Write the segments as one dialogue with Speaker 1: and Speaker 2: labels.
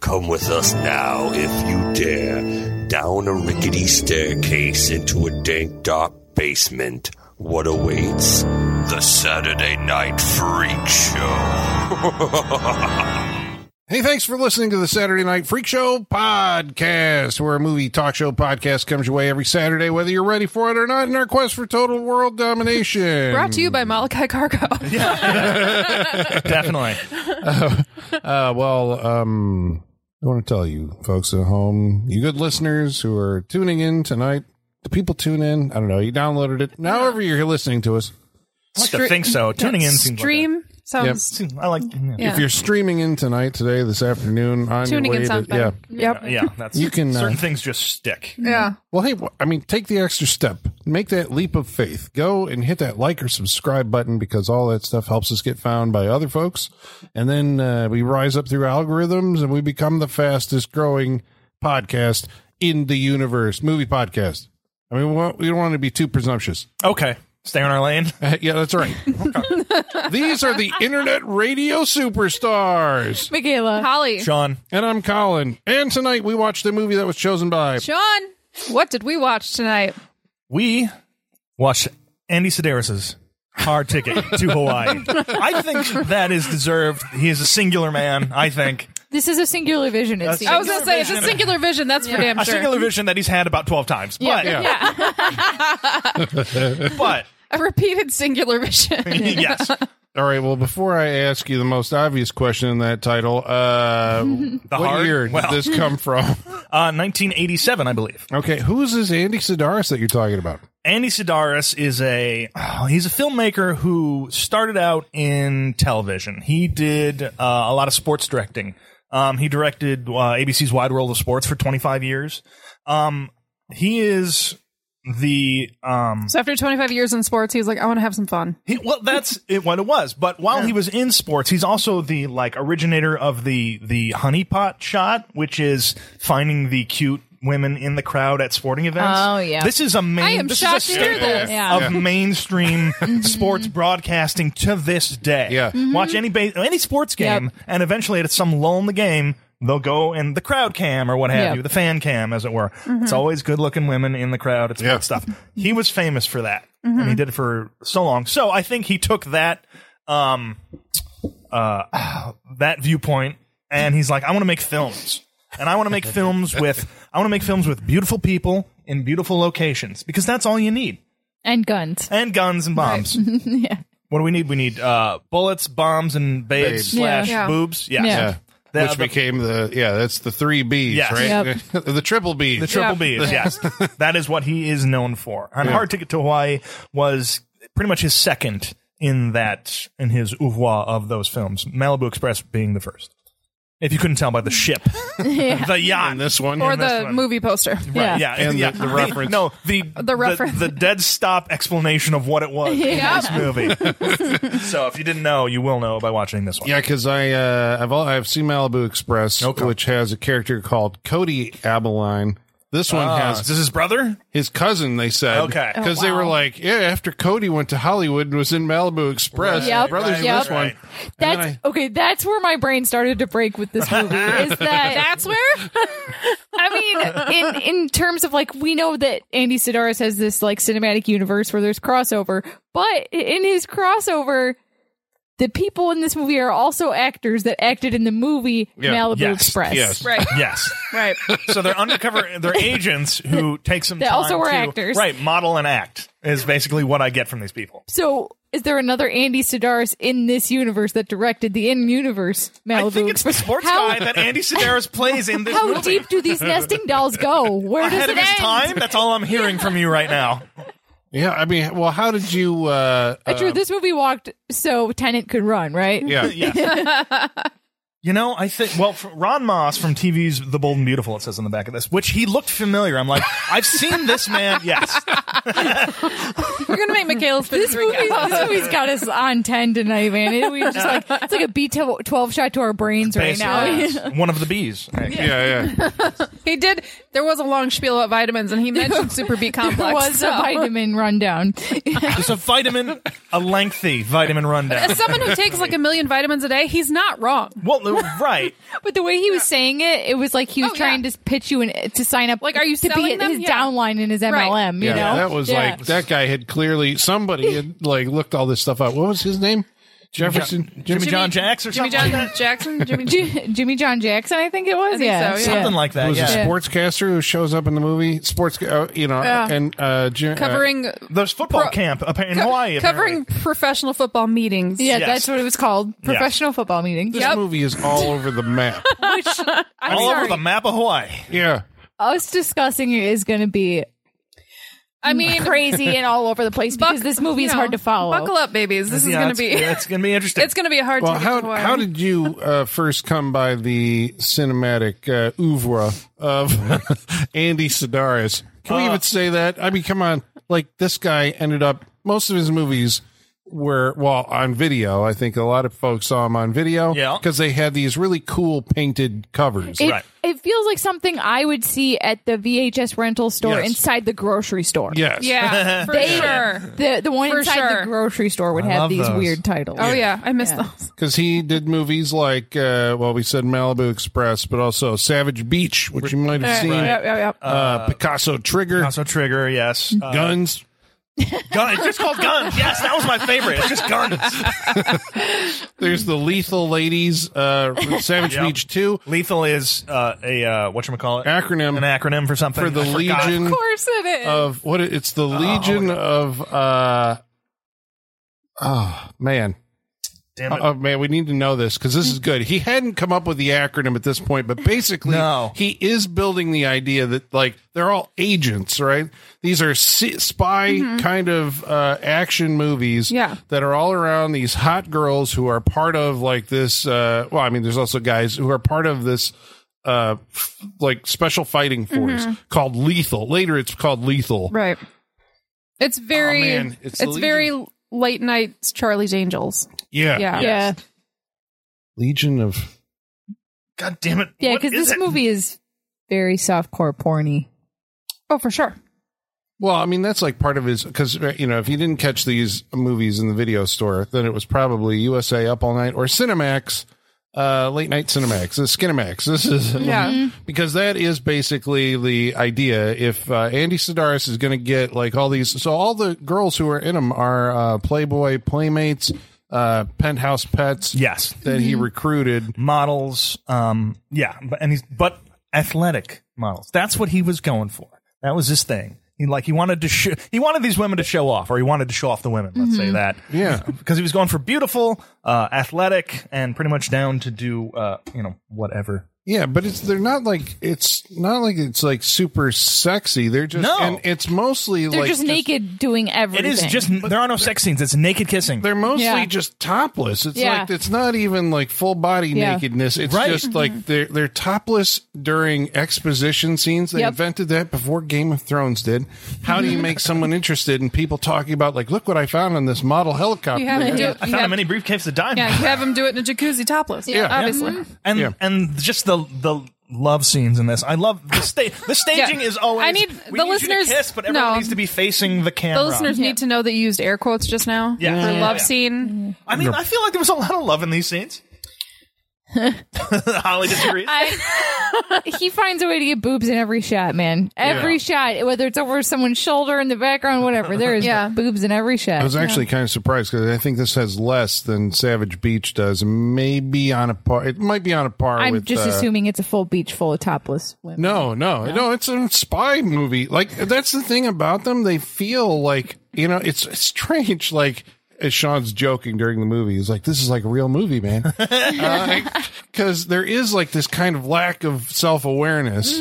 Speaker 1: Come with us now, if you dare, down a rickety staircase into a dank, dark basement. What awaits? The Saturday Night Freak Show.
Speaker 2: Hey, thanks for listening to the Saturday Night Freak Show podcast, where a movie talk show podcast comes your way every Saturday, whether you're ready for it or not, in our quest for total world domination.
Speaker 3: Brought to you by Malachi Cargo.
Speaker 4: Definitely.
Speaker 2: Uh, well, um, I want to tell you folks at home, you good listeners who are tuning in tonight, do people tune in? I don't know. You downloaded it. Now, However, you're listening to us.
Speaker 4: I like to think so. Tuning in seems
Speaker 3: Stream sounds.
Speaker 4: Like that. I like. Yeah.
Speaker 3: Yeah.
Speaker 2: If you're streaming in tonight, today, this afternoon, on
Speaker 3: Tuning
Speaker 2: your
Speaker 3: in
Speaker 2: way
Speaker 3: sounds
Speaker 2: to, yeah.
Speaker 3: better. Yep.
Speaker 4: Yeah, that's
Speaker 2: You can, uh,
Speaker 4: certain things just stick.
Speaker 3: Yeah.
Speaker 2: Well, hey, wh- I mean, take the extra step, make that leap of faith. Go and hit that like or subscribe button because all that stuff helps us get found by other folks. And then uh, we rise up through algorithms and we become the fastest growing podcast in the universe, movie podcast. I mean, we don't- we don't want to be too presumptuous.
Speaker 4: Okay, stay on our lane.
Speaker 2: Uh, yeah, that's right. These are the internet radio superstars.
Speaker 5: Michaela.
Speaker 3: Holly.
Speaker 4: Sean,
Speaker 2: And I'm Colin. And tonight we watched a movie that was chosen by
Speaker 3: Sean, what did we watch tonight?
Speaker 4: we watched Andy Sedaris's Hard Ticket to Hawaii. I think that is deserved. He is a singular man. I think
Speaker 5: This is a singular vision, it seems.
Speaker 3: I was going to say, it's a
Speaker 4: vision.
Speaker 3: singular vision. That's for damn
Speaker 4: a
Speaker 3: sure.
Speaker 4: singular vision that he's had about twelve times. But
Speaker 5: yeah.
Speaker 4: but
Speaker 3: a repeated singular vision.
Speaker 4: yes, the
Speaker 2: All right. Well, before I ask you the most obvious question in that title, uh, what
Speaker 4: hard.
Speaker 2: year
Speaker 4: well,
Speaker 2: did this come from?
Speaker 4: uh, 1987, I believe.
Speaker 2: okay, who's this Andy Sidaris that you're talking about?
Speaker 4: Andy Sidaris is a oh, he's a filmmaker who started out in television. He did uh, a lot of sports directing. Um, he directed uh, ABC's Wide World of Sports for 25 years. Um, he is the um,
Speaker 3: so after 25 years in sports, he was like, I want to have some fun.
Speaker 4: he, well, that's it, what it was. But while he was in sports, he's also the like originator of the the honeypot shot, which is finding the cute women in the crowd at sporting events.
Speaker 5: Oh, yeah.
Speaker 4: this is a main.
Speaker 3: I am
Speaker 4: this
Speaker 3: shocked
Speaker 4: is a
Speaker 3: to hear
Speaker 4: staple
Speaker 3: this.
Speaker 5: Yeah.
Speaker 4: of
Speaker 5: Yeah.
Speaker 4: mainstream sports broadcasting to this day.
Speaker 2: Yeah. Mhm.
Speaker 4: watch any ba- any sports game,
Speaker 5: Mm-hmm. Yep.
Speaker 4: and eventually at some lull in the game. They'll go in the crowd cam or what have
Speaker 5: Yep. Mm-hmm.
Speaker 4: you, the fan cam, as it were. It's always good looking women in the crowd. It's
Speaker 2: Yeah.
Speaker 4: yeah. stuff. He was famous for that,
Speaker 5: Mm-hmm.
Speaker 4: and he did it for so long. So I think he took that um, uh, that viewpoint, and he's like, I want to make films, and I want to make films with I want to make films with beautiful people in beautiful locations because that's all you need,
Speaker 5: and guns.
Speaker 4: and guns and bombs.
Speaker 5: yeah.
Speaker 4: What do we need? We need uh, bullets, bombs, and babes
Speaker 2: Babes.
Speaker 4: slash
Speaker 3: Yeah.
Speaker 4: boobs. Yeah,
Speaker 5: Yeah.
Speaker 4: The-
Speaker 2: Which
Speaker 4: Uh, the-
Speaker 2: became the yeah, that's the three B's,
Speaker 4: Yes.
Speaker 2: right? the triple B.
Speaker 4: The triple
Speaker 3: Yeah.
Speaker 4: B's, yes. that is what he is known for. And Hard Ticket to Hawaii was pretty much his second in that in his oeuvre of those films. Malibu Express being the first. If you couldn't tell by the ship, the yacht,
Speaker 2: and this one.
Speaker 3: Or
Speaker 2: And
Speaker 3: the
Speaker 4: one.
Speaker 3: movie poster.
Speaker 4: Right,
Speaker 5: Yeah.
Speaker 4: yeah,
Speaker 2: And the-
Speaker 4: yeah.
Speaker 2: the reference.
Speaker 4: no, the the
Speaker 3: reference.
Speaker 4: the, dead stop explanation of what it was
Speaker 5: Yeah.
Speaker 4: in this movie. so if you didn't know, you will know by watching this one.
Speaker 2: yeah, because I uh, I've all, I've seen Malibu Express,
Speaker 4: Okay.
Speaker 2: which has a character called Cody Abeline. This one
Speaker 4: Ah,
Speaker 2: has
Speaker 4: is this his brother?
Speaker 2: his cousin. They said
Speaker 4: Okay. Oh,
Speaker 2: because they were
Speaker 5: wow.
Speaker 2: like, yeah, after Cody went to Hollywood and was in Malibu Express,
Speaker 5: Right, Yep,
Speaker 2: brothers in
Speaker 5: yep.
Speaker 2: this one.
Speaker 4: right.
Speaker 2: then
Speaker 5: That's okay. That's where my brain started to break with this movie. Is that that's where? I mean, in in terms of like, we know that Andy Sidaris has this like cinematic universe where there's crossover, but in his crossover, the people in this movie are also actors that acted in the movie
Speaker 2: Yeah.
Speaker 5: Malibu
Speaker 4: Yes.
Speaker 5: Express.
Speaker 2: Yes.
Speaker 3: Right,
Speaker 4: Yes.
Speaker 3: right.
Speaker 4: So they're undercover. They're agents who take some.
Speaker 5: They
Speaker 4: time
Speaker 5: also were
Speaker 4: to-
Speaker 5: actors.
Speaker 4: right? Model and act is basically what I get from these people.
Speaker 5: So, is there another Andy Sidaris in this universe that directed the in-universe Malibu
Speaker 4: I think it's the
Speaker 5: Express?
Speaker 4: sports
Speaker 5: how,
Speaker 4: guy that Andy Sedaris plays in this
Speaker 5: How
Speaker 4: movie.
Speaker 5: deep do these nesting dolls go? Where does
Speaker 4: Ahead
Speaker 5: it
Speaker 4: of his
Speaker 5: end?
Speaker 4: time. That's all I'm hearing from you right now.
Speaker 2: Yeah, I mean, well, how did you? Uh,
Speaker 5: Uh, True, this movie walked so Tennant could run, right?
Speaker 2: yeah,
Speaker 4: Yeah. You know, I think well, for Ron Moss from TV's The Bold and Beautiful. It says on the back of this, which he looked familiar. I'm like, I've seen this man. Yes,
Speaker 3: We're going to make Michaela's
Speaker 5: This movie, this movie's got us on ten tonight, man. It, we were just like it's like a B twelve shot to our brains right now.
Speaker 4: Basically, yes. one of the bees. Hey.
Speaker 2: yeah, yeah.
Speaker 3: He did. There was a long spiel about vitamins, and he mentioned Super B Complex.
Speaker 5: There was
Speaker 3: so-
Speaker 5: a vitamin rundown.
Speaker 4: It's a vitamin, a lengthy vitamin rundown.
Speaker 3: As someone who takes like a million vitamins a day, he's not wrong.
Speaker 4: Well, right.
Speaker 5: But the way he was saying it, it was like he was
Speaker 3: Oh, yeah.
Speaker 5: trying to pitch you in, to sign up.
Speaker 3: Like, are you
Speaker 5: to be
Speaker 3: selling them?
Speaker 5: his
Speaker 3: Yeah.
Speaker 5: downline in his MLM? You
Speaker 2: yeah,
Speaker 5: know,
Speaker 2: that was
Speaker 5: Yeah.
Speaker 2: like that guy had clearly somebody had like looked all this stuff up. What was his name? Jefferson.
Speaker 4: Jimmy John Jacks or
Speaker 3: Jimmy
Speaker 4: something
Speaker 3: John
Speaker 4: like
Speaker 3: Jackson. Jimmy
Speaker 5: J- Jimmy John Jackson, I think it was.
Speaker 3: think
Speaker 5: yeah,
Speaker 3: so,
Speaker 5: yeah.
Speaker 4: something like that.
Speaker 2: was
Speaker 4: Yeah.
Speaker 2: a sportscaster who shows up in the movie. Sports, uh, you know,
Speaker 3: Yeah.
Speaker 2: and uh, Jim,
Speaker 3: covering
Speaker 4: There's football
Speaker 3: Pro-
Speaker 4: camp up in
Speaker 3: co-
Speaker 4: Hawaii.
Speaker 3: covering professional football meetings.
Speaker 5: Yeah,
Speaker 4: Yes.
Speaker 5: that's what it was called. Professional football meetings.
Speaker 2: this movie is all over the map.
Speaker 5: Which I'm
Speaker 4: apparently. all
Speaker 5: sorry,
Speaker 4: over the map of Hawaii.
Speaker 2: yeah,
Speaker 5: us discussing it is going to be
Speaker 3: I mean,
Speaker 5: crazy and all over the place because
Speaker 3: buck-
Speaker 5: this movie
Speaker 3: you
Speaker 5: is
Speaker 3: know,
Speaker 5: hard to follow.
Speaker 3: Buckle up, babies. This
Speaker 4: Yeah,
Speaker 3: is
Speaker 4: it's,
Speaker 3: going to be.
Speaker 4: yeah, it's gonna be interesting.
Speaker 3: It's going to be hard
Speaker 2: Well,
Speaker 3: to
Speaker 2: how
Speaker 3: get to Hawaii.
Speaker 2: how did you uh, first come by the cinematic uh, oeuvre of Andy Sidaris? Can we
Speaker 3: Uh,
Speaker 2: even say that? I mean, come on! Like this guy ended up most of his movies were well on video. I think a lot of folks saw him on video
Speaker 4: Yeah.
Speaker 2: because they had these really cool painted covers.
Speaker 5: It,
Speaker 4: Right.
Speaker 5: it feels like something I would see at the VHS rental store
Speaker 4: Yes.
Speaker 5: inside the grocery store.
Speaker 2: yes,
Speaker 3: Yeah, for
Speaker 5: They-
Speaker 3: sure.
Speaker 5: The the one
Speaker 3: For
Speaker 5: inside
Speaker 3: sure.
Speaker 5: the grocery store would have
Speaker 4: love
Speaker 5: these
Speaker 4: those.
Speaker 5: weird titles.
Speaker 3: Oh yeah, I missed
Speaker 5: Yeah.
Speaker 3: those.
Speaker 2: because he did movies like uh, well, we said Malibu Express, but also Savage Beach, which you might have seen.
Speaker 3: Yep, yep, yep.
Speaker 2: Uh, Picasso Trigger,
Speaker 4: also trigger. Yes, uh,
Speaker 2: Guns.
Speaker 4: gun. It's just called guns. Yes, that was my favorite. It's just guns.
Speaker 2: There's the Lethal Ladies, uh, Savage
Speaker 4: Yep.
Speaker 2: Beach 2,
Speaker 4: Lethal is uh, a uh, what you call it?
Speaker 2: Acronym.
Speaker 4: An acronym for something
Speaker 2: for the
Speaker 4: I forgot. Oh,
Speaker 2: Legion
Speaker 3: of course it is.
Speaker 2: of what? it- It's the Legion of, uh, oh man.
Speaker 4: Damn it.
Speaker 2: Oh man, we need to know this because this is good. He hadn't come up with the acronym at this point, but basically,
Speaker 4: No.
Speaker 2: he is building the idea that like they're all agents, right? These are si- spy kind of uh, action movies,
Speaker 3: Mm-hmm. Yeah.
Speaker 2: that are all around these hot girls who are part of like this. Uh, well, I mean, there's also guys who are part of this. Uh, f- like special fighting force called Lethal. Later, it's called Lethal.
Speaker 3: Mm-hmm. right. It's very.
Speaker 2: man, it's
Speaker 3: it's
Speaker 2: the
Speaker 3: very late night Charlie's Angels.
Speaker 2: Yeah.
Speaker 3: Yeah.
Speaker 5: yeah,
Speaker 2: Legion of
Speaker 4: God damn it.
Speaker 5: yeah.
Speaker 4: What
Speaker 5: Because
Speaker 4: is
Speaker 5: this
Speaker 4: it?
Speaker 5: movie is very softcore porny.
Speaker 3: Oh, for sure.
Speaker 2: Well, I mean, that's like part of his because you know if he didn't catch these movies in the video store, then it was probably USA Up All Night or Cinemax, uh, late night Cinemax, the Skinemax. This is
Speaker 3: Yeah.
Speaker 2: because that is basically the idea. If uh, Andy Sidaris is going to get like all these, so all the girls who are in him are uh, Playboy playmates, uh, penthouse pets,
Speaker 4: Yes,
Speaker 2: that
Speaker 5: Mm-hmm.
Speaker 2: he recruited.
Speaker 4: models. Um, yeah, but and he's but athletic models. That's what he was going for. That was his thing. He like he wanted to sh- he wanted these women to show off, or he wanted to show off the women. Let's
Speaker 3: Mm-hmm.
Speaker 4: say that.
Speaker 2: Yeah.
Speaker 4: because he was going for beautiful, uh, athletic, and pretty much down to do uh, you know whatever.
Speaker 2: Yeah, but it's they're not like it's not like it's like super sexy. They're just
Speaker 4: No.
Speaker 2: and it's mostly
Speaker 5: They're
Speaker 2: like
Speaker 5: just naked doing
Speaker 4: It
Speaker 5: everything.
Speaker 4: is just there are no sex scenes. It's naked kissing.
Speaker 2: They're mostly
Speaker 5: Yeah.
Speaker 2: just topless. It's
Speaker 5: Yeah.
Speaker 2: like it's not even like full body
Speaker 5: Yeah. Mm-hmm.
Speaker 2: nakedness. It's
Speaker 4: Right.
Speaker 2: just like they're they're topless during exposition scenes. They
Speaker 5: Yep.
Speaker 2: invented that before Game of Thrones did. How do you make someone interested in people talking about like, look what I found on this model helicopter?
Speaker 3: You have to do it.
Speaker 4: I
Speaker 3: you
Speaker 4: found
Speaker 3: have-
Speaker 4: him many briefcase to die.
Speaker 3: Yeah, you have him do it in a jacuzzi topless. Yeah, obviously.
Speaker 4: and
Speaker 2: Yeah.
Speaker 4: and just the the love scenes in this. I love the sta- the staging
Speaker 3: Yeah.
Speaker 4: is always.
Speaker 3: I need-
Speaker 4: we
Speaker 3: the
Speaker 4: you to
Speaker 3: listeners-
Speaker 4: kiss, but everyone
Speaker 3: no.
Speaker 4: needs to be facing the camera.
Speaker 3: The listeners need to know that you used air quotes just now
Speaker 4: Yeah.
Speaker 3: for
Speaker 4: Yeah.
Speaker 3: love
Speaker 4: Yeah.
Speaker 5: Mm-hmm.
Speaker 3: scene.
Speaker 4: I mean, I feel like there was a lot of love in these scenes. Holly disagrees.
Speaker 5: he finds a way to get boobs in every shot, man. Every shot, whether it's over someone's shoulder in the background, whatever. There is
Speaker 3: Yeah.
Speaker 5: boobs in every
Speaker 2: I
Speaker 5: shot.
Speaker 2: was actually kind of surprised because I think this has less than Savage Beach does. Maybe on a par. It might be on a par.
Speaker 5: I'm
Speaker 2: with,
Speaker 5: just
Speaker 2: uh,
Speaker 5: assuming it's a full beach full of topless women.
Speaker 2: No, no, no, It's a spy movie. Like that's the thing about them. They feel like you know. It's, it's strange. Like as Sean's joking during the movie, he's like, "This is like a real movie, man,"
Speaker 4: Uh,
Speaker 2: because there is like this kind of lack of self awareness.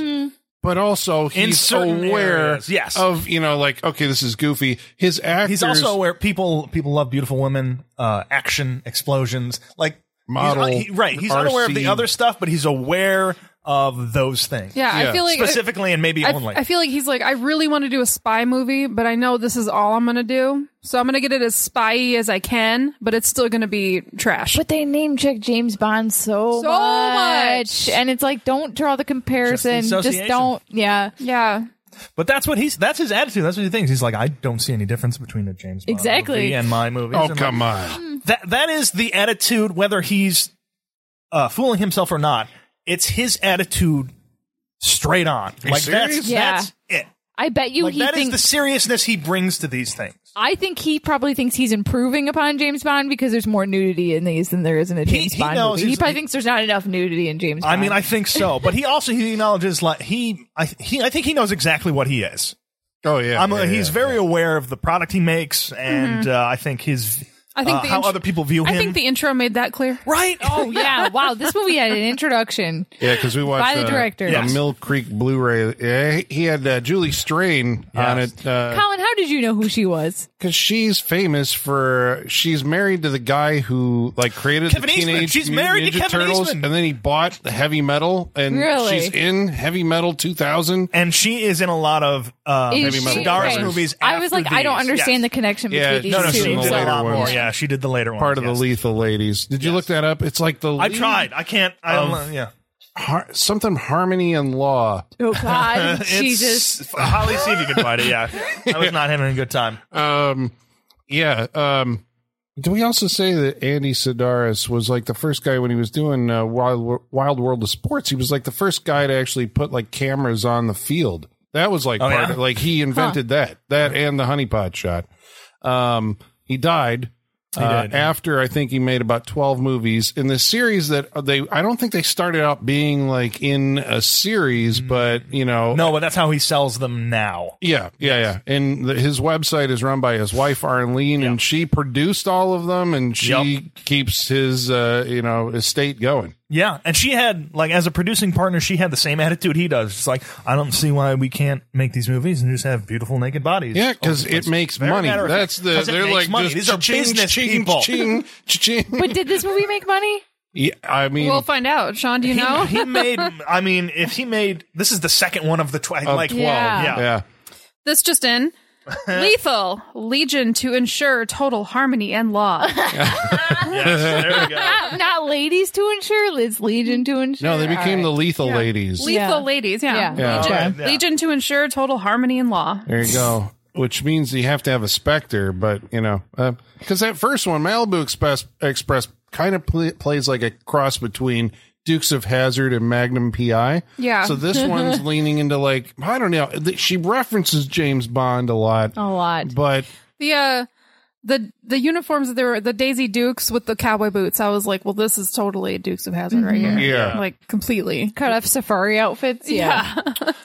Speaker 2: But also,
Speaker 4: Mm-hmm. In
Speaker 2: he's
Speaker 4: certain
Speaker 2: aware
Speaker 4: areas, yes.
Speaker 2: of you know, like okay, this is goofy. His actors,
Speaker 4: He's also aware people people love beautiful women, uh, action, explosions, like
Speaker 2: Model,
Speaker 4: He's, he, right, he's unaware of the
Speaker 2: RC.
Speaker 4: other stuff, but he's aware of those things.
Speaker 3: Yeah,
Speaker 2: Yeah.
Speaker 3: I feel like
Speaker 4: specifically and maybe
Speaker 3: I,
Speaker 4: only.
Speaker 3: I feel like he's like, I really want to do a spy movie, but I know this is all I'm going to do, so I'm going to get it as spy as I can, but it's still going to be trash.
Speaker 5: But they name check James Bond so,
Speaker 3: So much.
Speaker 5: and it's like don't draw the comparison.
Speaker 4: Just the
Speaker 5: Just,
Speaker 4: association.
Speaker 5: don't. Yeah,
Speaker 3: yeah,
Speaker 4: But that's what he's that's his attitude. That's what he thinks. He's like, I don't see any difference between a James Bond
Speaker 5: Exactly.
Speaker 4: movie and my movie.
Speaker 2: Oh come oh, on!
Speaker 4: That that is the attitude. Whether he's uh, fooling himself or not, it's his attitude straight on. Like that's
Speaker 2: serious?
Speaker 5: Yeah.
Speaker 4: that's it.
Speaker 5: I bet you
Speaker 4: Like
Speaker 5: he
Speaker 4: that is
Speaker 5: thinks.
Speaker 4: the seriousness he brings to these things.
Speaker 5: I think he probably thinks he's improving upon James Bond because there's more nudity in these than there is in a James
Speaker 4: he
Speaker 5: Bond
Speaker 4: knows
Speaker 5: movie. He
Speaker 4: he's-
Speaker 5: probably thinks there's not enough nudity in James.
Speaker 4: I
Speaker 5: Bond.
Speaker 4: mean, I think so, but he also he acknowledges like he I he I think he knows exactly what he is.
Speaker 2: Oh yeah,
Speaker 4: I'm,
Speaker 2: yeah,
Speaker 4: he's
Speaker 2: yeah.
Speaker 4: very aware of the product he makes,
Speaker 5: Mm-hmm.
Speaker 4: and uh, I think his
Speaker 3: I think
Speaker 4: uh,
Speaker 3: the
Speaker 4: how
Speaker 3: int-
Speaker 4: other people view
Speaker 3: I
Speaker 4: him.
Speaker 3: think the intro made that clear.
Speaker 4: right?
Speaker 5: Oh yeah! Wow, this movie had an introduction.
Speaker 2: Yeah, because we watched
Speaker 5: By the
Speaker 2: uh,
Speaker 5: director.
Speaker 2: a
Speaker 5: Yes.
Speaker 2: Mill Creek Blu-ray. Yeah, he had uh, Julie Strain on
Speaker 4: Yes.
Speaker 2: it uh, because
Speaker 5: Colin, how did you know who she was?
Speaker 2: she's famous for she's married to the guy who like created
Speaker 4: Kevin
Speaker 2: the
Speaker 4: Eastman.
Speaker 2: Teenage
Speaker 4: She's
Speaker 2: Mutant
Speaker 4: married to
Speaker 2: Ninja
Speaker 4: Kevin
Speaker 2: Turtles,
Speaker 4: Eastman.
Speaker 2: and then he bought the heavy metal, and
Speaker 5: Really?
Speaker 2: she's in Heavy Metal 2000.
Speaker 4: and she is in a lot of uh,
Speaker 5: Is
Speaker 2: Maybe my
Speaker 5: she-
Speaker 2: Dark
Speaker 5: okay.
Speaker 4: movies
Speaker 5: I was
Speaker 4: after
Speaker 5: like, I don't
Speaker 4: these. Yes.
Speaker 5: understand the connection
Speaker 2: Yeah,
Speaker 5: between
Speaker 2: no,
Speaker 4: no, no,
Speaker 5: these
Speaker 2: she's
Speaker 5: two.
Speaker 4: she
Speaker 2: in the
Speaker 4: did
Speaker 5: so-
Speaker 4: a
Speaker 2: later
Speaker 4: lot more.
Speaker 2: ones.
Speaker 4: Yeah, she did the later one.
Speaker 2: Part of the Lethal Ladies. Did you look that up? It's like the
Speaker 4: I
Speaker 2: lead
Speaker 4: tried. I can't. I
Speaker 2: Of-
Speaker 4: don't, yeah.
Speaker 2: har- something Harmony and Law.
Speaker 5: Oh God,
Speaker 4: It's-
Speaker 5: Jesus!
Speaker 4: Holly, see if you can find it. Yeah, I was not having a good time.
Speaker 2: Um, yeah. Um, do we also say that Andy Sidaris was like the first guy when he was doing uh, Wild Wor- Wild World of Sports? He was like the first guy to actually put like cameras on the field. That was like
Speaker 4: Oh,
Speaker 2: part
Speaker 4: yeah?
Speaker 2: of, like he invented that that and the honeypot shot. Um, he died. uh,
Speaker 4: did, yeah.
Speaker 2: after I think he made about twelve movies in the series that uh, they I don't think they started out being like in a series,
Speaker 4: Mm-hmm.
Speaker 2: but you know
Speaker 4: No, but that's how he sells them now.
Speaker 2: yeah, yeah, yeah. And the, his website is run by his wife Arlene, and she produced all of them, and she
Speaker 4: Yep.
Speaker 2: keeps his uh, you know estate going.
Speaker 4: Yeah, and she had like as a producing partner, she had the same attitude he does. Just like I don't see why we can't make these movies and just have beautiful naked bodies.
Speaker 2: Yeah, because
Speaker 4: Oh, it's
Speaker 2: it makes
Speaker 4: very
Speaker 2: money.
Speaker 4: matter of
Speaker 2: That's
Speaker 4: fact.
Speaker 2: the
Speaker 4: 'Cause it
Speaker 2: they're
Speaker 4: makes
Speaker 2: like
Speaker 4: money.
Speaker 2: just
Speaker 4: These are
Speaker 2: cha-ching,
Speaker 4: business
Speaker 2: cha-ching,
Speaker 4: people.
Speaker 2: cha-ching, cha-ching.
Speaker 5: But did this movie make money?
Speaker 2: Yeah, I mean,
Speaker 3: We'll find out. Sean, do you
Speaker 4: He,
Speaker 3: know?
Speaker 4: he made. I mean, if he made this is the second one of the tw- like
Speaker 2: twelve,
Speaker 5: Yeah.
Speaker 4: yeah.
Speaker 2: yeah.
Speaker 3: This just in. Lethal Legion to ensure total harmony and law.
Speaker 4: Yes, there we go.
Speaker 5: Not, not ladies to insure. It's Legion to insure.
Speaker 2: No, they became the
Speaker 5: All right.
Speaker 2: lethal ladies.
Speaker 3: Lethal ladies, yeah.
Speaker 5: Yeah. Yeah.
Speaker 3: Legion,
Speaker 4: Okay. Yeah.
Speaker 3: Legion to ensure total harmony and law.
Speaker 2: There you go. Which means you have to have a Spectre, but you know, because that first one, Malibu Express, Express kind of pl- plays like a cross between Dukes of Hazard and Magnum PI.
Speaker 3: Yeah.
Speaker 2: So this one's leaning into like I don't know. th- She references James Bond a lot,
Speaker 5: a lot.
Speaker 2: but
Speaker 3: The uh the the uniforms that they were the Daisy Dukes with the cowboy boots. I was like, well, this is totally Dukes of Hazard right here.
Speaker 2: Yeah.
Speaker 3: like completely.
Speaker 5: Cut off safari outfits. Yeah,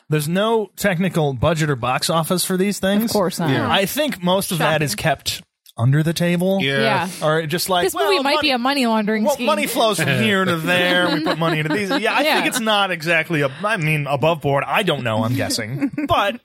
Speaker 4: There's no technical budget or box office for these things.
Speaker 5: of course not.
Speaker 4: I think most of that is kept under the table.
Speaker 2: yeah,
Speaker 5: Yeah.
Speaker 4: Or just like
Speaker 5: This
Speaker 4: well,
Speaker 5: movie might
Speaker 4: money-
Speaker 5: be a money laundering
Speaker 4: Well,
Speaker 5: scheme.
Speaker 4: money flows from here to there. We put money into these. Yeah, I
Speaker 5: Yeah.
Speaker 4: think it's not exactly. A, I mean, above board. I don't know. I'm guessing, but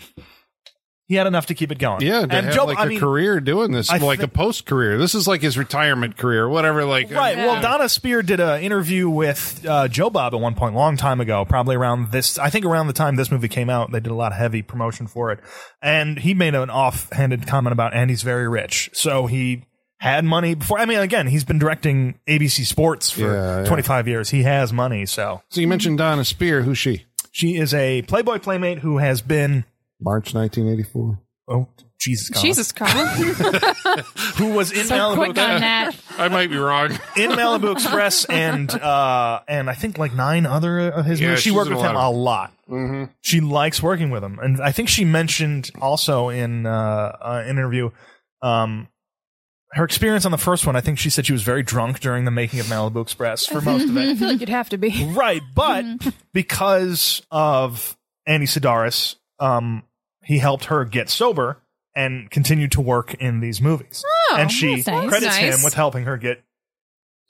Speaker 4: he had enough to keep it going.
Speaker 2: yeah. To
Speaker 4: and
Speaker 2: have
Speaker 4: Joe,
Speaker 2: like
Speaker 4: I
Speaker 2: a
Speaker 4: mean,
Speaker 2: career doing this,
Speaker 4: I
Speaker 2: like
Speaker 4: thi-
Speaker 2: a post career. This is like his retirement career, whatever. Like
Speaker 4: Right.
Speaker 2: uh,
Speaker 4: Well, Donna Spear did an interview with uh, Joe Bob at one point, long time ago, probably around this. I think around the time this movie came out, they did a lot of heavy promotion for it, and he made an offhanded comment about Andy's very rich, so he had money before. I mean, again, he's been directing ABC Sports for
Speaker 2: Yeah, yeah.
Speaker 4: 25 years. He has money, so
Speaker 2: So you mentioned Donna Spear. Who's she?
Speaker 4: she is a Playboy playmate who has been
Speaker 2: March 1984.
Speaker 4: oh Jesus, Colin.
Speaker 3: Jesus, Colin.
Speaker 4: who was in
Speaker 5: So
Speaker 4: Malibu
Speaker 5: quick on that.
Speaker 2: I might be wrong.
Speaker 4: in Malibu Express and uh, and I think like nine other of his
Speaker 2: Yeah,
Speaker 4: movies. She
Speaker 2: she's
Speaker 4: worked
Speaker 2: in a
Speaker 4: with him
Speaker 2: lot Mm-hmm.
Speaker 4: a lot. She likes working with him, and I think she mentioned also in uh, uh, an interview um, her experience on the first one. I think she said she was very drunk during the making of Malibu Express for most of
Speaker 3: I
Speaker 4: it.
Speaker 3: feel like you'd have to be.
Speaker 4: Right, but
Speaker 3: Mm-hmm.
Speaker 4: because of Andy Sidaris, um, he helped her get sober and continued to work in these movies.
Speaker 3: Oh,
Speaker 4: and she
Speaker 5: that's nice.
Speaker 4: credits
Speaker 3: Nice.
Speaker 4: him with helping her get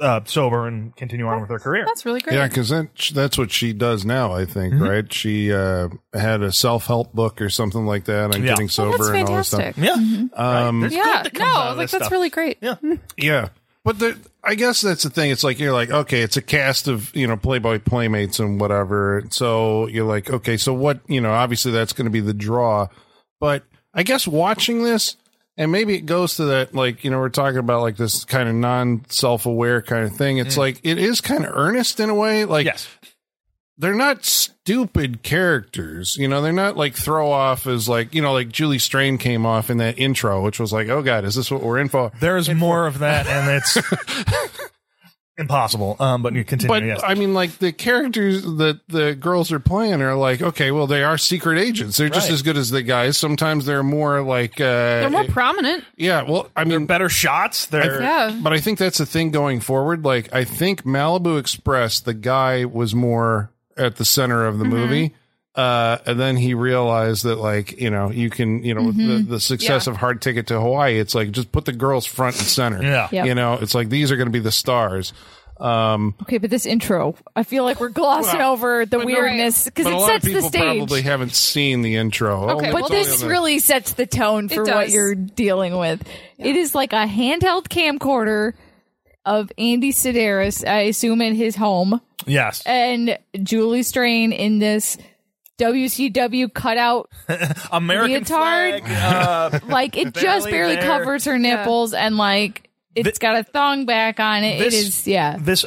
Speaker 4: uh, sober and continue on with her career.
Speaker 3: That's really great.
Speaker 2: Yeah, because that, that's what she does now, I think,
Speaker 4: Mm-hmm.
Speaker 2: right? She uh, had a self help book or something like that on
Speaker 4: Yeah. Oh,
Speaker 2: getting
Speaker 3: Well,
Speaker 2: sober and all this stuff.
Speaker 4: Yeah.
Speaker 2: Um,
Speaker 4: Right. There's
Speaker 3: Oh, Mm-hmm. Yeah,
Speaker 4: good that comes out
Speaker 3: no,
Speaker 4: of
Speaker 3: like
Speaker 4: this
Speaker 3: that's
Speaker 4: stuff.
Speaker 3: really great.
Speaker 4: Yeah.
Speaker 2: Yeah. But the, I guess that's the thing. It's like you're like, okay, it's a cast of, you know, Playboy Playmates and whatever. So you're like, okay, so what, you know, obviously that's going to be the draw. But I guess watching this, and maybe it goes to that, like, you know, we're talking about like this kind of non self aware kind of thing. It's like, it is kind of earnest in a way. Like,
Speaker 4: Mm. Yes.
Speaker 2: they're not stupid characters. You know, they're not like throw off as like, you know, like Julie Strain came off in that intro, which was like, oh God, is this what we're in for?
Speaker 4: There's more of that, and it's impossible. Um, but you continue.
Speaker 2: But
Speaker 4: yes.
Speaker 2: I mean, like the characters that the girls are playing are like, okay, well, they are secret agents. They're just
Speaker 4: Right.
Speaker 2: as good as the guys. Sometimes they're more like,
Speaker 3: They're
Speaker 2: uh,
Speaker 3: more prominent.
Speaker 2: yeah. Well, I mean,
Speaker 4: better shots. They're
Speaker 3: Yeah.
Speaker 2: but I think that's the thing going forward. Like, I think Malibu Express, the guy was more at the center
Speaker 5: Mm-hmm.
Speaker 2: of the movie. Uh, and then he realized that, like, you know, you can, you know, with
Speaker 5: Mm-hmm.
Speaker 2: the, the success
Speaker 3: Yeah.
Speaker 2: of Hard Ticket to Hawaii, it's like just put the girls front and center.
Speaker 4: Yeah.
Speaker 5: Yep.
Speaker 2: You know, it's like these are going to be the stars. Um,
Speaker 5: Okay, but this intro, I feel like we're glossing over the weirdness because
Speaker 2: but a
Speaker 5: it
Speaker 2: lot
Speaker 5: sets
Speaker 2: of people
Speaker 5: the stage.
Speaker 2: probably haven't seen the intro.
Speaker 3: Okay,
Speaker 2: Oh,
Speaker 3: well,
Speaker 2: it's
Speaker 5: But this
Speaker 2: only on the-
Speaker 5: really sets the tone for what
Speaker 3: does.
Speaker 5: you're dealing with. It is like a handheld camcorder of Andy Sedaris, I assume, in his home,
Speaker 4: Yes.
Speaker 5: and Julie Strain in this WCW cutout.
Speaker 4: American
Speaker 5: leotard.
Speaker 4: flag. Uh,
Speaker 5: Like it just
Speaker 4: Barely
Speaker 5: barely
Speaker 4: there.
Speaker 5: covers her nipples, and like it's got a thong back on it.
Speaker 4: this,
Speaker 5: it is, yeah.
Speaker 4: This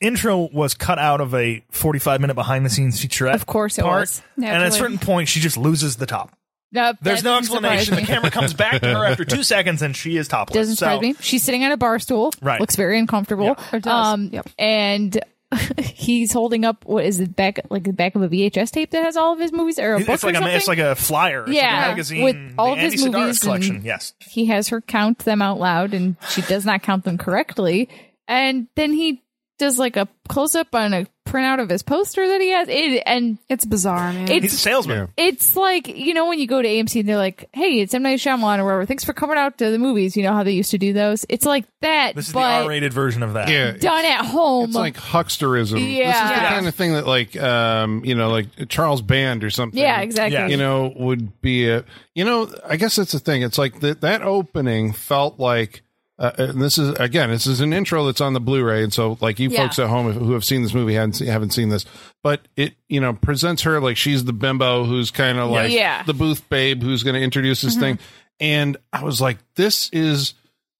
Speaker 4: intro was cut out of a 45 minute behind the scenes featurette.
Speaker 5: Of course it
Speaker 4: part,
Speaker 5: was.
Speaker 4: And at a
Speaker 3: Naturally.
Speaker 4: certain point, she just loses the top.
Speaker 5: No,
Speaker 4: There's
Speaker 5: that
Speaker 4: no
Speaker 5: doesn't surprise
Speaker 4: explanation. The
Speaker 5: me.
Speaker 4: camera comes back to her after two seconds, and she is topless.
Speaker 5: Doesn't
Speaker 4: so,
Speaker 5: surprise me. She's sitting on a bar stool.
Speaker 4: Right.
Speaker 5: Looks very uncomfortable. Um,
Speaker 3: Or does. Yep.
Speaker 5: And he's holding up what is it back like the back of a VHS tape that has all of his movies or a book
Speaker 4: It's like
Speaker 5: or
Speaker 4: a
Speaker 5: something.
Speaker 4: it's like a flyer. It's like a
Speaker 5: Yeah,
Speaker 4: magazine
Speaker 5: with all
Speaker 4: the
Speaker 5: of
Speaker 4: Andy
Speaker 5: his
Speaker 4: Sidaris
Speaker 5: movies and-
Speaker 4: collection. yes,
Speaker 5: he has her count them out loud, and she does not count them correctly. And then he does like a close up on a printout of his poster that he has. It and
Speaker 3: It's bizarre, man.
Speaker 5: It's-
Speaker 4: he's a salesman.
Speaker 5: it's like you know when you go to AMC and they're like, "Hey, it's M Night Shyamalan or whatever. Thanks for coming out to the movies." You know how they used to do those. It's like that,
Speaker 4: This is the
Speaker 5: but
Speaker 4: R-rated version of that.
Speaker 2: yeah.
Speaker 5: done at home.
Speaker 2: It's like hucksterism. This is the
Speaker 5: Yeah.
Speaker 2: kind of thing that, like, um, you know, like Charles Band or something.
Speaker 5: yeah, exactly.
Speaker 4: Yeah.
Speaker 2: You know, would be a, you know, I guess that's the thing. It's like that that opening felt like, uh, and this is again, this is an intro that's on the Blu-ray, and so like you
Speaker 5: Yeah.
Speaker 2: folks at home who have seen this movie haven't seen, haven't seen this, but it you know presents her like she's the bimbo who's kind of like
Speaker 5: Yeah. Mm-hmm.
Speaker 2: the booth babe who's going to introduce this thing, and I was like, this is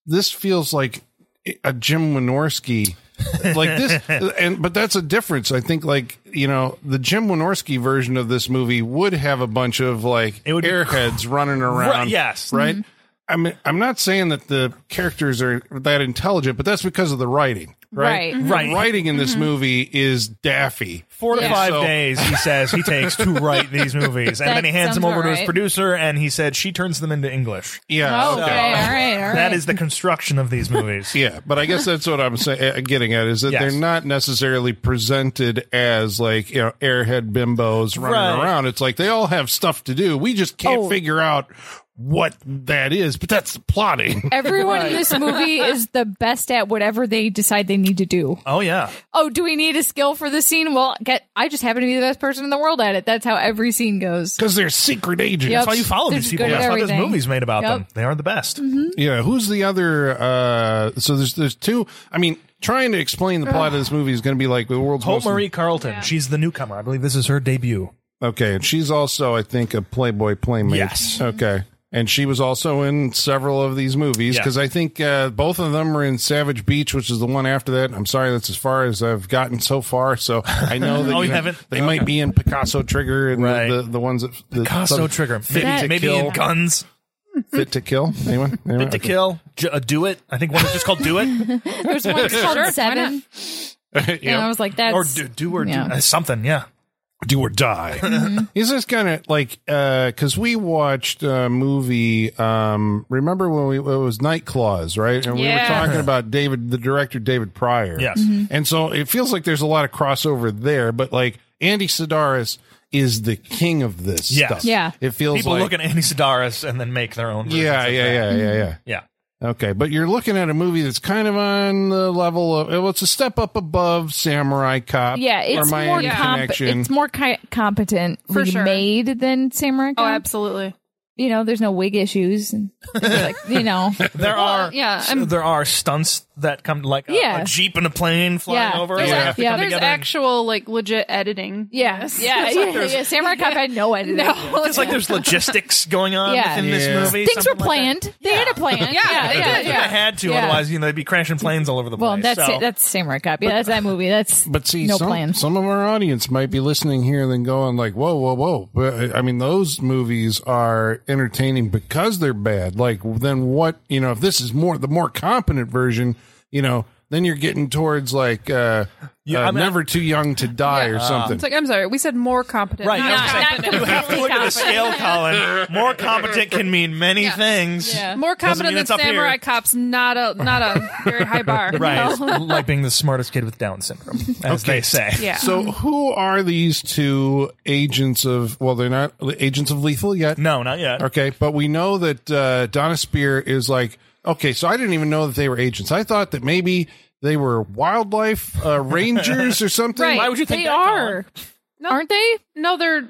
Speaker 2: this feels like a Jim Wynorski. like this and but that's a difference i think like you know the jim wynorski version of this movie would have a bunch of like
Speaker 4: It would be-
Speaker 2: airheads running around
Speaker 4: Right, yes. Mm-hmm.
Speaker 2: right i mean i'm not saying that the characters are that intelligent but that's because of the writing right
Speaker 5: Right. Mhm.
Speaker 4: Right. Oh,
Speaker 2: The writing in this movie is daffy
Speaker 4: Four to
Speaker 5: Yeah.
Speaker 4: five
Speaker 2: So-
Speaker 4: days, he says he takes to write these movies, and then he
Speaker 5: That
Speaker 4: hands them
Speaker 5: sounds
Speaker 4: over to his
Speaker 5: alright.
Speaker 4: producer, and he said she turns them into English.
Speaker 2: yeah
Speaker 5: Oh, okay, all right, all right.
Speaker 4: That is the construction of these movies.
Speaker 2: Yeah, but I guess that's what I'm saying, getting at is that
Speaker 4: Yes.
Speaker 2: they're not necessarily presented as like you know airhead bimbos running
Speaker 4: Right.
Speaker 2: around. It's like they all have stuff to do. We just can't
Speaker 5: Oh.
Speaker 2: figure out what that is, but that's plotting.
Speaker 5: Everyone in this movie is the best at whatever they decide they need to do.
Speaker 4: Oh yeah,
Speaker 5: Oh, do we need a skill for this scene? Well, get I just happen to be the best person in the world at it. That's how every scene goes.
Speaker 2: Because they're secret agents.
Speaker 5: Yep.
Speaker 4: that's why you follow
Speaker 5: They're
Speaker 4: these
Speaker 5: just
Speaker 4: people.
Speaker 5: good at
Speaker 4: That's why there's
Speaker 5: everything.
Speaker 4: movies made about them.
Speaker 5: Yep. Mm-hmm.
Speaker 4: They are the best.
Speaker 2: Yeah, who's the other? uh So there's there's two. I mean, trying to explain the plot of this movie is going to be like the world's
Speaker 4: Hope
Speaker 2: most
Speaker 4: Marie Carlton. She's the newcomer. I believe this is her debut.
Speaker 2: Okay, and she's also, I think, a Playboy playmate.
Speaker 4: Yes.
Speaker 2: Okay. And she was also in several of these movies
Speaker 4: Yeah.
Speaker 2: because I think uh, both of them were in Savage Beach, which is the one after that. I'm sorry, that's as far as I've gotten so far. So I know that
Speaker 4: Oh,
Speaker 2: you
Speaker 4: you
Speaker 2: know,
Speaker 4: haven't?
Speaker 2: they might be in Picasso Trigger and
Speaker 4: Right.
Speaker 2: the, the, the ones that the,
Speaker 4: Costo
Speaker 2: some-
Speaker 4: Trigger.
Speaker 2: Fit
Speaker 4: Maybe,
Speaker 2: to
Speaker 4: maybe
Speaker 2: kill.
Speaker 4: in guns.
Speaker 2: Fit to Kill. Anyone? Anyone?
Speaker 4: Fit to
Speaker 2: Okay.
Speaker 4: kill. J- uh, do it. I think one is just called Do It
Speaker 5: There's one called
Speaker 3: Sure, why
Speaker 5: Seven, and I was like, "That's
Speaker 4: or Do, do or
Speaker 5: Yeah.
Speaker 4: do, uh, something. Yeah.
Speaker 2: do or die. Is this kind of like because we watched a movie? Um, remember when we it was Night Claws, right? And we were
Speaker 3: Yeah.
Speaker 2: talking about David, the director David Pryor.
Speaker 4: Yes.
Speaker 5: Mm-hmm.
Speaker 4: Mhm.
Speaker 2: and so it feels like there's a lot of crossover there. But like Andy Sidaris is the king of this
Speaker 4: Yes.
Speaker 2: stuff.
Speaker 5: Yeah.
Speaker 2: it feels
Speaker 4: People
Speaker 2: like
Speaker 4: look at Andy Sedaris and then make their own. versions
Speaker 2: yeah,
Speaker 4: of
Speaker 2: yeah,
Speaker 4: that.
Speaker 2: yeah, yeah, yeah.
Speaker 4: yeah.
Speaker 2: Okay, but you're looking at a movie that's kind of on the level of well, it's a step up above Samurai Cop.
Speaker 5: yeah,
Speaker 2: or
Speaker 5: it's more
Speaker 2: Miami
Speaker 5: comp-
Speaker 2: Connection.
Speaker 5: it's more ki- competent
Speaker 3: For sure.
Speaker 5: remade than Samurai.
Speaker 3: oh,
Speaker 5: Cop.
Speaker 3: absolutely.
Speaker 5: you know, there's no wig issues, and like, you know,
Speaker 4: There are
Speaker 3: yeah,
Speaker 4: s-
Speaker 3: I'm-
Speaker 4: there are stunts that come like a,
Speaker 5: Yeah.
Speaker 4: a jeep and a plane flying
Speaker 5: Yeah.
Speaker 4: over.
Speaker 5: There's
Speaker 4: like,
Speaker 5: a-
Speaker 4: if they
Speaker 5: yeah.
Speaker 4: come
Speaker 3: There's
Speaker 4: together and-
Speaker 3: actual like legit editing.
Speaker 5: yes, yeah, yeah, yeah, yeah. Samurai Cop had no editing.
Speaker 4: it's like there's logistics going on
Speaker 5: Yeah.
Speaker 4: within
Speaker 2: Yeah.
Speaker 4: this movie.
Speaker 5: Things were
Speaker 4: something like that.
Speaker 5: planned. They had a plan. Yeah, yeah,
Speaker 3: they
Speaker 5: yeah.
Speaker 3: did.
Speaker 4: They kinda had to,
Speaker 5: Yeah.
Speaker 4: otherwise you know they'd be crashing planes all over the place.
Speaker 5: Well, that's
Speaker 4: so.
Speaker 5: it. That's Samurai Cop. Yeah, that's that movie. That's
Speaker 2: But see,
Speaker 5: no
Speaker 2: some,
Speaker 5: plan.
Speaker 2: some of our audience might be listening here and then going like, whoa, whoa, whoa. But uh, I mean, those movies are entertaining because they're bad. Like, then what, you know, if this is more, the more competent version, you know, then you're getting towards like uh, uh,
Speaker 4: I mean, I-
Speaker 2: never too young to die or something.
Speaker 3: It's like I'm sorry, we said more competent.
Speaker 4: Right,
Speaker 3: not
Speaker 4: yeah, I was gonna
Speaker 3: competent.
Speaker 5: not
Speaker 4: You have to
Speaker 5: completely
Speaker 4: look at a scale,
Speaker 5: confident.
Speaker 4: Colin. More competent can mean many things.
Speaker 5: Yeah.
Speaker 3: More competent
Speaker 4: mean
Speaker 3: than
Speaker 4: it's up here.
Speaker 3: Samurai Cop's not a not a very high bar.
Speaker 4: Right.
Speaker 3: No.
Speaker 4: It's like being the smartest kid with Down syndrome, as they say.
Speaker 3: Yeah.
Speaker 2: so who are these two agents of? Well, they're not agents of lethal yet.
Speaker 4: No, not yet.
Speaker 2: Okay, but we know that uh, Donna Spear is like, okay, so I didn't even know that they were agents. I thought that maybe they were wildlife uh, rangers or something.
Speaker 5: Right.
Speaker 6: Why would you think
Speaker 5: they
Speaker 6: that,
Speaker 5: are?
Speaker 3: No.
Speaker 5: Aren't they?
Speaker 3: no, they're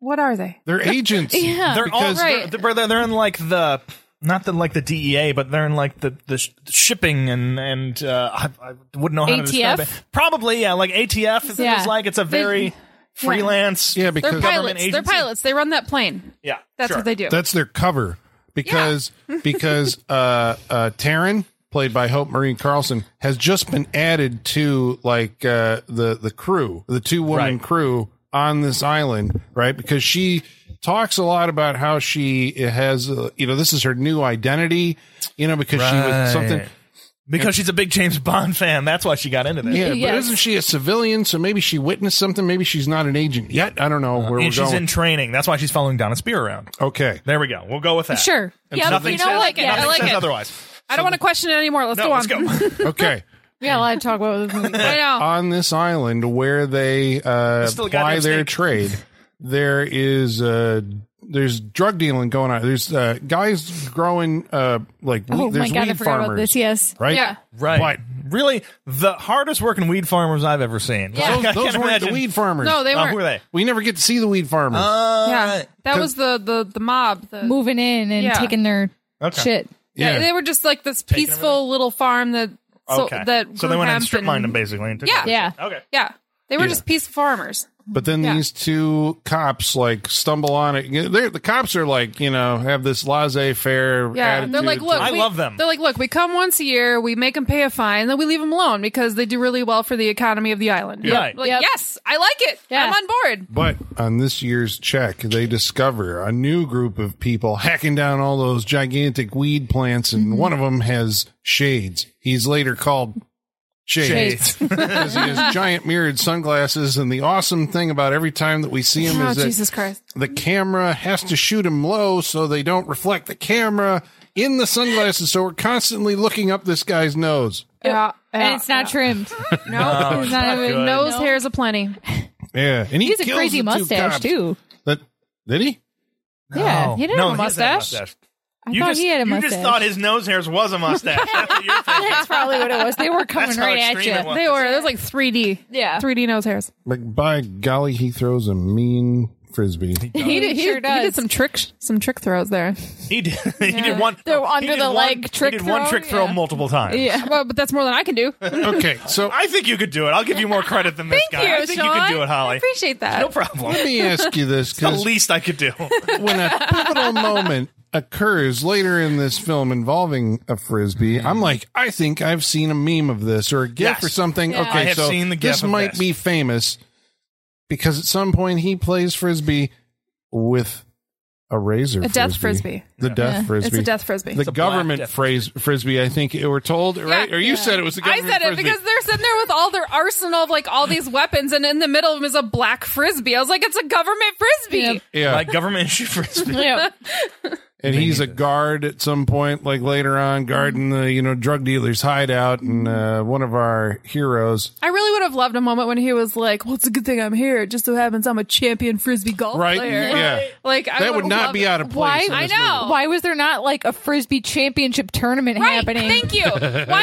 Speaker 3: what are they?
Speaker 2: They're agents.
Speaker 5: Yeah.
Speaker 4: They're all
Speaker 2: Because-
Speaker 4: they're, they're, they're in like the not the like the DEA, but they're in like the the sh- shipping and and uh, I, I wouldn't know how to describe
Speaker 5: ATF?
Speaker 4: it. Probably yeah, like ATF is
Speaker 5: Yeah.
Speaker 4: like it's a very freelance.
Speaker 2: Yeah,
Speaker 3: They're
Speaker 2: because
Speaker 3: pilots. They're
Speaker 4: agency.
Speaker 3: pilots. They run that plane.
Speaker 4: yeah.
Speaker 3: That's
Speaker 4: sure.
Speaker 3: what they do.
Speaker 2: that's their cover. Because because uh, uh, Taryn, played by Hope Marine Carlson, has just been added to like uh, the the crew, the two woman
Speaker 4: Right.
Speaker 2: crew on this island, right? Because she talks a lot about how she has, uh, you know, this is her new identity, you know, because she was something.
Speaker 4: Right. because she's a big James Bond fan. That's why she got into this.
Speaker 2: Yeah, but
Speaker 5: Yes.
Speaker 2: isn't she a civilian? So maybe she witnessed something. Maybe she's not an agent yet. I don't know where we're
Speaker 4: And she's
Speaker 2: going.
Speaker 4: in training. That's why she's following Donna Spear around.
Speaker 2: okay.
Speaker 4: There we go. We'll go with that.
Speaker 5: Sure. Yeah,
Speaker 4: Nothing
Speaker 5: you know
Speaker 4: says,
Speaker 5: what? Yeah, I
Speaker 4: nothing
Speaker 5: like
Speaker 4: says
Speaker 5: it.
Speaker 4: otherwise.
Speaker 3: I don't want to question it anymore. Let's
Speaker 4: No,
Speaker 3: go on.
Speaker 4: let's go.
Speaker 2: Okay.
Speaker 5: We got a lot to talk about with this movie.
Speaker 3: I know.
Speaker 2: on this island where they uh,
Speaker 4: still a
Speaker 2: apply
Speaker 4: goddamn
Speaker 2: their
Speaker 4: snake.
Speaker 2: trade. There is uh, there's drug dealing going on. There's uh, guys growing uh, like
Speaker 5: Oh
Speaker 2: wheat- there's
Speaker 5: my god,
Speaker 2: weed
Speaker 5: I forgot
Speaker 2: farmers,
Speaker 5: about this. Yes.
Speaker 2: right?
Speaker 3: Yeah.
Speaker 4: Right.
Speaker 2: But
Speaker 4: really, the hardest working weed farmers I've ever seen.
Speaker 5: Yeah.
Speaker 4: I can't
Speaker 2: those weren't
Speaker 4: imagine.
Speaker 2: the weed farmers.
Speaker 3: No, they
Speaker 4: Uh,
Speaker 3: weren't.
Speaker 4: who are they?
Speaker 2: we never get to see the weed farmers.
Speaker 3: yeah, that was the the the mob. The,
Speaker 5: Moving in and
Speaker 3: Yeah.
Speaker 5: taking their
Speaker 4: Okay.
Speaker 5: shit.
Speaker 3: yeah.
Speaker 2: yeah.
Speaker 3: they were just like this peaceful little farm that. So,
Speaker 4: okay.
Speaker 3: that
Speaker 4: so they
Speaker 3: grew
Speaker 4: went out
Speaker 3: hemp
Speaker 4: and strip
Speaker 3: and-
Speaker 4: mined them basically. And took
Speaker 3: Yeah.
Speaker 4: them.
Speaker 5: Yeah.
Speaker 4: Okay.
Speaker 3: Yeah, they were just peaceful farmers.
Speaker 2: But then
Speaker 3: Yeah.
Speaker 2: these two cops like stumble on it. You know, They're, the cops are like, you know, have this laissez-faire.
Speaker 3: Yeah,
Speaker 2: attitude
Speaker 3: they're like,
Speaker 2: to-
Speaker 3: look,
Speaker 4: I
Speaker 3: we,
Speaker 4: love them.
Speaker 3: They're like, look, we come once a year, we make them pay a fine, then we leave them alone because they do really well for the economy of the island.
Speaker 4: Yeah. Right.
Speaker 3: Like,
Speaker 5: Yep.
Speaker 3: yes, I like it.
Speaker 5: Yeah.
Speaker 3: I'm on board.
Speaker 2: But on this year's check, they discover a new group of people hacking down all those gigantic weed plants, and one of them has shades. He's later called Shades
Speaker 5: Shades.
Speaker 2: because he has giant mirrored sunglasses. And the awesome thing about every time that we see him
Speaker 3: Oh,
Speaker 2: is that
Speaker 3: Jesus Christ.
Speaker 2: the camera has to shoot him low so they don't reflect the camera in the sunglasses. So we're constantly looking up this guy's nose.
Speaker 3: Yeah,
Speaker 5: And it's not trimmed.
Speaker 3: No,
Speaker 5: It's not
Speaker 4: not
Speaker 5: even-
Speaker 4: good.
Speaker 3: nose
Speaker 5: No.
Speaker 3: hairs aplenty.
Speaker 2: Yeah, and he
Speaker 5: He's a
Speaker 2: kills
Speaker 5: crazy
Speaker 2: the two
Speaker 5: mustache
Speaker 2: cops.
Speaker 5: too.
Speaker 2: That did he?
Speaker 5: Yeah, he didn't
Speaker 4: no,
Speaker 5: have a
Speaker 4: he doesn't have a
Speaker 5: mustache.
Speaker 4: mustache.
Speaker 5: I
Speaker 4: You
Speaker 5: thought
Speaker 4: just,
Speaker 5: he had a
Speaker 4: you
Speaker 5: mustache.
Speaker 4: just thought his nose hairs was a mustache. That's what you're thinking.
Speaker 5: That's probably what it was. They were coming
Speaker 4: That's how
Speaker 5: right at
Speaker 4: extreme it
Speaker 5: you.
Speaker 4: was.
Speaker 3: They were. It was like 3D.
Speaker 5: Yeah.
Speaker 3: 3D nose hairs.
Speaker 2: Like by golly, he throws a mean frisbee.
Speaker 5: He, did, sure does.
Speaker 3: He did some trick some trick throws there.
Speaker 4: He did. He did one.
Speaker 5: The
Speaker 4: no, he
Speaker 5: under
Speaker 4: did
Speaker 5: the
Speaker 4: one-
Speaker 5: leg trick
Speaker 4: He did one
Speaker 5: throw,
Speaker 4: trick throw
Speaker 5: yeah.
Speaker 4: multiple times.
Speaker 5: Yeah.
Speaker 3: well, but that's more than I can do. Thank
Speaker 2: Okay, so
Speaker 4: I think you could do it. I'll give you more credit than this guy.
Speaker 3: you,
Speaker 4: I think
Speaker 3: Sean.
Speaker 4: you could do it,
Speaker 3: I
Speaker 4: Holly.
Speaker 3: appreciate that.
Speaker 4: No problem.
Speaker 2: let me ask you this
Speaker 4: The
Speaker 2: because
Speaker 4: least I could do.
Speaker 2: when a pivotal moment occurs later in this film involving a frisbee, I'm like, I think I've seen a meme of this or a gif
Speaker 4: Yes.
Speaker 2: or something. Okay,
Speaker 4: I have
Speaker 2: so
Speaker 4: seen the gif
Speaker 2: this
Speaker 4: of
Speaker 2: might
Speaker 4: this.
Speaker 2: be famous because at some point he plays frisbee with a razor,
Speaker 3: A death frisbee.
Speaker 2: the death frisbee,
Speaker 3: It's a death frisbee.
Speaker 2: The
Speaker 4: a black
Speaker 2: government
Speaker 4: death
Speaker 2: phrase, frisbee, I think you were told, right? or you said it was the
Speaker 3: I
Speaker 2: government
Speaker 3: said it
Speaker 2: frisbee.
Speaker 3: because they're sitting there with all their arsenal of like all these weapons, and in the middle of them is a black frisbee. I was like, it's a government frisbee.
Speaker 2: yeah,
Speaker 4: like government issue frisbee.
Speaker 5: Yeah.
Speaker 2: and he's a guard at some point, like later on, guarding the you know drug dealer's hideout, and uh, one of our heroes,
Speaker 3: I really would have loved a moment when he was like, "Well, it's a good thing I'm here. It just so happens I'm a champion frisbee golf
Speaker 2: right?
Speaker 3: player."
Speaker 2: Yeah,
Speaker 3: Like
Speaker 2: that
Speaker 3: I would've
Speaker 2: would not
Speaker 3: loved
Speaker 2: be
Speaker 3: it.
Speaker 2: out of place.
Speaker 5: Why?
Speaker 2: in
Speaker 3: I
Speaker 2: this
Speaker 3: know.
Speaker 5: Why was there not like a frisbee championship tournament
Speaker 3: Oh. Right.
Speaker 5: happening?
Speaker 3: Thank you. Why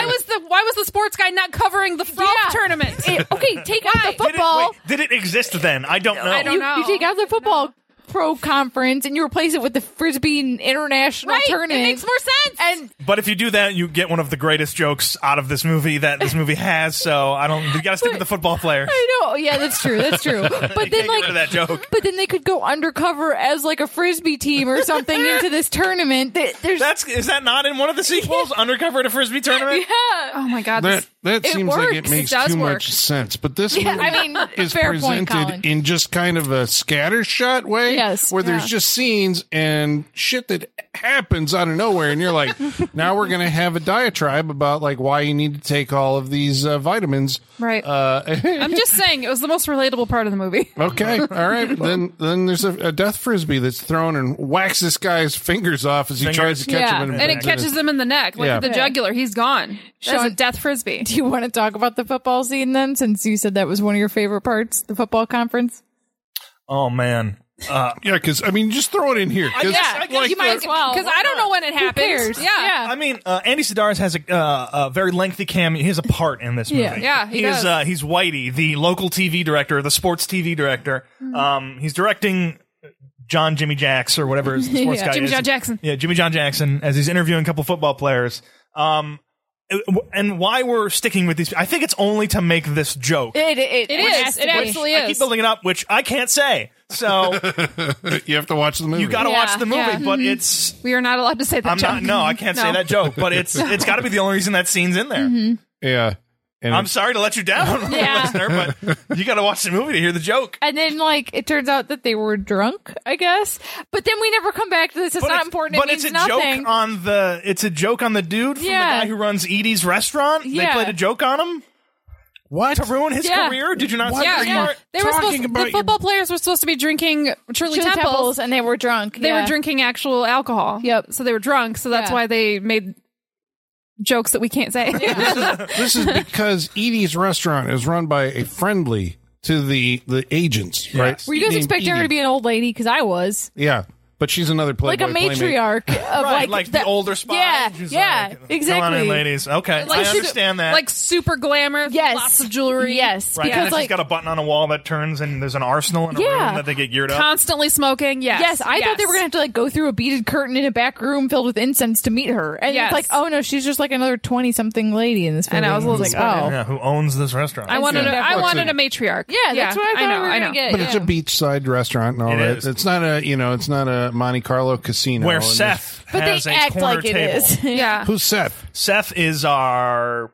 Speaker 3: was the Why was the sports guy not covering the golf
Speaker 5: Yeah.
Speaker 3: tournament?
Speaker 5: It- okay, take out the
Speaker 4: Did it,
Speaker 5: football.
Speaker 4: wait, did it exist then? I don't know.
Speaker 3: I don't
Speaker 5: you,
Speaker 3: know.
Speaker 5: you take out the football pro conference and you replace it with the frisbee international
Speaker 3: right. It
Speaker 5: tournament.
Speaker 3: makes more sense.
Speaker 5: and
Speaker 4: But if you do that, you get one of the greatest jokes out of this movie that this movie has. So I don't. You got to stick with the football player.
Speaker 5: I know, yeah, that's true, that's true. But
Speaker 4: Can't get
Speaker 5: then,
Speaker 4: rid of that
Speaker 5: like,
Speaker 4: joke.
Speaker 5: but then they could go undercover as like a frisbee team or something into this tournament. Th- There's
Speaker 4: That's is that not in one of the sequels? Undercover at a frisbee tournament.
Speaker 3: oh my god,
Speaker 2: That that
Speaker 5: It
Speaker 2: seems like it
Speaker 5: works.
Speaker 2: makes
Speaker 3: It does
Speaker 2: too
Speaker 3: work.
Speaker 2: much sense, but this
Speaker 5: Yeah,
Speaker 2: movie
Speaker 5: I mean,
Speaker 2: is
Speaker 5: fair point,
Speaker 2: presented
Speaker 5: Colin.
Speaker 2: in just kind of a scattershot way,
Speaker 5: Yes,
Speaker 2: where there's
Speaker 5: yeah.
Speaker 2: just scenes and shit that happens out of nowhere, and you're like, now we're going to have a diatribe about like why you need to take all of these uh, vitamins.
Speaker 3: Right.
Speaker 2: Uh,
Speaker 3: I'm just saying, it was the most relatable part of the movie.
Speaker 2: okay. All right. then then there's a, a death frisbee that's thrown and whacks this guy's fingers off as he
Speaker 4: Fingers.
Speaker 2: tries to catch
Speaker 5: Yeah.
Speaker 2: him.
Speaker 3: And it catches him in the neck, like
Speaker 2: Yeah.
Speaker 3: the jugular. He's gone. That's a
Speaker 5: Sean-
Speaker 3: death frisbee.
Speaker 5: Do you want to talk about the football scene then, since you said that was one of your favorite parts, the football conference?
Speaker 4: Oh man. Uh,
Speaker 2: Yeah, because I mean, just throw it in here. 'cause,
Speaker 4: I guess you might as
Speaker 5: well.
Speaker 3: Because I don't know when it happens.
Speaker 5: cares?
Speaker 3: Yeah.
Speaker 5: Yeah.
Speaker 4: I mean, uh, Andy Sidaris has a, uh, a very lengthy cameo. He has a part in this movie.
Speaker 5: Yeah.
Speaker 3: Yeah, he
Speaker 4: is.
Speaker 3: does.
Speaker 4: Uh, he's Whitey, the local TV director, the sports TV director.
Speaker 3: Mm-hmm.
Speaker 4: Um, he's directing John Jimmy Jacks or whatever his the sports guy
Speaker 3: Jimmy
Speaker 4: is.
Speaker 3: John Jackson.
Speaker 4: Yeah, Jimmy John Jackson as he's interviewing a couple football players. Um, and why we're sticking with these? I think it's only to make this joke.
Speaker 5: It, it,
Speaker 3: It is. It absolutely
Speaker 4: I keep
Speaker 3: is.
Speaker 4: building it up, which I can't say. So
Speaker 2: you have to watch the movie.
Speaker 4: you got to
Speaker 3: Yeah,
Speaker 4: watch the movie,
Speaker 3: yeah.
Speaker 4: but it's
Speaker 3: We are not allowed to say that
Speaker 4: I'm
Speaker 3: joke.
Speaker 4: not. No, I can't say
Speaker 3: No. Mm-hmm.
Speaker 4: that joke. But it's it's got to be the only reason that scene's in there.
Speaker 2: yeah. And
Speaker 4: I'm sorry to let you down,
Speaker 5: Yeah.
Speaker 4: listener, but you got to watch the movie to hear the joke.
Speaker 5: And then, like, it turns out that they were drunk, I guess. But then we never come back to this. It's
Speaker 4: but
Speaker 5: not
Speaker 4: it's-
Speaker 5: important.
Speaker 4: But
Speaker 5: it means
Speaker 4: it's a
Speaker 5: nothing.
Speaker 4: joke on the. It's a joke on the dude from
Speaker 5: Yeah.
Speaker 4: the guy who runs Edie's restaurant. They
Speaker 5: Yeah.
Speaker 4: played a joke on him
Speaker 2: what?
Speaker 4: to ruin his
Speaker 5: Yeah.
Speaker 4: career. Did you not?
Speaker 2: What
Speaker 4: see
Speaker 2: are
Speaker 3: Yeah,
Speaker 4: that
Speaker 2: you
Speaker 3: yeah.
Speaker 4: part?
Speaker 3: They were
Speaker 2: talking
Speaker 3: supposed
Speaker 2: about
Speaker 3: the
Speaker 2: your-
Speaker 3: football players were supposed to be drinking Shirley,
Speaker 5: Two
Speaker 3: Temples.
Speaker 5: temples, and they were drunk.
Speaker 3: They
Speaker 5: yeah.
Speaker 3: were drinking actual alcohol.
Speaker 5: Yep.
Speaker 3: So they were drunk. So that's
Speaker 5: Yeah.
Speaker 3: why they made jokes that we can't say.
Speaker 2: this is because Edie's restaurant is run by a friendly to the the agents, right?
Speaker 5: Were you guys
Speaker 2: Named
Speaker 5: expecting her
Speaker 2: Edie.
Speaker 5: to be an old lady? Because I was.
Speaker 2: Yeah, but she's another
Speaker 5: Like
Speaker 2: Playboy
Speaker 5: a matriarch of
Speaker 4: Right,
Speaker 5: like,
Speaker 4: like the, older spy.
Speaker 5: Yeah,
Speaker 4: She's
Speaker 5: yeah,
Speaker 4: like,
Speaker 5: exactly.
Speaker 4: Come on in, ladies. Okay, I
Speaker 3: super-
Speaker 4: understand that.
Speaker 3: Like super glamorous.
Speaker 5: Yes.
Speaker 3: Lots of jewelry.
Speaker 5: Yes,
Speaker 4: right, and
Speaker 5: because
Speaker 4: then she's
Speaker 5: like
Speaker 4: got a button on a wall that turns, and there's an arsenal in a room
Speaker 5: Yeah.
Speaker 4: that they get geared up.
Speaker 3: Constantly smoking. Yes.
Speaker 5: Yes, I thought they were
Speaker 3: Yes.
Speaker 5: gonna have to like go through a beaded curtain in a back room filled with incense to meet her, and
Speaker 3: Yes.
Speaker 5: it's like, oh no, she's just like another twenty something lady in this movie.
Speaker 3: I know, I was a little
Speaker 5: like,
Speaker 3: disappointed.
Speaker 5: oh,
Speaker 4: yeah, who owns this restaurant?
Speaker 3: I wanted.
Speaker 5: Yeah.
Speaker 3: A, I
Speaker 2: That's
Speaker 3: wanted
Speaker 2: it.
Speaker 3: a matriarch.
Speaker 5: yeah, that's what I thought
Speaker 3: know,
Speaker 5: we were
Speaker 3: I know.
Speaker 5: gonna get.
Speaker 2: But it's a
Speaker 5: yeah.
Speaker 2: beachside restaurant and all
Speaker 4: It
Speaker 2: that.
Speaker 4: is.
Speaker 2: It's not a you know, it's not a Monte Carlo casino.
Speaker 4: where
Speaker 2: And
Speaker 4: Seth
Speaker 5: but
Speaker 4: has
Speaker 5: they
Speaker 4: a
Speaker 5: act
Speaker 4: corner
Speaker 5: like
Speaker 4: table.
Speaker 5: it is.
Speaker 3: Yeah.
Speaker 2: there's- Who's Seth?
Speaker 4: Seth is our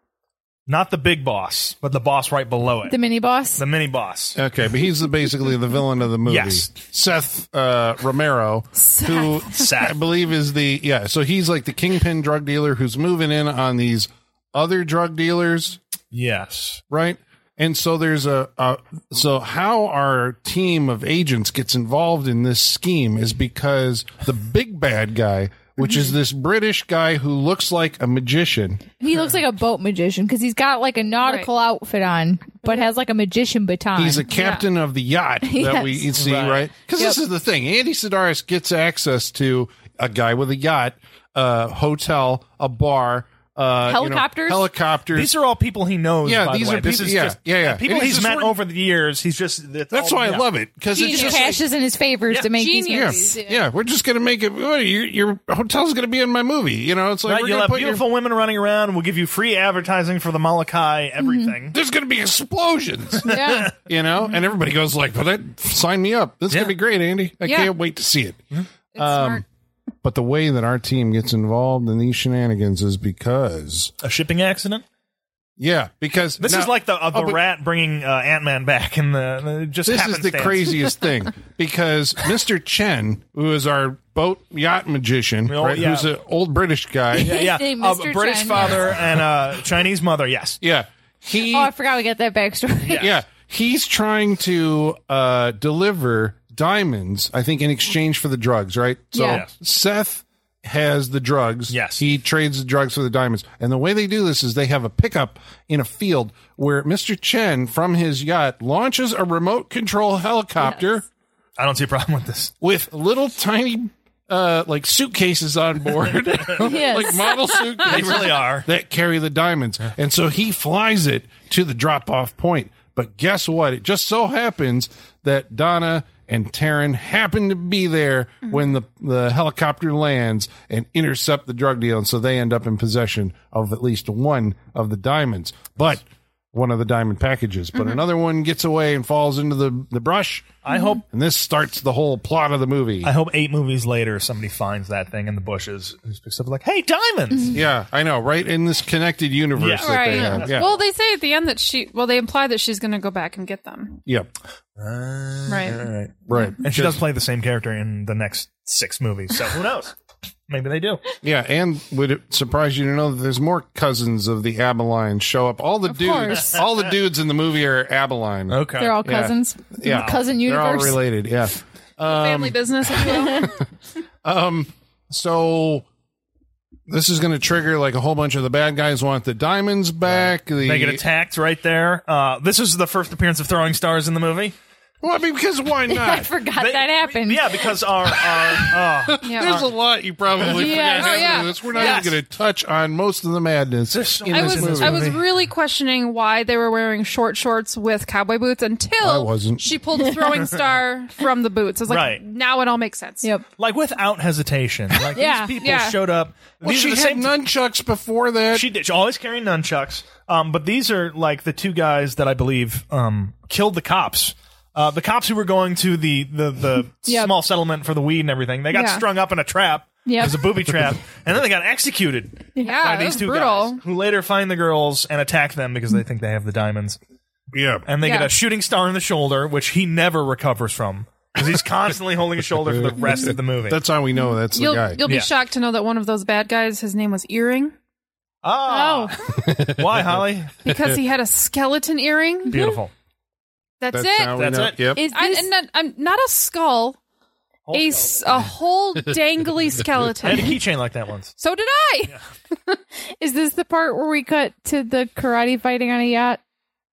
Speaker 4: not the big boss, but the boss right below it,
Speaker 5: the
Speaker 4: the,
Speaker 5: mini boss.
Speaker 4: mini boss.
Speaker 2: Okay, but he's the, basically the villain of the movie.
Speaker 4: Yes.
Speaker 2: Seth uh, Romero, who
Speaker 4: Seth.
Speaker 2: I believe is the yeah. So he's like the kingpin drug dealer who's moving in on these other drug dealers
Speaker 4: Yes,
Speaker 2: right? And so there's a, a so how our team of agents gets involved in this scheme is because the big bad guy, which is this British guy who looks like a magician,
Speaker 5: He looks like a boat magician because he's got like a nautical outfit on, but has like a magician baton.
Speaker 2: he's a captain of the yacht that we
Speaker 5: Yes.
Speaker 2: see, right? Because this is the thing: Andy Sidaris gets access to a guy with a yacht, a hotel, a bar, uh, you know,
Speaker 5: Helicopters?
Speaker 2: helicopters.
Speaker 4: these are all people he knows.
Speaker 2: Yeah,
Speaker 4: by the
Speaker 2: these
Speaker 4: way.
Speaker 2: are
Speaker 4: this
Speaker 2: people-
Speaker 4: is
Speaker 2: yeah,
Speaker 4: just
Speaker 2: yeah, yeah.
Speaker 4: people
Speaker 2: It is
Speaker 4: he's
Speaker 2: just
Speaker 4: met
Speaker 2: one-
Speaker 4: over the years. He's just
Speaker 2: That's why I love it because
Speaker 5: he
Speaker 2: it's
Speaker 5: just
Speaker 2: just like-
Speaker 5: cashes in his favors to make these.
Speaker 2: Yeah,
Speaker 3: Genius.
Speaker 2: yeah, We're just gonna make it. well, Your, your hotel's gonna be in my movie. You know, it's like
Speaker 4: Right,
Speaker 2: we're
Speaker 4: you'll
Speaker 2: gonna
Speaker 4: have
Speaker 2: put your-
Speaker 4: beautiful women running around. We'll give you free advertising for the Molokai, everything.
Speaker 2: there's gonna be explosions.
Speaker 5: Yeah.
Speaker 2: you know, and everybody goes like, "Well, that sign me up. This is
Speaker 4: Mm-hmm. Yeah. Mm-hmm.
Speaker 2: gonna be great, Andy. I
Speaker 3: Yeah.
Speaker 2: can't wait to see it." Um,
Speaker 3: It's smart.
Speaker 2: But the way that our team gets involved in these shenanigans is because,
Speaker 4: A shipping accident.
Speaker 2: yeah, because
Speaker 4: This
Speaker 2: now-
Speaker 4: is like the uh, the
Speaker 2: Oh, but-
Speaker 4: rat bringing uh, Ant Man back, and the, the it just
Speaker 2: this is the
Speaker 4: happenstance.
Speaker 2: craziest thing because Mr. Chen, who is our boat yacht magician,
Speaker 4: Oh,
Speaker 2: right,
Speaker 4: yeah.
Speaker 2: who's an old British guy, yeah,
Speaker 4: Yeah,
Speaker 5: His name,
Speaker 4: a
Speaker 5: Mr.
Speaker 4: British
Speaker 5: Chen.
Speaker 4: father and a Chinese mother. Yes,
Speaker 2: he
Speaker 5: Oh, I forgot we got that backstory.
Speaker 2: Yeah. He's trying to uh, deliver diamonds, I think, in exchange for the drugs, right? So
Speaker 5: Yeah.
Speaker 4: Yes.
Speaker 2: Seth has the drugs.
Speaker 4: Yes.
Speaker 2: He trades the drugs for the diamonds. And the way they do this is they have a pickup in a field where Mr. Chen from his yacht launches a remote control helicopter
Speaker 4: I don't see a problem with this.
Speaker 2: with little tiny uh, like suitcases on board. like model
Speaker 4: They
Speaker 2: suitcases
Speaker 4: really are.
Speaker 2: that carry the diamonds. And so he flies it to the drop off point. But guess what? It just so happens that Donna and Taryn happen to be there
Speaker 3: Mm-hmm.
Speaker 2: when the, the helicopter lands and intercept the drug deal. And so they end up in possession of at least one of the diamonds, but one of the diamond packages.
Speaker 3: Mm-hmm.
Speaker 2: But another one gets away and falls into the, the brush.
Speaker 4: I hope
Speaker 2: And this starts the whole plot of the movie.
Speaker 3: Uh.
Speaker 4: I hope eight movies later somebody finds that thing in the bushes and just picks up like, hey, diamonds.
Speaker 2: yeah, I know, right? In this connected universe
Speaker 4: Yeah.
Speaker 2: that
Speaker 3: Right.
Speaker 2: they have. Yeah.
Speaker 3: Well, they say at the end that she. Well, they imply that she's going to go back and get them.
Speaker 2: yep.
Speaker 3: Right.
Speaker 2: Right.
Speaker 5: Mm-hmm.
Speaker 4: Uh, And she does play the same character in the next six movies, so who knows? Maybe they do.
Speaker 2: Yeah, and would it surprise you to know that there's more cousins of the Abeline show up? All the dudes,
Speaker 5: course.
Speaker 2: all the dudes in the movie are Abeline.
Speaker 4: Okay.
Speaker 5: They're all cousins.
Speaker 2: Yeah,
Speaker 5: Cousin
Speaker 2: They're all
Speaker 5: universe.
Speaker 2: related. Yeah. Um,
Speaker 3: Family business. if you will.
Speaker 2: So this is going to trigger like a whole bunch of the bad guys want the diamonds back. The,
Speaker 4: They get attacked right there. Uh, this is the first appearance of throwing stars in the movie.
Speaker 2: Well, I mean, because why
Speaker 5: I
Speaker 2: not?
Speaker 5: forgot
Speaker 4: They-
Speaker 5: that happened.
Speaker 4: Yeah, because our, our uh,
Speaker 3: Yeah.
Speaker 2: There's a lot you probably
Speaker 5: Yes.
Speaker 2: forgot.
Speaker 3: Oh, yeah.
Speaker 2: after this. We're not
Speaker 4: Yes.
Speaker 2: even going to touch on most of the madness
Speaker 4: There's so
Speaker 2: in
Speaker 4: much
Speaker 3: I
Speaker 2: this
Speaker 4: in
Speaker 3: was
Speaker 2: movie.
Speaker 3: I was really questioning why they were wearing short shorts with cowboy boots until
Speaker 2: I wasn't.
Speaker 3: she pulled a throwing star from the boots. I was like,
Speaker 4: Right.
Speaker 3: now it all makes sense.
Speaker 5: Yep.
Speaker 4: like without hesitation. Like
Speaker 5: Yeah,
Speaker 4: these people
Speaker 3: yeah.
Speaker 4: showed up.
Speaker 2: well,
Speaker 4: These are
Speaker 2: she
Speaker 4: the
Speaker 2: had
Speaker 4: same
Speaker 2: nunchucks before that.
Speaker 4: She did. She always carrying nunchucks. Um, but these are like the two guys that I believe um, killed the cops. Uh, the cops who were going to the the, the
Speaker 5: Yep.
Speaker 4: small settlement for the weed and everything. They got
Speaker 3: Yeah.
Speaker 4: strung up in a trap.
Speaker 5: Yep.
Speaker 4: It was a booby trap, and then they got executed
Speaker 3: Yeah,
Speaker 4: by
Speaker 3: that
Speaker 4: these
Speaker 3: was
Speaker 4: two
Speaker 3: brutal.
Speaker 4: guys who later find the girls and attack them because they think they have the diamonds.
Speaker 2: yeah.
Speaker 4: And they get
Speaker 3: Yeah.
Speaker 4: a shooting star in the shoulder, which he never recovers from because he's constantly holding his shoulder for the rest of the movie.
Speaker 2: That's how we know that's
Speaker 3: You'll
Speaker 2: the guy.
Speaker 3: you'll be
Speaker 4: Yeah.
Speaker 3: shocked to know that one of those bad guys, his name was Earring,
Speaker 4: ah,
Speaker 3: Oh.
Speaker 4: why, Holly?
Speaker 3: because he had a skeleton earring.
Speaker 4: Beautiful.
Speaker 3: That's,
Speaker 2: that's how
Speaker 3: it.
Speaker 2: we
Speaker 4: That's
Speaker 2: know.
Speaker 4: it.
Speaker 2: Yep.
Speaker 5: Is
Speaker 3: I,
Speaker 5: this-
Speaker 3: and not, I'm not a skull, a, s- a whole dangly
Speaker 4: I had a
Speaker 3: skeleton.
Speaker 4: keychain like that once.
Speaker 3: So did I.
Speaker 5: Is this the part where we cut to the karate fighting on a yacht?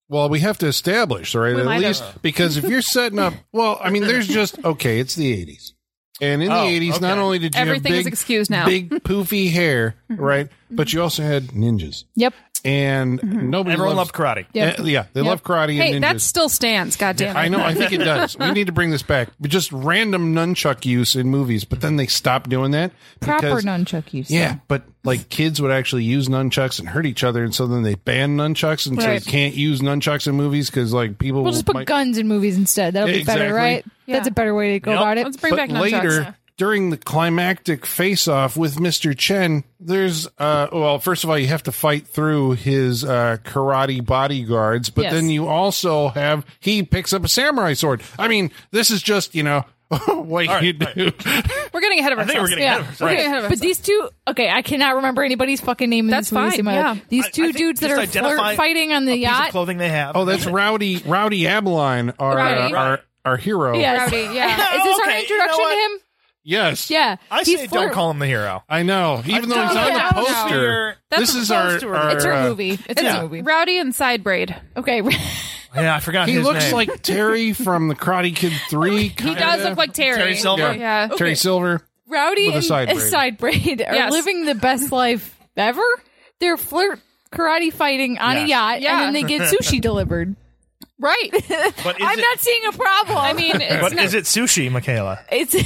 Speaker 2: Well, we have to establish, right?
Speaker 3: We
Speaker 2: At
Speaker 3: might have.
Speaker 2: least because if you're setting up, well, I mean, there's just okay. It's the '80s, and in
Speaker 4: Oh,
Speaker 2: the '80s, not
Speaker 4: okay.
Speaker 2: only did you
Speaker 3: Everything
Speaker 2: have
Speaker 3: is
Speaker 2: big,
Speaker 3: excused now. Mm-hmm.
Speaker 2: big poofy hair, right? But you also had ninjas,
Speaker 5: Yep.
Speaker 2: and nobody
Speaker 4: Everyone
Speaker 2: loves,
Speaker 4: loved karate.
Speaker 5: Yep.
Speaker 2: uh, yeah, they
Speaker 5: Yep.
Speaker 2: love karate
Speaker 3: Mm-hmm. Hey,
Speaker 2: and ninjas.
Speaker 3: that still stands. God damn it.
Speaker 2: I know. I think it does. We need to bring this back. But just random nunchuck use in movies, but then they stopped doing that.
Speaker 5: Proper
Speaker 2: because-
Speaker 5: nunchuck use.
Speaker 2: Yeah, but like kids would actually use nunchucks and hurt each other, and so then they ban nunchucks, and
Speaker 3: Right.
Speaker 2: so you can't use nunchucks in movies because like people
Speaker 5: We'll just put
Speaker 2: might-
Speaker 5: guns in movies instead. That'll be
Speaker 2: Exactly.
Speaker 5: better, right?
Speaker 3: Yeah.
Speaker 5: That's a better way to go
Speaker 4: Yep.
Speaker 5: about
Speaker 3: Let's
Speaker 5: it.
Speaker 3: bring back
Speaker 2: But
Speaker 3: nunchucks.
Speaker 2: later, during the climactic face-off with Mister Chen, there's uh, well, first of all, you have to fight through his uh, karate bodyguards, but
Speaker 5: Yes.
Speaker 2: then you also have he picks up a samurai sword. I mean, this is just you know what you do.
Speaker 3: We're getting ahead of
Speaker 4: I think we're
Speaker 3: ourselves.
Speaker 4: getting ahead
Speaker 5: Yeah.
Speaker 4: of ourselves.
Speaker 3: Okay,
Speaker 5: Okay.
Speaker 3: ahead of
Speaker 5: But these two, okay, I cannot remember anybody's fucking name in
Speaker 3: That's
Speaker 5: this movie.
Speaker 3: fine,
Speaker 5: so my-
Speaker 3: yeah.
Speaker 5: These
Speaker 4: I- I
Speaker 5: two
Speaker 4: think
Speaker 5: dudes that
Speaker 4: just
Speaker 5: are
Speaker 4: identify
Speaker 5: flirt fighting on the
Speaker 4: a piece of
Speaker 5: yacht.
Speaker 4: clothing they have.
Speaker 2: Oh, that's Rowdy Rowdy Abeline, our
Speaker 3: Rowdy.
Speaker 2: Uh, our our hero.
Speaker 5: Yes.
Speaker 3: Rowdy, yeah.
Speaker 4: Okay,
Speaker 5: Is this
Speaker 4: you
Speaker 5: our
Speaker 4: know
Speaker 5: introduction
Speaker 4: what?
Speaker 5: to him?
Speaker 2: Yes.
Speaker 5: Yeah.
Speaker 4: I
Speaker 5: He's
Speaker 4: say
Speaker 5: flirt-
Speaker 4: don't call him the hero.
Speaker 2: I know. Even though he's
Speaker 5: don't
Speaker 2: on
Speaker 5: know.
Speaker 2: the poster,
Speaker 4: Sure.
Speaker 2: this is our,
Speaker 4: poster.
Speaker 2: our,
Speaker 5: It's her
Speaker 2: uh,
Speaker 5: movie. It's,
Speaker 4: yeah.
Speaker 5: a movie.
Speaker 3: Rowdy and side braid.
Speaker 5: Okay.
Speaker 4: Yeah, I forgot.
Speaker 2: He
Speaker 4: his
Speaker 2: looks
Speaker 4: name.
Speaker 2: like Terry from the Karate Kid Three.
Speaker 3: He does look like Terry.
Speaker 4: Terry Silver?
Speaker 3: Yeah.
Speaker 2: Terry Silver.
Speaker 5: Rowdy
Speaker 2: With a
Speaker 5: and
Speaker 2: side braid.
Speaker 5: side braid are
Speaker 3: Yes.
Speaker 5: living the best life ever. They're flirt karate fighting on
Speaker 4: Yeah.
Speaker 5: a yacht,
Speaker 3: Yeah.
Speaker 5: and then they get sushi delivered.
Speaker 3: Right.
Speaker 4: But is
Speaker 5: I'm
Speaker 4: it,
Speaker 5: not seeing a problem. I mean,
Speaker 3: it's
Speaker 4: But
Speaker 3: not-
Speaker 4: is it sushi, Michaela?
Speaker 5: it's it's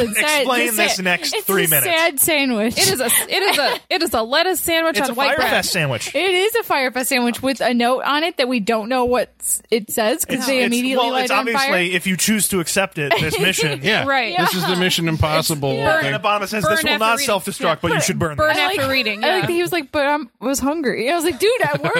Speaker 5: a sad,
Speaker 4: Explain
Speaker 5: it's a
Speaker 4: this
Speaker 5: sad-
Speaker 4: next
Speaker 5: it's
Speaker 4: three
Speaker 5: a
Speaker 4: minutes.
Speaker 5: Sad sandwich.
Speaker 3: It is a it is a it is a lettuce sandwich
Speaker 4: It's
Speaker 3: on
Speaker 4: a
Speaker 3: white
Speaker 4: fire
Speaker 3: bread.
Speaker 4: fest sandwich.
Speaker 5: It is a Firefest sandwich with a note on it that we don't know what s- it says because they immediately
Speaker 4: well,
Speaker 5: light
Speaker 4: it's
Speaker 5: it on
Speaker 4: obviously
Speaker 5: fire.
Speaker 4: if you choose to accept it, this mission.
Speaker 2: Yeah,
Speaker 3: Right.
Speaker 2: This is the Mission Impossible.
Speaker 4: And
Speaker 2: thing.
Speaker 4: the bottom it says
Speaker 3: Burn
Speaker 4: this will
Speaker 3: after
Speaker 4: not
Speaker 3: reading.
Speaker 4: self-destruct, but you should burn.
Speaker 3: burn
Speaker 4: this.
Speaker 3: after reading,
Speaker 5: I
Speaker 3: yeah.
Speaker 5: like that he was like, but I was hungry. I was like, dude, at work,
Speaker 3: He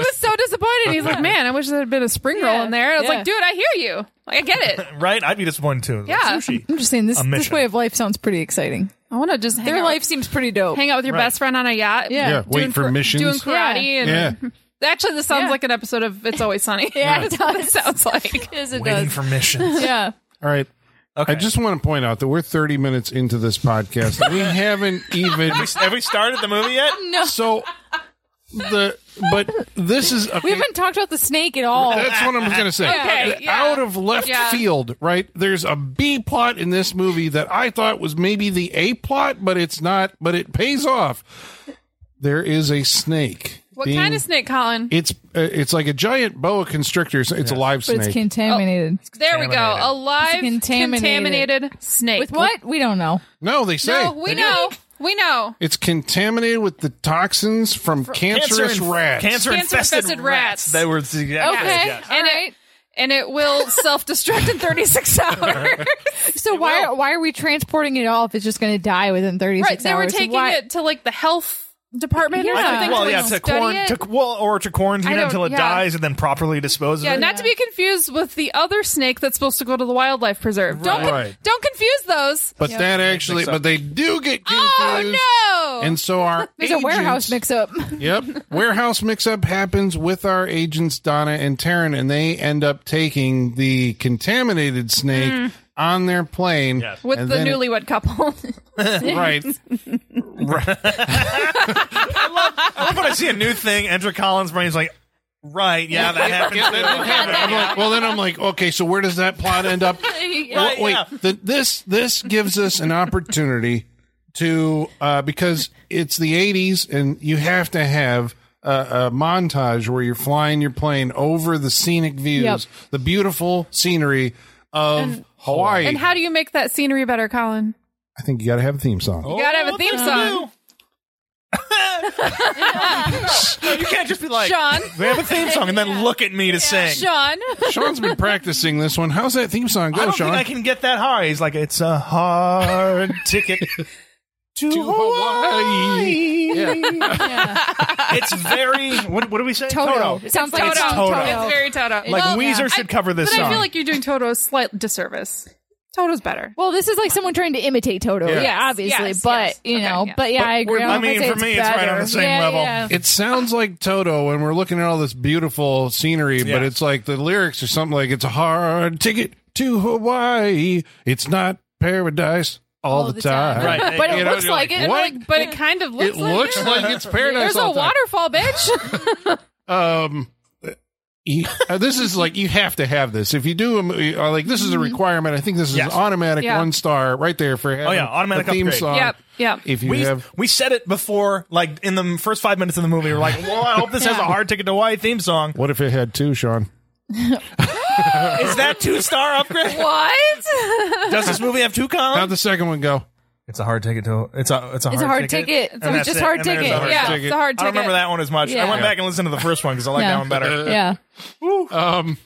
Speaker 3: was so disappointed. He's like, "Man, I wish there had been a spring roll
Speaker 5: Yeah.
Speaker 3: in there." I was
Speaker 5: Yeah.
Speaker 3: like, "Dude, I hear you. Like, I get it.
Speaker 4: Right? I'd be disappointed too. Like,
Speaker 3: Yeah.
Speaker 4: Sushi.
Speaker 5: I'm just saying this
Speaker 4: A
Speaker 5: this
Speaker 4: mission.
Speaker 5: way of life sounds pretty exciting.
Speaker 3: I want to just hang
Speaker 5: Their
Speaker 3: out,
Speaker 5: life seems pretty dope.
Speaker 3: hang out with your
Speaker 4: Right.
Speaker 3: best friend on a yacht.
Speaker 5: Yeah.
Speaker 2: Yeah, wait
Speaker 3: doing
Speaker 2: for
Speaker 3: kar-
Speaker 2: missions.
Speaker 3: doing karate and
Speaker 2: Yeah.
Speaker 3: actually, this sounds
Speaker 5: Yeah.
Speaker 3: like an episode of It's Always Sunny.
Speaker 5: Yeah,
Speaker 3: that's what it sounds like.
Speaker 5: Yes, it
Speaker 4: Waiting
Speaker 5: does.
Speaker 4: for missions.
Speaker 5: yeah.
Speaker 2: All right.
Speaker 4: Okay.
Speaker 2: I just want to point out that we're 30 minutes into this podcast. and we haven't even
Speaker 4: Have we started the movie yet?
Speaker 2: so the but this is okay,
Speaker 5: We haven't talked about the snake at all.
Speaker 2: that's what I'm going to say.
Speaker 3: Okay, yeah.
Speaker 2: Out of left
Speaker 3: Yeah.
Speaker 2: field, right? There's a B plot in this movie that I thought was maybe the A plot, but it's not, but it pays off. There is a snake.
Speaker 3: What
Speaker 2: being-
Speaker 3: kind of snake, Colin?
Speaker 2: It's uh, it's like a giant boa constrictor. so It's a live
Speaker 5: but
Speaker 2: snake.
Speaker 5: it's contaminated.
Speaker 3: there we go.
Speaker 4: contaminated.
Speaker 3: A live
Speaker 5: It's contaminated.
Speaker 3: contaminated snake.
Speaker 5: With what? We don't know.
Speaker 2: no, they say.
Speaker 3: No, we
Speaker 2: They do.
Speaker 3: know. We know.
Speaker 2: It's contaminated with the toxins from cancerous
Speaker 4: Cancer-inf-
Speaker 2: rats.
Speaker 4: Cancer-infested
Speaker 3: Cancer-infested rats.
Speaker 4: They were exactly
Speaker 5: Okay.
Speaker 4: yes.
Speaker 5: All
Speaker 3: And it-
Speaker 5: right.
Speaker 3: And it will self destruct in 36 hours.
Speaker 5: So why why are we transporting it all if it's just going to die within 36
Speaker 3: right. They were
Speaker 5: hours?
Speaker 3: taking
Speaker 5: Why-
Speaker 3: it to like the health department or
Speaker 5: Yeah.
Speaker 3: something
Speaker 4: well,
Speaker 3: to,
Speaker 4: yeah,
Speaker 3: like,
Speaker 4: to,
Speaker 3: study
Speaker 4: quarant-
Speaker 3: it.
Speaker 4: to well, or to quarantine
Speaker 3: I
Speaker 4: it
Speaker 3: don't-
Speaker 4: until it
Speaker 3: yeah.
Speaker 4: dies and then properly dispose of
Speaker 3: Yeah,
Speaker 4: it.
Speaker 3: not to be confused with the other snake that's supposed to go to the wildlife preserve. Don't con-
Speaker 2: Right.
Speaker 3: don't confuse those.
Speaker 2: But that actually, but they do get confused.
Speaker 3: Oh no!
Speaker 2: And so our
Speaker 5: There's a warehouse
Speaker 2: agents-
Speaker 5: mix up.
Speaker 2: Yep. Warehouse mix up happens with our agents, Donna and Taryn, and they end up taking the contaminated snake on their plane.
Speaker 4: Yes.
Speaker 3: with
Speaker 2: and
Speaker 3: the
Speaker 2: then it-
Speaker 3: newlywed couple.
Speaker 2: right.
Speaker 4: I love when I see a new thing. Andrew Collins' brain's like, right, yeah, that happened.
Speaker 2: Yeah, then I'm like, well, then I'm like, okay, so where does that plot end up?
Speaker 3: Yeah.
Speaker 2: Wait,
Speaker 4: yeah.
Speaker 2: the, this this gives us an opportunity to uh, because it's the '80s and you have to have a, a montage where you're flying your plane over the scenic views,
Speaker 5: Yep.
Speaker 2: the beautiful scenery of Hawaii.
Speaker 3: and how do you make that scenery better, Colin?
Speaker 2: I think you got to have a theme song.
Speaker 3: You gotta have a theme song,
Speaker 4: you can't just be like,
Speaker 3: Sean.
Speaker 4: they have a theme song and then look at me to sing.
Speaker 3: Sean,
Speaker 2: Sean's been practicing this one. How's that theme song
Speaker 4: I
Speaker 2: go,
Speaker 4: don't
Speaker 2: Sean?
Speaker 4: think I can get that high. He's like, it's a hard ticket to
Speaker 2: To Hawaii. Yeah.
Speaker 4: It's very. What, what do we say?
Speaker 5: Toto. It sounds like it's
Speaker 3: Toto.
Speaker 5: Toto.
Speaker 3: It's very Toto.
Speaker 4: Like
Speaker 3: well,
Speaker 4: Weezer
Speaker 3: I-
Speaker 4: should cover this
Speaker 3: but
Speaker 4: song.
Speaker 3: I feel like you're doing Toto a slight disservice. Toto's better.
Speaker 5: Well, this is like someone trying to imitate Toto. Yeah,
Speaker 3: Yes,
Speaker 5: obviously.
Speaker 3: yes,
Speaker 5: but,
Speaker 3: yes.
Speaker 5: you
Speaker 3: Okay,
Speaker 5: know,
Speaker 3: yeah.
Speaker 5: but yeah, I
Speaker 4: I
Speaker 5: agree. don't know if
Speaker 4: mean,
Speaker 5: I'd say
Speaker 4: for me, it's right
Speaker 5: better.
Speaker 4: on the same
Speaker 5: Yeah,
Speaker 4: level.
Speaker 5: yeah.
Speaker 2: It sounds like Toto when we're looking at all this beautiful scenery, but
Speaker 4: Yeah.
Speaker 2: it's like the lyrics are something like it's a hard ticket to Hawaii. It's not paradise all, the, time.
Speaker 4: Right.
Speaker 5: But
Speaker 4: You
Speaker 5: it
Speaker 4: know,
Speaker 5: looks
Speaker 4: you're
Speaker 5: like
Speaker 4: like,
Speaker 5: it.
Speaker 2: what?
Speaker 5: Like,
Speaker 3: But it kind of looks
Speaker 2: It
Speaker 3: like
Speaker 2: looks like it's paradise
Speaker 3: there's
Speaker 2: all
Speaker 3: a
Speaker 2: the time.
Speaker 3: waterfall, bitch.
Speaker 2: Um you- uh, this is like you have to have this. If you do a movie, uh, like this is a requirement. I think this is
Speaker 4: Yes. Oh,
Speaker 2: an automatic
Speaker 3: Yeah.
Speaker 2: one star right there for having
Speaker 4: yeah, automatic
Speaker 2: a theme
Speaker 4: upgrade.
Speaker 2: song.
Speaker 3: yep, yep.
Speaker 2: If you
Speaker 4: we,
Speaker 2: have
Speaker 4: we said it before, like in the first five minutes of the movie, we're like, well, I hope this has a hard ticket to Hawaii theme song.
Speaker 2: What if it had two, Sean?
Speaker 4: Is that two star upgrade?
Speaker 3: What?
Speaker 4: Does this movie have two
Speaker 2: How'd
Speaker 4: columns?
Speaker 2: the second one go?
Speaker 4: It's a hard ticket to. It's a it's a hard,
Speaker 5: It's a hard ticket.
Speaker 4: And
Speaker 5: It's
Speaker 4: that's
Speaker 5: just
Speaker 4: it.
Speaker 5: hard
Speaker 4: And there's a
Speaker 5: ticket.
Speaker 4: hard
Speaker 3: yeah,
Speaker 2: ticket.
Speaker 3: it's a hard
Speaker 4: I
Speaker 3: ticket.
Speaker 4: don't remember that one as much. I
Speaker 5: Yeah.
Speaker 4: went back and listened to the first one because I like
Speaker 5: No.
Speaker 4: that one better.
Speaker 5: Yeah.
Speaker 4: Uh,
Speaker 2: Um,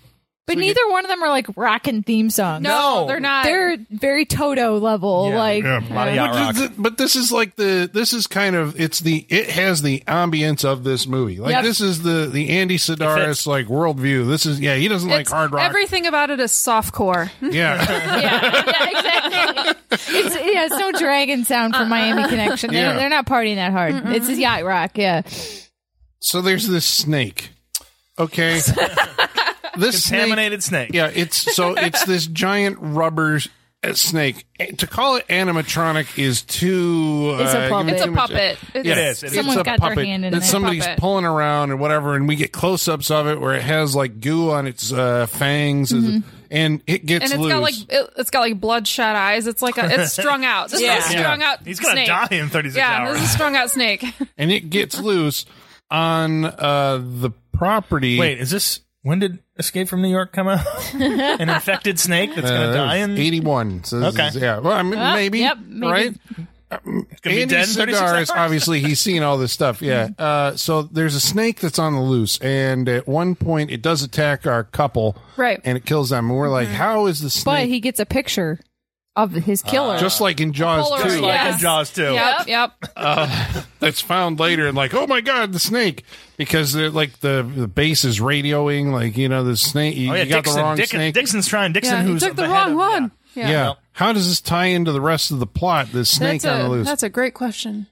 Speaker 5: But neither one of them are like rockin' theme songs.
Speaker 3: No,
Speaker 4: No.
Speaker 3: they're not.
Speaker 5: They're very Toto level. Like,
Speaker 4: a lot of yacht rock.
Speaker 2: th- but this is like the this is kind of it's the it has the ambience of this movie. Like
Speaker 5: Yep.
Speaker 2: this is the the Andy Sidaris like worldview. This is yeah he doesn't like
Speaker 3: It's-
Speaker 2: hard rock.
Speaker 3: Everything about it is softcore.
Speaker 2: yeah,
Speaker 5: yeah, yeah, exactly. It's, yeah, it's no dragon sound
Speaker 3: Uh-uh.
Speaker 5: from Miami Connection. They're,
Speaker 2: Yeah.
Speaker 5: they're not partying that hard. It's just yacht rock. Yeah.
Speaker 2: so there's this snake. Okay, this snake
Speaker 4: Contaminated snake.
Speaker 2: Yeah, it's so it's this giant rubber s- uh, snake. A- To call it animatronic is too.
Speaker 5: It's a
Speaker 2: uh, give
Speaker 5: puppet.
Speaker 2: me
Speaker 5: It's
Speaker 3: It's a
Speaker 2: too much-
Speaker 3: puppet. It's,
Speaker 4: It is. It is.
Speaker 5: Someone's
Speaker 2: it's a
Speaker 5: got their
Speaker 2: puppet
Speaker 5: hand in
Speaker 2: that
Speaker 5: it.
Speaker 2: somebody's
Speaker 3: Puppet.
Speaker 2: pulling around and whatever, and we get close-ups of it where it has like goo on its uh, fangs,
Speaker 5: Mm-hmm.
Speaker 2: and- and it gets
Speaker 3: And it's
Speaker 2: loose.
Speaker 3: got like it, it's got like bloodshot eyes. It's like a, it's strung out. This
Speaker 5: Yeah.
Speaker 3: is a strung out.
Speaker 4: He's gonna
Speaker 3: snake.
Speaker 4: die in 36
Speaker 3: Yeah,
Speaker 4: hours.
Speaker 3: this is a strung out snake.
Speaker 2: and it gets loose on uh, the property.
Speaker 4: Wait, is this when did Escape from New York come out? An infected snake that's
Speaker 2: Uh,
Speaker 4: gonna
Speaker 2: that
Speaker 4: die
Speaker 2: was
Speaker 4: in
Speaker 2: 81. So this
Speaker 4: Okay.
Speaker 2: is- yeah. Well, I mean, maybe.
Speaker 5: Oh, yep, maybe.
Speaker 2: Right?
Speaker 4: be
Speaker 2: Andy
Speaker 4: dead in 36 hours.
Speaker 2: Sidaris, obviously, he's seen all this stuff. Yeah.
Speaker 5: Mm-hmm.
Speaker 2: Uh, so there's a snake that's on the loose, and at one point, it does attack our couple.
Speaker 3: Right.
Speaker 2: And it kills them. And we're like, how is the
Speaker 5: Mm-hmm. But
Speaker 2: snake?
Speaker 5: he gets a picture of his
Speaker 4: Uh,
Speaker 5: killer.
Speaker 2: just like in Jaws
Speaker 3: Polaroid,
Speaker 4: Just
Speaker 2: 2,
Speaker 4: like
Speaker 3: Yes.
Speaker 4: in Jaws too.
Speaker 3: Yep, yep.
Speaker 2: that's found later, and like, oh my god, the snake, because they're like the the base is radioing, like you know, the snake. You,
Speaker 4: Oh yeah,
Speaker 2: you got
Speaker 4: Dixon,
Speaker 2: the wrong
Speaker 4: Dixon-
Speaker 2: snake.
Speaker 4: Dixon's trying. Dixon,
Speaker 3: Yeah, he
Speaker 4: who's
Speaker 3: took the
Speaker 4: head
Speaker 3: wrong
Speaker 4: of-
Speaker 3: one.
Speaker 2: yeah. How does this tie into the rest of the plot? This snake
Speaker 3: That's
Speaker 2: on the
Speaker 3: a
Speaker 2: loose.
Speaker 3: that's a great question.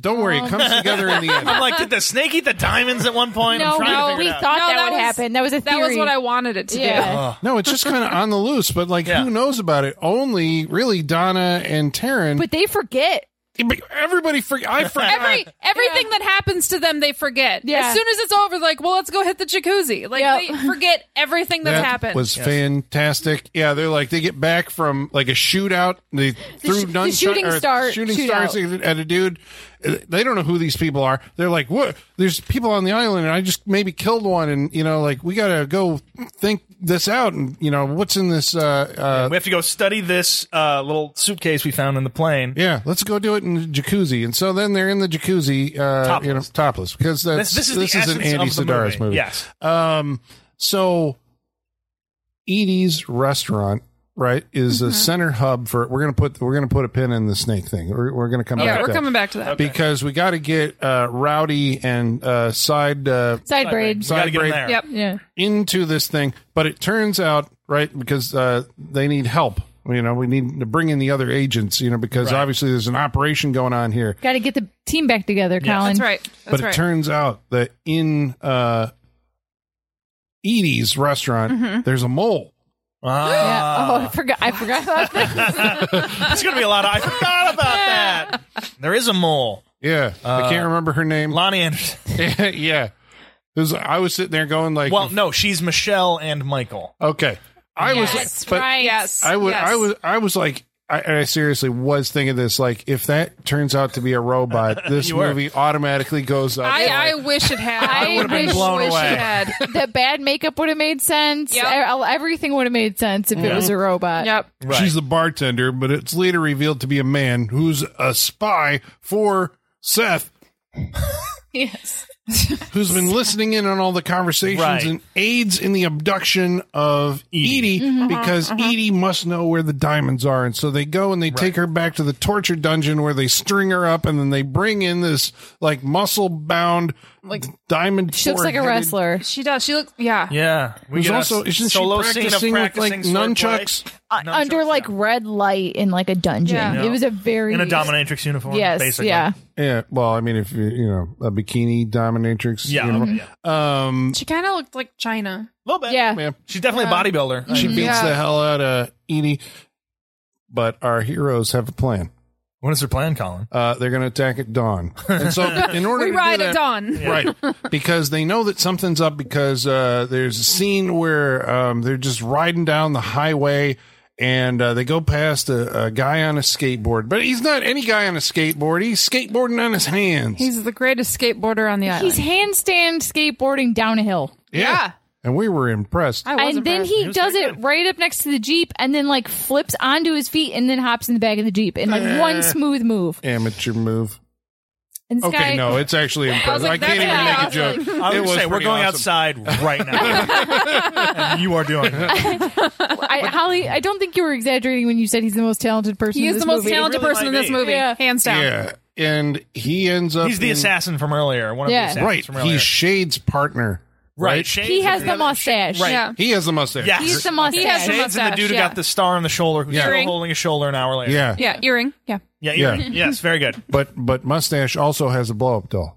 Speaker 2: Don't worry, it comes together in the end.
Speaker 4: I'm like, did the snake eat the diamonds at one point? I'm
Speaker 5: no,
Speaker 4: trying to
Speaker 5: no,
Speaker 4: figure
Speaker 5: we
Speaker 4: it out. Uh,
Speaker 5: thought
Speaker 3: No,
Speaker 5: that,
Speaker 3: that
Speaker 5: would
Speaker 3: was-
Speaker 5: happen. That was a
Speaker 3: That
Speaker 5: theory.
Speaker 3: was what I wanted it to do.
Speaker 5: Yeah.
Speaker 2: No, it's just kind of on the loose, but like
Speaker 4: Yeah.
Speaker 2: who knows about it? Only really Donna and Taryn.
Speaker 5: But they forget.
Speaker 2: But everybody, for- I forgot.
Speaker 3: Every everything that happens to them, they forget.
Speaker 5: Yeah.
Speaker 3: As soon as it's over, like, well, let's go hit the jacuzzi. Like
Speaker 5: Yep.
Speaker 3: they forget everything that's
Speaker 2: that
Speaker 3: happened.
Speaker 2: was fantastic. Yeah, they're like they get back from like a shootout. They threw
Speaker 5: sh- the
Speaker 2: nunchuck-
Speaker 5: shooting
Speaker 2: or
Speaker 5: star
Speaker 2: shooting
Speaker 5: shootout.
Speaker 2: stars at a dude. Uh, They don't know who these people are. They're like, what? There's people on the island, and I just maybe killed one, and you know, like we gotta go think this out, and you know, what's in this? uh uh
Speaker 4: We have to go study this uh, little suitcase we found in the plane.
Speaker 2: Yeah, let's go do it in the jacuzzi. And so then they're in the jacuzzi, uh, topless. You know,
Speaker 4: Topless.
Speaker 2: topless because that's,
Speaker 4: This, this is the
Speaker 2: an
Speaker 4: essence
Speaker 2: Andy
Speaker 4: of the
Speaker 2: Sidaris movie.
Speaker 4: Yes,
Speaker 2: Um, so Edie's restaurant right, is
Speaker 3: Mm-hmm.
Speaker 2: a center hub for. We're gonna put we're gonna put a pin in the snake thing. We're, we're gonna come back.
Speaker 3: Yeah,
Speaker 2: to
Speaker 3: we're
Speaker 2: that.
Speaker 3: coming back to that.
Speaker 2: because we got to get uh, Rowdy and uh, Side uh,
Speaker 5: Side braid.
Speaker 4: You gotta get
Speaker 2: Sidebraid.
Speaker 4: in there.
Speaker 3: Yep.
Speaker 5: Yeah.
Speaker 2: into this thing. But it turns out, right, because uh, they need help. You know, we need to bring in the other agents. You know, because obviously there's an operation going on here.
Speaker 5: Got to get the team back together, Colin.
Speaker 3: That's right. That's
Speaker 2: but it
Speaker 3: right.
Speaker 2: turns out that in uh, Edie's restaurant,
Speaker 3: Mm-hmm.
Speaker 2: there's a mole.
Speaker 5: Yeah.
Speaker 4: Ah,
Speaker 5: Oh, I forgot. I forgot about that.
Speaker 4: It's gonna be a lot of. I forgot about that. There is a mole,
Speaker 2: Yeah, I can't remember her name.
Speaker 4: Lonnie Anderson.
Speaker 2: yeah, 'Cause I was sitting there going like,
Speaker 4: Well, no, she's Michelle and Michael.
Speaker 2: okay, I was,
Speaker 5: Yes,
Speaker 2: but
Speaker 5: right.
Speaker 3: yes.
Speaker 2: I was,
Speaker 3: yes.
Speaker 2: I was, I was like, I, I seriously was thinking this. Like, if that turns out to be a robot, this
Speaker 4: You were.
Speaker 2: movie automatically goes up.
Speaker 3: I,
Speaker 2: like,
Speaker 3: I wish it had.
Speaker 5: I would've been
Speaker 3: wish-
Speaker 4: blown
Speaker 3: wish
Speaker 4: away.
Speaker 3: It had.
Speaker 5: the bad makeup would have made sense.
Speaker 3: Yep.
Speaker 5: E- Everything would have made sense if it was a robot.
Speaker 3: Yep.
Speaker 2: She's the bartender, but it's later revealed to be a man who's a spy for Seth,
Speaker 5: Yes.
Speaker 2: who's been listening in on all the conversations
Speaker 4: Right.
Speaker 2: and aids in the abduction of Edie,
Speaker 5: Mm-hmm. Uh-huh,
Speaker 2: because Edie must know where the diamonds are. And so they go and they take her back to the torture dungeon where they string her up and then they bring in this like muscle bound like diamond.
Speaker 5: She looks like a
Speaker 2: four-headed-
Speaker 5: wrestler.
Speaker 3: She does. She looks. Yeah.
Speaker 4: Yeah, we
Speaker 2: There's
Speaker 4: get a
Speaker 2: also isn't she
Speaker 4: solo scene of
Speaker 2: practicing with like
Speaker 4: practicing swordplay
Speaker 2: nunchucks?
Speaker 5: Uh, under like red light in like a dungeon.
Speaker 3: Yeah.
Speaker 5: It was a very
Speaker 4: in a dominatrix uniform.
Speaker 5: Yes.
Speaker 4: basically.
Speaker 5: Yeah.
Speaker 2: Yeah, well, I mean, if you you know a bikini dominatrix,
Speaker 4: yeah,
Speaker 2: you know,
Speaker 4: okay, yeah. a
Speaker 2: um,
Speaker 3: She kind of looked like China.
Speaker 4: little bit.
Speaker 5: Yeah.
Speaker 2: man,
Speaker 4: she's definitely a bodybuilder.
Speaker 2: She beats
Speaker 3: Mm-hmm. Yeah.
Speaker 2: the hell out of Edie. But our heroes have a plan.
Speaker 4: What is her plan, Colin?
Speaker 2: Uh, they're going to attack at dawn, and so in order
Speaker 3: We
Speaker 2: to
Speaker 3: ride
Speaker 2: do
Speaker 3: at
Speaker 2: that,
Speaker 3: dawn.
Speaker 2: right? Because they know that something's up. Because uh, there's a scene where um, they're just riding down the highway, and uh, they go past a, a guy on a skateboard, but he's not any guy on a skateboard. He's skateboarding on his hands.
Speaker 3: He's the greatest skateboarder on the island.
Speaker 5: He's handstand skateboarding down a hill.
Speaker 3: yeah.
Speaker 2: and we were impressed.
Speaker 3: I was
Speaker 5: And then
Speaker 3: impressed.
Speaker 5: he does it right up next to the Jeep and then like flips onto his feet and then hops in the back of the Jeep in like one smooth move.
Speaker 2: Amateur move.
Speaker 5: And this
Speaker 2: Okay,
Speaker 5: guy-
Speaker 2: no, it's actually impressive. I,
Speaker 3: like,
Speaker 2: can't even make
Speaker 3: that's-
Speaker 2: a
Speaker 3: yeah, I
Speaker 2: joke.
Speaker 3: was
Speaker 4: I was
Speaker 2: It
Speaker 4: gonna say we're
Speaker 2: pretty
Speaker 4: going
Speaker 2: awesome.
Speaker 4: outside right now. and you are doing that.
Speaker 5: I, Holly, I don't think you were exaggerating when you said he's the most talented person.
Speaker 3: He
Speaker 5: in
Speaker 3: is
Speaker 5: this
Speaker 3: the most
Speaker 5: movie.
Speaker 3: talented
Speaker 4: He really
Speaker 3: person in
Speaker 4: might
Speaker 3: this
Speaker 4: be.
Speaker 3: movie,
Speaker 5: Yeah.
Speaker 3: hands down.
Speaker 2: Yeah, and he ends up.
Speaker 4: He's the
Speaker 2: in-
Speaker 4: assassin from earlier. One of
Speaker 5: Yeah.
Speaker 4: the assassins
Speaker 2: Right,
Speaker 4: from earlier.
Speaker 2: he's Shade's partner.
Speaker 4: right.
Speaker 5: He has the mustache.
Speaker 4: Right.
Speaker 3: Yeah.
Speaker 2: He has the mustache.
Speaker 4: Yeah.
Speaker 5: He's the mustache.
Speaker 3: He has the
Speaker 4: Shades and the
Speaker 3: mustache,
Speaker 4: dude who
Speaker 3: yeah.
Speaker 4: got the star on the shoulder, who's still
Speaker 3: Earring.
Speaker 4: holding his shoulder an hour later.
Speaker 2: yeah.
Speaker 3: Yeah, earring. Yeah,
Speaker 4: yeah,
Speaker 2: Yeah.
Speaker 4: earring. yes, very good.
Speaker 2: But but mustache also has a blow up doll.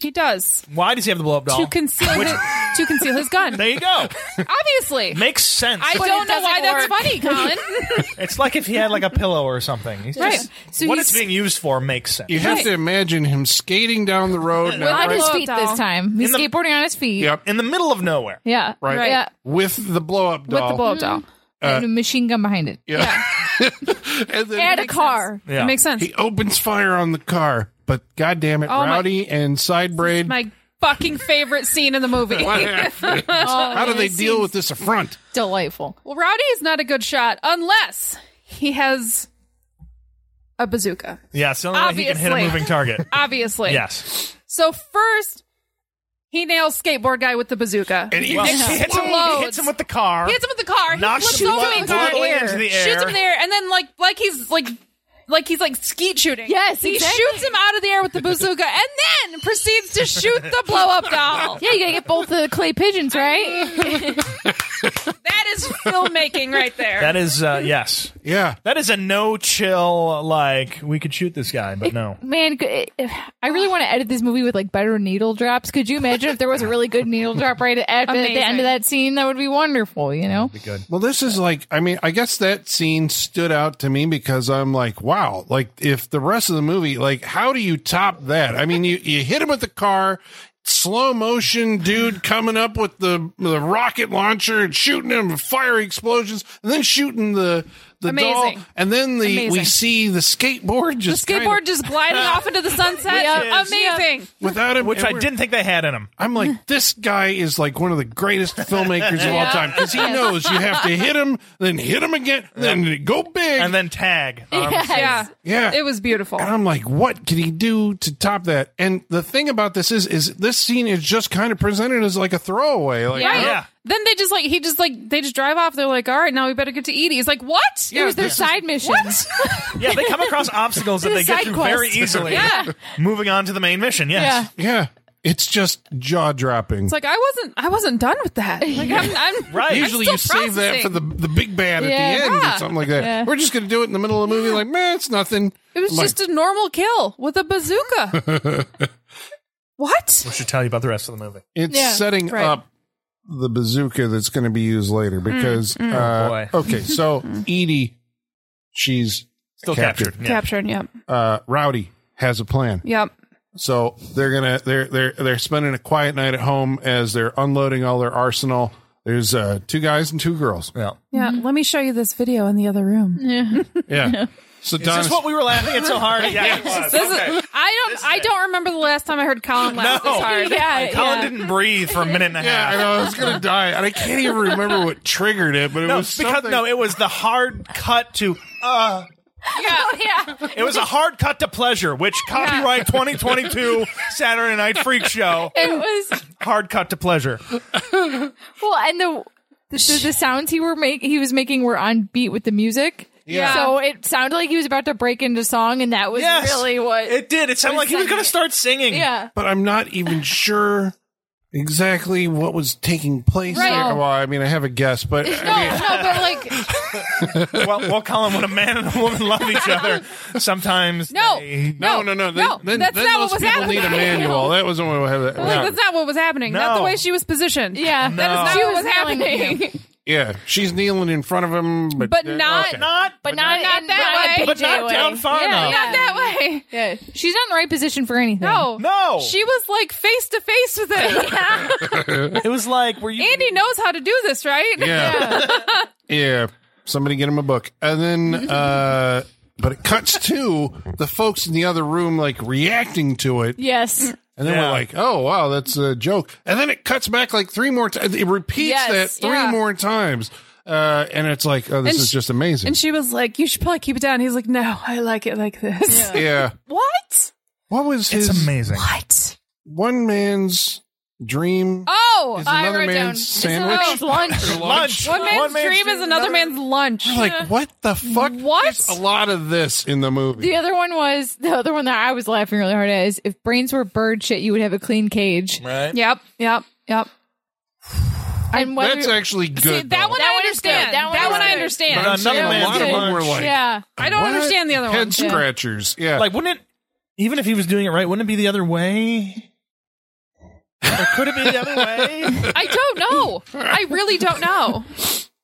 Speaker 3: he does
Speaker 4: Why does he have the blow up doll?
Speaker 3: to conceal his, to conceal his gun.
Speaker 4: there you go.
Speaker 3: Obviously,
Speaker 4: Makes sense.
Speaker 3: I
Speaker 5: But
Speaker 3: don't
Speaker 5: it
Speaker 3: know
Speaker 5: doesn't
Speaker 3: why that's
Speaker 5: work.
Speaker 3: funny, Colin.
Speaker 4: It's like if he had like a pillow or something. He's
Speaker 3: Right.
Speaker 4: just-
Speaker 5: So
Speaker 4: what
Speaker 5: he's-
Speaker 4: it's being used for makes sense.
Speaker 2: You have to imagine him skating down the road now,
Speaker 5: on
Speaker 2: right?
Speaker 5: his
Speaker 3: Right.
Speaker 5: feet this time. He's
Speaker 4: the-
Speaker 5: skateboarding on his feet.
Speaker 2: Yep.
Speaker 4: In the middle of nowhere.
Speaker 5: Yeah.
Speaker 2: Right.
Speaker 3: Right.
Speaker 5: Yeah.
Speaker 2: With the blow up
Speaker 3: With the
Speaker 2: doll.
Speaker 3: blow doll,
Speaker 5: and a machine gun behind it.
Speaker 2: Yeah. and then
Speaker 5: And a car.
Speaker 4: Yeah.
Speaker 3: it makes sense.
Speaker 2: he opens fire on the car. But goddamn it,
Speaker 3: Oh, my-
Speaker 2: Rowdy and Sidebraid.
Speaker 3: My fucking favorite scene in the movie.
Speaker 2: What
Speaker 3: well,
Speaker 2: happened? How do they deal with this affront?
Speaker 5: Delightful.
Speaker 3: Rowdy is not a good shot unless he has a bazooka.
Speaker 4: Yeah, it's the only way he can hit a
Speaker 3: Obviously.
Speaker 4: moving target.
Speaker 3: Obviously,
Speaker 4: yes.
Speaker 3: So first, he nails skateboard guy with the bazooka.
Speaker 2: And he
Speaker 4: Well,
Speaker 2: gets
Speaker 4: he hits him,
Speaker 3: Loads.
Speaker 4: he hits him with the car.
Speaker 3: He hits him with the car.
Speaker 4: knocks
Speaker 3: he
Speaker 4: him
Speaker 3: flips over
Speaker 4: lo-
Speaker 3: the car,
Speaker 4: totally into the air.
Speaker 3: shoots him there, and then like like he's like like he's like skeet shooting.
Speaker 5: Yes,
Speaker 3: he
Speaker 5: exactly.
Speaker 3: shoots him out of the air with the bazooka, and then proceeds to shoot the blow up doll.
Speaker 5: Yeah, you gotta get both the clay pigeons, right?
Speaker 3: That is filmmaking right there.
Speaker 4: That is uh, yes.
Speaker 2: Yeah.
Speaker 4: That is a no chill like we could shoot this guy, but no.
Speaker 5: Man, g- eh, I really want to edit this movie with like better needle drops. Could you imagine if there was a really good needle drop right at, at the
Speaker 3: Amazing.
Speaker 5: end of that scene? That would be wonderful, you know?
Speaker 2: Well, this is like, I mean, I guess that scene stood out to me because I'm like, wow, like if the rest of the movie, like, how do you top that? I mean, you, you hit him with the car, slow motion dude coming up with the, the rocket launcher and shooting him with fiery explosions and then shooting the, the
Speaker 3: Amazing.
Speaker 2: doll. And then the, we
Speaker 3: Amazing.
Speaker 2: see the skateboard
Speaker 3: the
Speaker 2: just kind of-
Speaker 3: skateboard just gliding off into the sunset.
Speaker 4: Which is-
Speaker 3: Amazing.
Speaker 2: without him.
Speaker 4: Which
Speaker 2: and
Speaker 4: I
Speaker 2: we're-
Speaker 4: didn't think they had in him.
Speaker 2: I'm like, this guy is like one of the greatest filmmakers of all time because he knows you have to hit him, then hit him again, then go big,
Speaker 4: And then tag. Um,
Speaker 3: Yeah.
Speaker 2: Yeah.
Speaker 3: It was beautiful.
Speaker 2: And I'm like, what could he do to top that? And the thing about this is, is this scene is just kind of presented as like a throwaway. Like,
Speaker 3: Right.
Speaker 4: Yeah.
Speaker 3: Then they just like he just like they just drive off. They're like, all right, now we better get to Edie. He's like, what?
Speaker 5: It was their side mission. What?
Speaker 4: Yeah, they come across obstacles that
Speaker 5: It's
Speaker 4: they
Speaker 5: a
Speaker 4: get
Speaker 5: side
Speaker 4: through
Speaker 5: quest.
Speaker 4: very easily.
Speaker 3: Yeah.
Speaker 4: Moving on to the main mission.
Speaker 5: Yeah.
Speaker 4: Yes.
Speaker 2: Yeah. It's just jaw dropping.
Speaker 3: It's like I wasn't I wasn't done with that. Like I'm, I'm
Speaker 4: Right.
Speaker 3: I'm
Speaker 2: Usually
Speaker 3: still
Speaker 2: you save that for
Speaker 3: processing.
Speaker 2: the the big bad at
Speaker 5: Yeah.
Speaker 2: the end
Speaker 3: Yeah.
Speaker 2: or something like that.
Speaker 5: Yeah.
Speaker 2: We're just going to do it in the middle of the movie like, man, it's nothing.
Speaker 3: It was
Speaker 2: Like-
Speaker 3: just a normal kill with a bazooka. what?
Speaker 4: I should tell you about the rest of the movie.
Speaker 2: It's
Speaker 5: Yeah,
Speaker 2: setting
Speaker 5: right.
Speaker 2: up the bazooka that's going to be used later
Speaker 3: Mm,
Speaker 2: because
Speaker 4: boy.
Speaker 2: uh, okay, so Edie she's
Speaker 4: Still
Speaker 2: Captured.
Speaker 4: captured. Yeah.
Speaker 3: Captured. Yep.
Speaker 2: uh, Rowdy has a plan.
Speaker 3: Yep.
Speaker 2: So they're gonna they're they're they're spending a quiet night at home as they're unloading all their arsenal. There's uh, two guys and two girls.
Speaker 4: Yeah.
Speaker 3: Yeah. Mm-hmm. Let me show you this video in the other room.
Speaker 2: Yeah. So
Speaker 4: Is this
Speaker 2: Don
Speaker 4: what we were laughing at so hard? Yeah, it was.
Speaker 3: This is-
Speaker 4: Okay.
Speaker 3: I don't. I don't remember the last time I heard Colin laugh
Speaker 4: No.
Speaker 3: this hard.
Speaker 5: yeah.
Speaker 4: Colin
Speaker 5: yeah.
Speaker 4: didn't breathe for a minute and a
Speaker 2: yeah,
Speaker 4: half.
Speaker 2: I know I was gonna die, and I can't even remember what triggered it, but it
Speaker 4: No,
Speaker 2: was
Speaker 4: because
Speaker 2: something.
Speaker 4: no, it was the hard cut to uh
Speaker 5: yeah.
Speaker 4: it was a hard cut to pleasure, which copyright 2022 Saturday Night Freak Show
Speaker 5: It was
Speaker 4: hard cut to pleasure.
Speaker 5: well, and the the, the sounds he were make he was making were on beat with the music.
Speaker 3: Yeah.
Speaker 5: So it sounded like he was about to break into song, and that was
Speaker 4: Yes,
Speaker 5: really what.
Speaker 4: it did. It sounded like he was going to start singing.
Speaker 5: yeah.
Speaker 2: but I'm not even sure exactly what was taking place.
Speaker 5: Right.
Speaker 2: there. Well, I mean, I have a guess, but
Speaker 5: No, no, but like
Speaker 4: Well, well, Colin, when a man and a woman love each other, sometimes
Speaker 3: No.
Speaker 4: they-
Speaker 2: no, no, no. Then,
Speaker 3: No,
Speaker 2: then,
Speaker 3: that's
Speaker 2: then
Speaker 3: not
Speaker 2: those
Speaker 3: what was
Speaker 2: people need a
Speaker 3: happening.
Speaker 2: manual. That was the one we had. that-
Speaker 3: Like, that's not what was happening. Not the
Speaker 4: No.
Speaker 3: way she was positioned.
Speaker 5: Yeah.
Speaker 3: That is
Speaker 4: No.
Speaker 3: not
Speaker 5: She
Speaker 3: what was
Speaker 5: was yelling at
Speaker 3: happening.
Speaker 2: yeah, she's kneeling in front of him, but,
Speaker 3: But not-
Speaker 2: okay.
Speaker 4: not
Speaker 5: but not,
Speaker 3: not
Speaker 5: in-
Speaker 3: that way.
Speaker 5: not
Speaker 4: but not
Speaker 5: way.
Speaker 4: down far
Speaker 5: Yeah,
Speaker 4: enough.
Speaker 5: yeah.
Speaker 3: Not that way.
Speaker 5: Yeah. She's not in the right position for anything.
Speaker 3: No.
Speaker 4: No.
Speaker 3: She was like face to face with it.
Speaker 4: It was like, were you?
Speaker 3: Andy knows how to do this, right?
Speaker 2: Yeah. yeah. Somebody get him a book. And then uh but it cuts to the folks in the other room like reacting to it.
Speaker 5: Yes.
Speaker 2: And then
Speaker 4: Yeah.
Speaker 2: we're like, oh wow, that's a joke. And then it cuts back like three more times. It repeats
Speaker 5: Yes,
Speaker 2: that three
Speaker 3: yeah.
Speaker 2: more times. Uh and it's like, oh, this
Speaker 3: And
Speaker 2: is
Speaker 3: sh-
Speaker 2: just amazing.
Speaker 3: And she was like, "You should probably keep it down." He's like, "No, I like it like this."
Speaker 2: yeah.
Speaker 3: What?
Speaker 2: What was
Speaker 4: It's
Speaker 2: his
Speaker 4: amazing.
Speaker 3: What?
Speaker 2: one man's dream
Speaker 3: Oh,
Speaker 2: is
Speaker 3: I-
Speaker 5: I
Speaker 2: another
Speaker 5: wrote down.
Speaker 2: man's sandwich?
Speaker 5: It's lunch.
Speaker 4: Lunch.
Speaker 3: one man's dream is another man's lunch.
Speaker 2: like, what the fuck?
Speaker 3: What?
Speaker 2: There's a lot of this in the movie.
Speaker 5: The other one was the other one that I was laughing really hard at is if brains were bird shit, you would have a clean cage.
Speaker 4: Right.
Speaker 3: yep, yep, yep.
Speaker 5: And whether,
Speaker 2: That's actually good.
Speaker 3: See, that
Speaker 2: though.
Speaker 3: one
Speaker 5: That
Speaker 3: I
Speaker 5: one is
Speaker 3: understand.
Speaker 5: good. That
Speaker 3: That
Speaker 5: one
Speaker 3: one,
Speaker 5: is
Speaker 3: I
Speaker 5: good.
Speaker 3: understand.
Speaker 4: But another
Speaker 5: Yeah,
Speaker 2: a
Speaker 5: man's
Speaker 2: lot of
Speaker 5: good.
Speaker 2: them were like,
Speaker 5: yeah,
Speaker 3: I don't
Speaker 2: What?
Speaker 3: understand the other one.
Speaker 2: Head scratchers. Yeah.
Speaker 4: Like, wouldn't it? Even if he was doing it right, wouldn't it be the other way? Or could it be the other way?
Speaker 3: I don't know. I really don't know.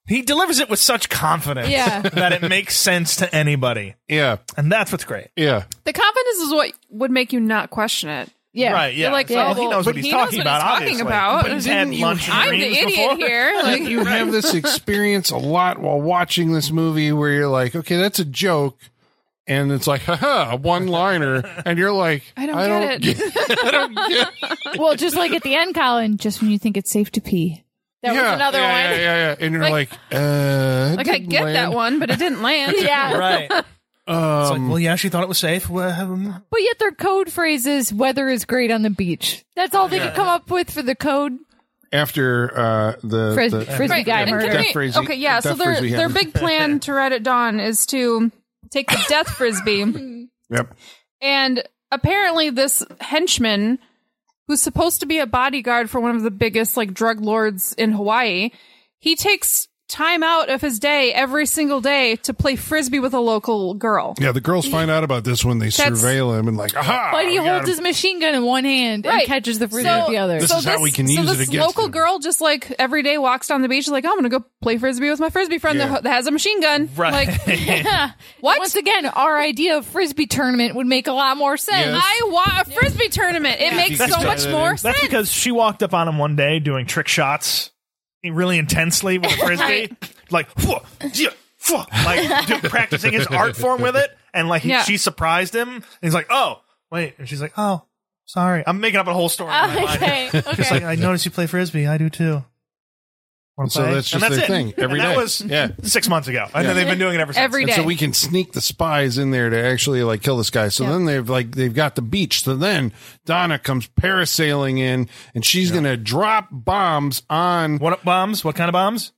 Speaker 4: He delivers it with such confidence
Speaker 5: Yeah.
Speaker 4: that it makes sense to anybody,
Speaker 2: yeah.
Speaker 4: and that's what's great.
Speaker 2: Yeah.
Speaker 3: The confidence is what would make you not question it.
Speaker 5: yeah,
Speaker 4: Right? Yeah.
Speaker 3: You're like,
Speaker 4: So,
Speaker 3: oh,
Speaker 4: well, he knows
Speaker 3: well,
Speaker 4: what he's
Speaker 3: he knows
Speaker 4: talking
Speaker 3: what he's
Speaker 4: about.
Speaker 3: talking
Speaker 4: obviously,
Speaker 3: about.
Speaker 4: But he's had
Speaker 2: Didn't you-
Speaker 4: lunch. and
Speaker 3: I'm the
Speaker 4: dreams
Speaker 3: idiot
Speaker 4: before.
Speaker 3: here. Like,
Speaker 2: You have this experience a lot while watching this movie where you're like, okay, that's a joke. And it's like, haha, one liner. And you're like,
Speaker 3: I don't get it.
Speaker 2: I don't get it.
Speaker 5: Well, just like at the end, Colin, just when you think it's safe to pee, that
Speaker 2: yeah,
Speaker 5: was another
Speaker 2: yeah,
Speaker 5: one.
Speaker 2: Yeah, yeah, yeah. And you're like, uh,
Speaker 3: like I get that one, but it didn't land.
Speaker 5: Yeah.
Speaker 4: Right. It's like,
Speaker 2: Um,
Speaker 4: well, yeah, she thought it was safe. Well, um,
Speaker 5: but yet their code phrase is "weather is great on the beach." That's all they could come up with for the code.
Speaker 2: after uh, the,
Speaker 5: Fris-
Speaker 2: the
Speaker 5: frisbee guy
Speaker 3: and
Speaker 5: murder.
Speaker 3: can
Speaker 2: Death frisbee-
Speaker 3: okay, yeah. So
Speaker 2: death
Speaker 3: their
Speaker 2: frisbee
Speaker 3: their
Speaker 2: happened.
Speaker 3: big plan to Red at Dawn is to take the death frisbee,
Speaker 2: Yep.
Speaker 3: and apparently this henchman, who's supposed to be a bodyguard for one of the biggest like drug lords in Hawaii, he takes time out of his day every single day to play frisbee with a local girl.
Speaker 2: Yeah, the girls find out about this when they
Speaker 3: That's-
Speaker 2: surveil him and like, aha.
Speaker 5: But he
Speaker 4: Ah,
Speaker 2: we got
Speaker 5: holds
Speaker 2: him.
Speaker 5: his machine gun in one hand
Speaker 3: Right.
Speaker 5: and catches the fruit
Speaker 3: So-
Speaker 5: with the other.
Speaker 2: This is how we can
Speaker 3: so
Speaker 2: use
Speaker 3: this
Speaker 2: it against
Speaker 3: local
Speaker 2: him.
Speaker 3: girl just like every day walks down the beach like I'm gonna go play frisbee with my frisbee friend
Speaker 2: Yeah.
Speaker 3: that, that has a machine gun.
Speaker 4: Right.
Speaker 3: Like
Speaker 5: what? Once again, our idea of frisbee tournament would make a lot more sense.
Speaker 2: Yes.
Speaker 3: I want a frisbee tournament. It makes
Speaker 2: That's
Speaker 3: so
Speaker 2: right.
Speaker 3: much more sense.
Speaker 4: that's because she walked up on him one day doing trick shots really intensely with a frisbee, like, "Whoa, yeah, whoa," like do- practicing his art form with it. And like, he,
Speaker 3: Yeah.
Speaker 4: she surprised him. And he's like, oh, wait. And she's like, oh, sorry. I'm making up a whole story. in my mind.
Speaker 5: okay.
Speaker 4: It's
Speaker 5: Okay.
Speaker 4: like, I noticed you play frisbee. I do too.
Speaker 2: And so that's just
Speaker 4: and that's
Speaker 2: their
Speaker 4: it.
Speaker 2: thing every
Speaker 4: and
Speaker 2: day.
Speaker 4: that was
Speaker 2: yeah.
Speaker 4: six months ago, and then they've been doing it ever since.
Speaker 3: Every
Speaker 2: And
Speaker 3: day.
Speaker 2: so we can sneak the spies in there to actually like kill this guy. So then they've like they've got the beach. So then Donna comes parasailing in, and she's gonna drop bombs on
Speaker 4: What bombs? What kind of bombs?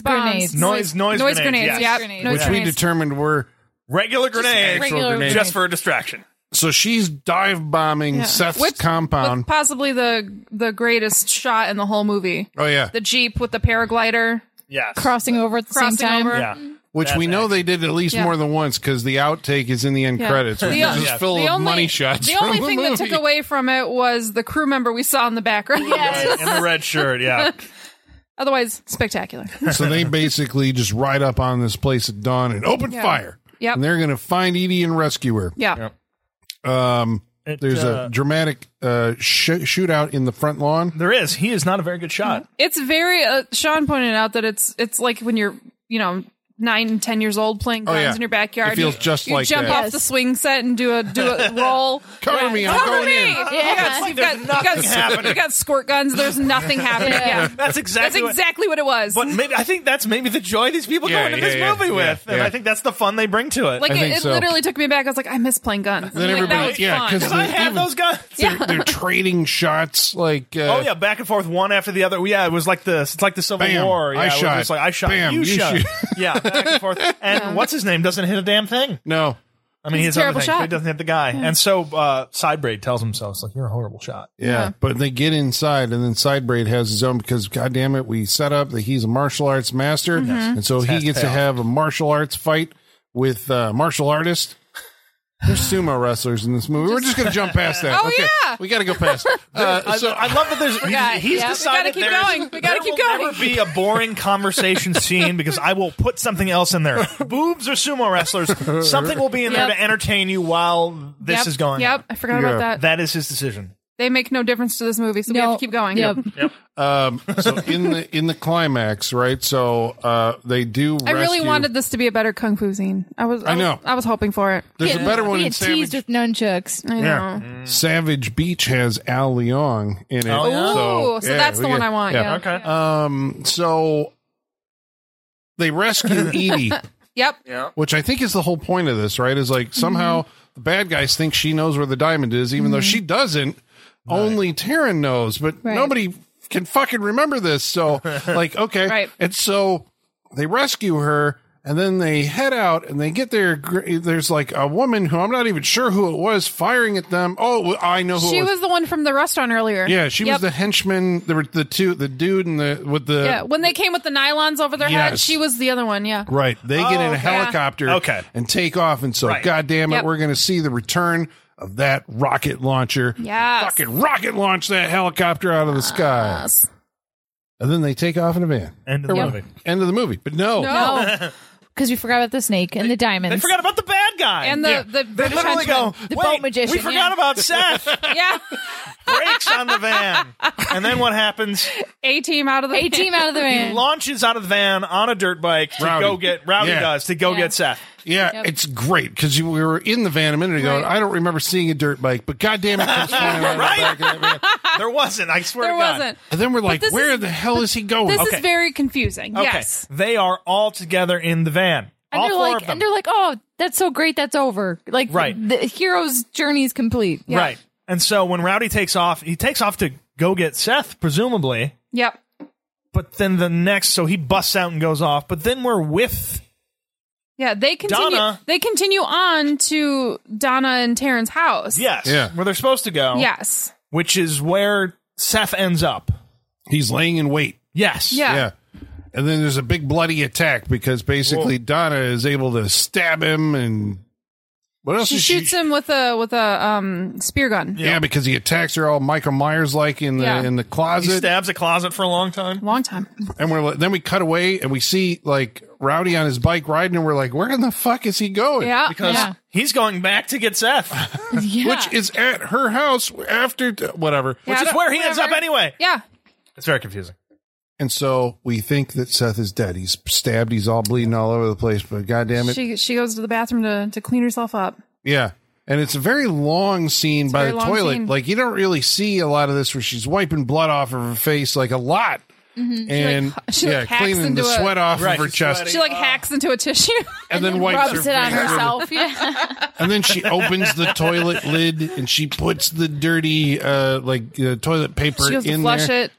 Speaker 3: bombs.
Speaker 5: grenades.
Speaker 4: Noise,
Speaker 3: noise
Speaker 4: noise, grenades.
Speaker 3: grenades.
Speaker 4: yes.
Speaker 3: Yep.
Speaker 5: Grenades.
Speaker 3: Noise
Speaker 2: which we
Speaker 3: grenades.
Speaker 2: determined were.
Speaker 4: Regular grenades,
Speaker 5: regular grenades.
Speaker 4: just for a distraction.
Speaker 2: So she's dive bombing
Speaker 3: Yeah.
Speaker 2: Seth's
Speaker 3: With-
Speaker 2: compound.
Speaker 3: with possibly the the greatest shot in the whole movie.
Speaker 2: oh yeah,
Speaker 3: The jeep with the paraglider
Speaker 4: Yes.
Speaker 5: Crossing over at the
Speaker 3: crossing
Speaker 5: same time.
Speaker 3: over.
Speaker 4: yeah.
Speaker 2: which we
Speaker 4: That's
Speaker 2: know they did at least
Speaker 3: Yeah.
Speaker 2: more than once because the outtake is in the end
Speaker 3: Yeah.
Speaker 2: credits, which
Speaker 3: The-
Speaker 2: is just
Speaker 4: yeah.
Speaker 2: full of money shots.
Speaker 3: The only
Speaker 2: from
Speaker 3: thing that
Speaker 2: movie.
Speaker 3: took away from it was the crew member we saw in the background.
Speaker 5: Yes.
Speaker 4: In the red shirt, yeah.
Speaker 3: Otherwise, spectacular.
Speaker 2: so they basically just ride up on this place at dawn and open
Speaker 3: Yeah.
Speaker 2: fire.
Speaker 3: Yep.
Speaker 2: and they're gonna find Edie and rescue her.
Speaker 3: Yeah.
Speaker 2: Um,
Speaker 4: It,
Speaker 2: there's
Speaker 4: uh,
Speaker 2: a dramatic uh, sh- shootout in the front lawn.
Speaker 4: There is. He is not a very good shot.
Speaker 3: It's very. Uh, Sean pointed out that it's it's like when you're you know nine ten years old playing guns
Speaker 2: Oh, yeah.
Speaker 3: in your backyard.
Speaker 2: It feels
Speaker 3: you,
Speaker 2: just
Speaker 3: you
Speaker 2: like
Speaker 3: jump
Speaker 2: that.
Speaker 3: off the swing set and do a do a roll.
Speaker 2: Cover me, I'm
Speaker 3: Cover
Speaker 2: going
Speaker 3: me!
Speaker 2: in.
Speaker 5: Yeah.
Speaker 3: You got, you got, you, got, you got squirt guns. There's nothing happening. Yeah.
Speaker 4: That's
Speaker 3: That's
Speaker 4: exactly. what-
Speaker 3: exactly what it was.
Speaker 4: but maybe I think that's maybe the joy these people
Speaker 2: Yeah,
Speaker 4: go into this
Speaker 2: yeah, yeah,
Speaker 4: movie
Speaker 2: yeah,
Speaker 4: with, and
Speaker 2: yeah.
Speaker 4: I think that's the fun they bring to it.
Speaker 3: like
Speaker 2: I
Speaker 3: it,
Speaker 2: think
Speaker 3: it
Speaker 2: so.
Speaker 3: literally took me back. I was like, I miss playing guns.
Speaker 2: Then
Speaker 3: Like,
Speaker 2: everybody-
Speaker 3: that was
Speaker 2: yeah,
Speaker 3: fun.
Speaker 2: 'cause
Speaker 4: I have
Speaker 2: even-
Speaker 4: those guns.
Speaker 2: They're, they're trading shots like uh,
Speaker 4: Oh yeah, back and forth, one after the other. Yeah, it was like this. It's like the Civil
Speaker 2: Bam,
Speaker 4: War. Yeah,
Speaker 2: I
Speaker 4: it was
Speaker 2: shot.
Speaker 4: just like I shot.
Speaker 2: Bam,
Speaker 4: you,
Speaker 2: you
Speaker 4: shot.
Speaker 2: shoot.
Speaker 4: yeah, back and forth. And what's his name doesn't hit a damn thing.
Speaker 2: no
Speaker 4: I mean,
Speaker 3: He's
Speaker 4: he's
Speaker 3: a terrible
Speaker 4: other thing, but
Speaker 3: shot. Hmm.
Speaker 4: He doesn't hit the guy. And so uh, Sidebraid tells himself, it's "Like you're a horrible shot."
Speaker 2: yeah. but they get inside and then Sidebraid has his own because god damn it we set up that he's a martial arts master and so he
Speaker 4: has to
Speaker 2: gets
Speaker 4: pay
Speaker 2: to
Speaker 4: off.
Speaker 2: have a martial arts fight with uh, martial artist there's sumo wrestlers in this movie we're just gonna jump past that
Speaker 3: Oh,
Speaker 2: okay
Speaker 3: yeah.
Speaker 2: we gotta go past uh,
Speaker 4: I,
Speaker 2: so
Speaker 4: I love that there's
Speaker 3: Yeah,
Speaker 4: he's, he's
Speaker 3: yeah. We gotta
Speaker 4: decided
Speaker 3: keep
Speaker 4: there's-
Speaker 3: going. We gotta
Speaker 4: there
Speaker 3: keep
Speaker 4: will
Speaker 3: going.
Speaker 4: Never be a boring conversation scene because I will put something else in there. Boobs or sumo wrestlers, something will be in there
Speaker 3: Yep.
Speaker 4: to entertain you while this
Speaker 3: yep,
Speaker 4: is going.
Speaker 3: Yep,
Speaker 4: on.
Speaker 3: I forgot
Speaker 2: Yeah.
Speaker 3: about that.
Speaker 4: that is his decision.
Speaker 3: They make no difference to this movie, so we
Speaker 5: No.
Speaker 3: have to keep going.
Speaker 5: Yep.
Speaker 2: um so in the in the climax right so uh they do
Speaker 3: I really
Speaker 2: rescue-
Speaker 3: wanted this to be a better kung fu scene. I was, I,
Speaker 2: I know.
Speaker 3: was, I was hoping for it.
Speaker 2: there's a
Speaker 5: Getting-
Speaker 2: better one
Speaker 5: being
Speaker 2: in Savage
Speaker 5: teased with nunchucks.
Speaker 3: I
Speaker 2: Yeah.
Speaker 3: know.
Speaker 2: Savage Beach has Al Leong in it.
Speaker 4: Oh, yeah.
Speaker 3: Ooh, so that's
Speaker 2: we
Speaker 3: the one
Speaker 2: get-
Speaker 3: I want, yeah.
Speaker 4: Okay.
Speaker 2: Um, so they rescue Edie,
Speaker 3: Yep.
Speaker 2: which I think is the whole point of this, right? Is like somehow the bad guys think she knows where the diamond is, even though she doesn't. Only Taryn knows, but
Speaker 5: Right.
Speaker 2: nobody can fucking remember this. So, like, okay.
Speaker 3: Right.
Speaker 2: And so they rescue her. And then they head out and they get there. gr- There's like a woman who I'm not even sure who it was firing at them. Oh, I know who
Speaker 3: She
Speaker 2: it was.
Speaker 3: was the one from the restaurant earlier.
Speaker 2: Yeah, she
Speaker 3: Yep.
Speaker 2: was the henchman. There were the two, the dude and the with the
Speaker 3: Yeah, when they came with the nylons over their head,
Speaker 2: Yes.
Speaker 3: she was the other one. Yeah.
Speaker 2: right. They get in a helicopter,
Speaker 4: Oh, Okay.
Speaker 2: and take off. And so,
Speaker 4: Right.
Speaker 2: god damn it,
Speaker 3: Yep.
Speaker 2: we're going to see the return of that rocket launcher.
Speaker 3: Yes.
Speaker 2: fucking rocket launch that helicopter out of the sky, and then they take off in a van.
Speaker 4: End of the
Speaker 5: Yep.
Speaker 4: movie.
Speaker 2: End of the movie. But no,
Speaker 3: No.
Speaker 5: Because we forgot about the snake and the diamonds.
Speaker 4: They forgot about the bad guy.
Speaker 3: And the, the
Speaker 4: they
Speaker 3: British
Speaker 4: literally go,
Speaker 3: henchman.
Speaker 5: The
Speaker 4: Wait,
Speaker 5: boat magician,
Speaker 4: We forgot
Speaker 5: yeah.
Speaker 4: about Seth.
Speaker 3: Yeah.
Speaker 4: Brakes on the van, and then what happens?
Speaker 3: A team out of the
Speaker 5: a team out of the
Speaker 4: He
Speaker 5: van.
Speaker 4: launches out of the van on a dirt bike to
Speaker 2: Rowdy.
Speaker 4: go get Rowdy
Speaker 2: Yeah.
Speaker 4: does to go
Speaker 5: Yeah.
Speaker 4: get Seth.
Speaker 2: yeah, it's great because we were in the van a minute ago. and
Speaker 3: Right.
Speaker 2: I don't remember seeing a dirt bike, but god damn it, it, keeps flying out of the
Speaker 4: Right?
Speaker 2: back of that van.
Speaker 4: There wasn't. I swear
Speaker 3: There
Speaker 4: to God.
Speaker 3: wasn't.
Speaker 2: And then we're like,
Speaker 3: this
Speaker 2: where
Speaker 3: is-
Speaker 2: the hell is he going?
Speaker 3: This
Speaker 4: Okay.
Speaker 3: is very confusing.
Speaker 4: Okay.
Speaker 3: Yes.
Speaker 4: They are all together in the van.
Speaker 5: And
Speaker 4: all
Speaker 5: they're
Speaker 4: four
Speaker 5: like,
Speaker 4: of them.
Speaker 5: and they're like, oh, that's so great. That's over. Like,
Speaker 4: Right.
Speaker 5: The hero's journey is complete. Yeah.
Speaker 4: Right. And so when Rowdy takes off, he takes off to go get Seth, presumably.
Speaker 3: Yep.
Speaker 4: But then the next, so he busts out and goes off. But then we're with.
Speaker 3: Yeah, they continue.
Speaker 4: Donna-
Speaker 3: They continue on to Donna and Taryn's house.
Speaker 4: Yes.
Speaker 2: Yeah.
Speaker 4: Where they're supposed to go.
Speaker 3: Yes.
Speaker 4: Which is where Seth ends up.
Speaker 2: He's laying in wait.
Speaker 4: Yes.
Speaker 3: Yeah.
Speaker 2: Yeah. And then there's a big bloody attack because basically Donna is able to stab him and what else?
Speaker 3: She
Speaker 2: is
Speaker 3: shoots him with a with a um spear gun.
Speaker 2: Yeah, because he attacks her all Michael Myers like in the
Speaker 3: Yeah.
Speaker 2: in the
Speaker 4: He
Speaker 2: closet,
Speaker 4: stabs a closet for a long time.
Speaker 3: Long time.
Speaker 2: and we're like- then we cut away and we see like Rowdy on his bike riding, and we're like, where in the fuck is he going?
Speaker 3: Yeah.
Speaker 4: Because
Speaker 3: yeah.
Speaker 4: he's going back to get Seth,
Speaker 5: Yeah.
Speaker 2: which is at her house after whatever.
Speaker 3: Yeah,
Speaker 4: which is
Speaker 3: I
Speaker 4: where he
Speaker 3: don't-
Speaker 4: ends up
Speaker 3: whatever.
Speaker 4: anyway.
Speaker 3: Yeah.
Speaker 4: It's very confusing.
Speaker 2: And so we think that Seth is dead. He's stabbed. He's all bleeding all over the place. But goddamn it,
Speaker 3: She she goes to the bathroom to to clean herself up.
Speaker 2: Yeah. And it's a very long scene by
Speaker 3: very
Speaker 2: the
Speaker 3: long
Speaker 2: toilet.
Speaker 3: scene.
Speaker 2: Like you don't really see a lot of this where she's wiping blood off of her face like a lot. and
Speaker 3: Mm-hmm. she, like,
Speaker 2: yeah,
Speaker 3: hacks
Speaker 2: cleaning the
Speaker 3: into a-
Speaker 2: sweat off
Speaker 4: Right,
Speaker 2: of her
Speaker 4: she's
Speaker 2: chest,
Speaker 4: sweating.
Speaker 3: She like hacks into a tissue.
Speaker 2: and, then wipes
Speaker 5: Rubs
Speaker 2: her
Speaker 5: it on
Speaker 2: face with
Speaker 5: herself. Yeah.
Speaker 2: And then she opens the toilet lid and she puts the dirty uh like uh, toilet paper
Speaker 3: she goes to
Speaker 2: in
Speaker 3: flush
Speaker 2: there.
Speaker 3: it.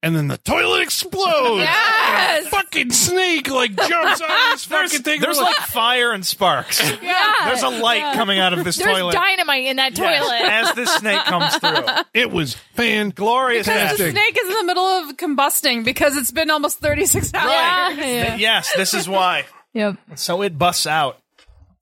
Speaker 2: And then the toilet explodes.
Speaker 3: Yes!
Speaker 2: And a fucking snake like jumps on this fucking thing.
Speaker 4: There's
Speaker 2: We're
Speaker 4: like fire and sparks. There's a light coming out of this
Speaker 5: There's
Speaker 4: toilet.
Speaker 5: dynamite in that
Speaker 4: Yes,
Speaker 5: toilet.
Speaker 4: as this snake comes through.
Speaker 2: it was fan
Speaker 4: Glorious.
Speaker 3: Because the
Speaker 2: Fantastic.
Speaker 3: snake is in the middle of combusting because it's been almost 36 hours.
Speaker 5: Yeah.
Speaker 4: Yes, this is why.
Speaker 5: Yep.
Speaker 4: So it busts out.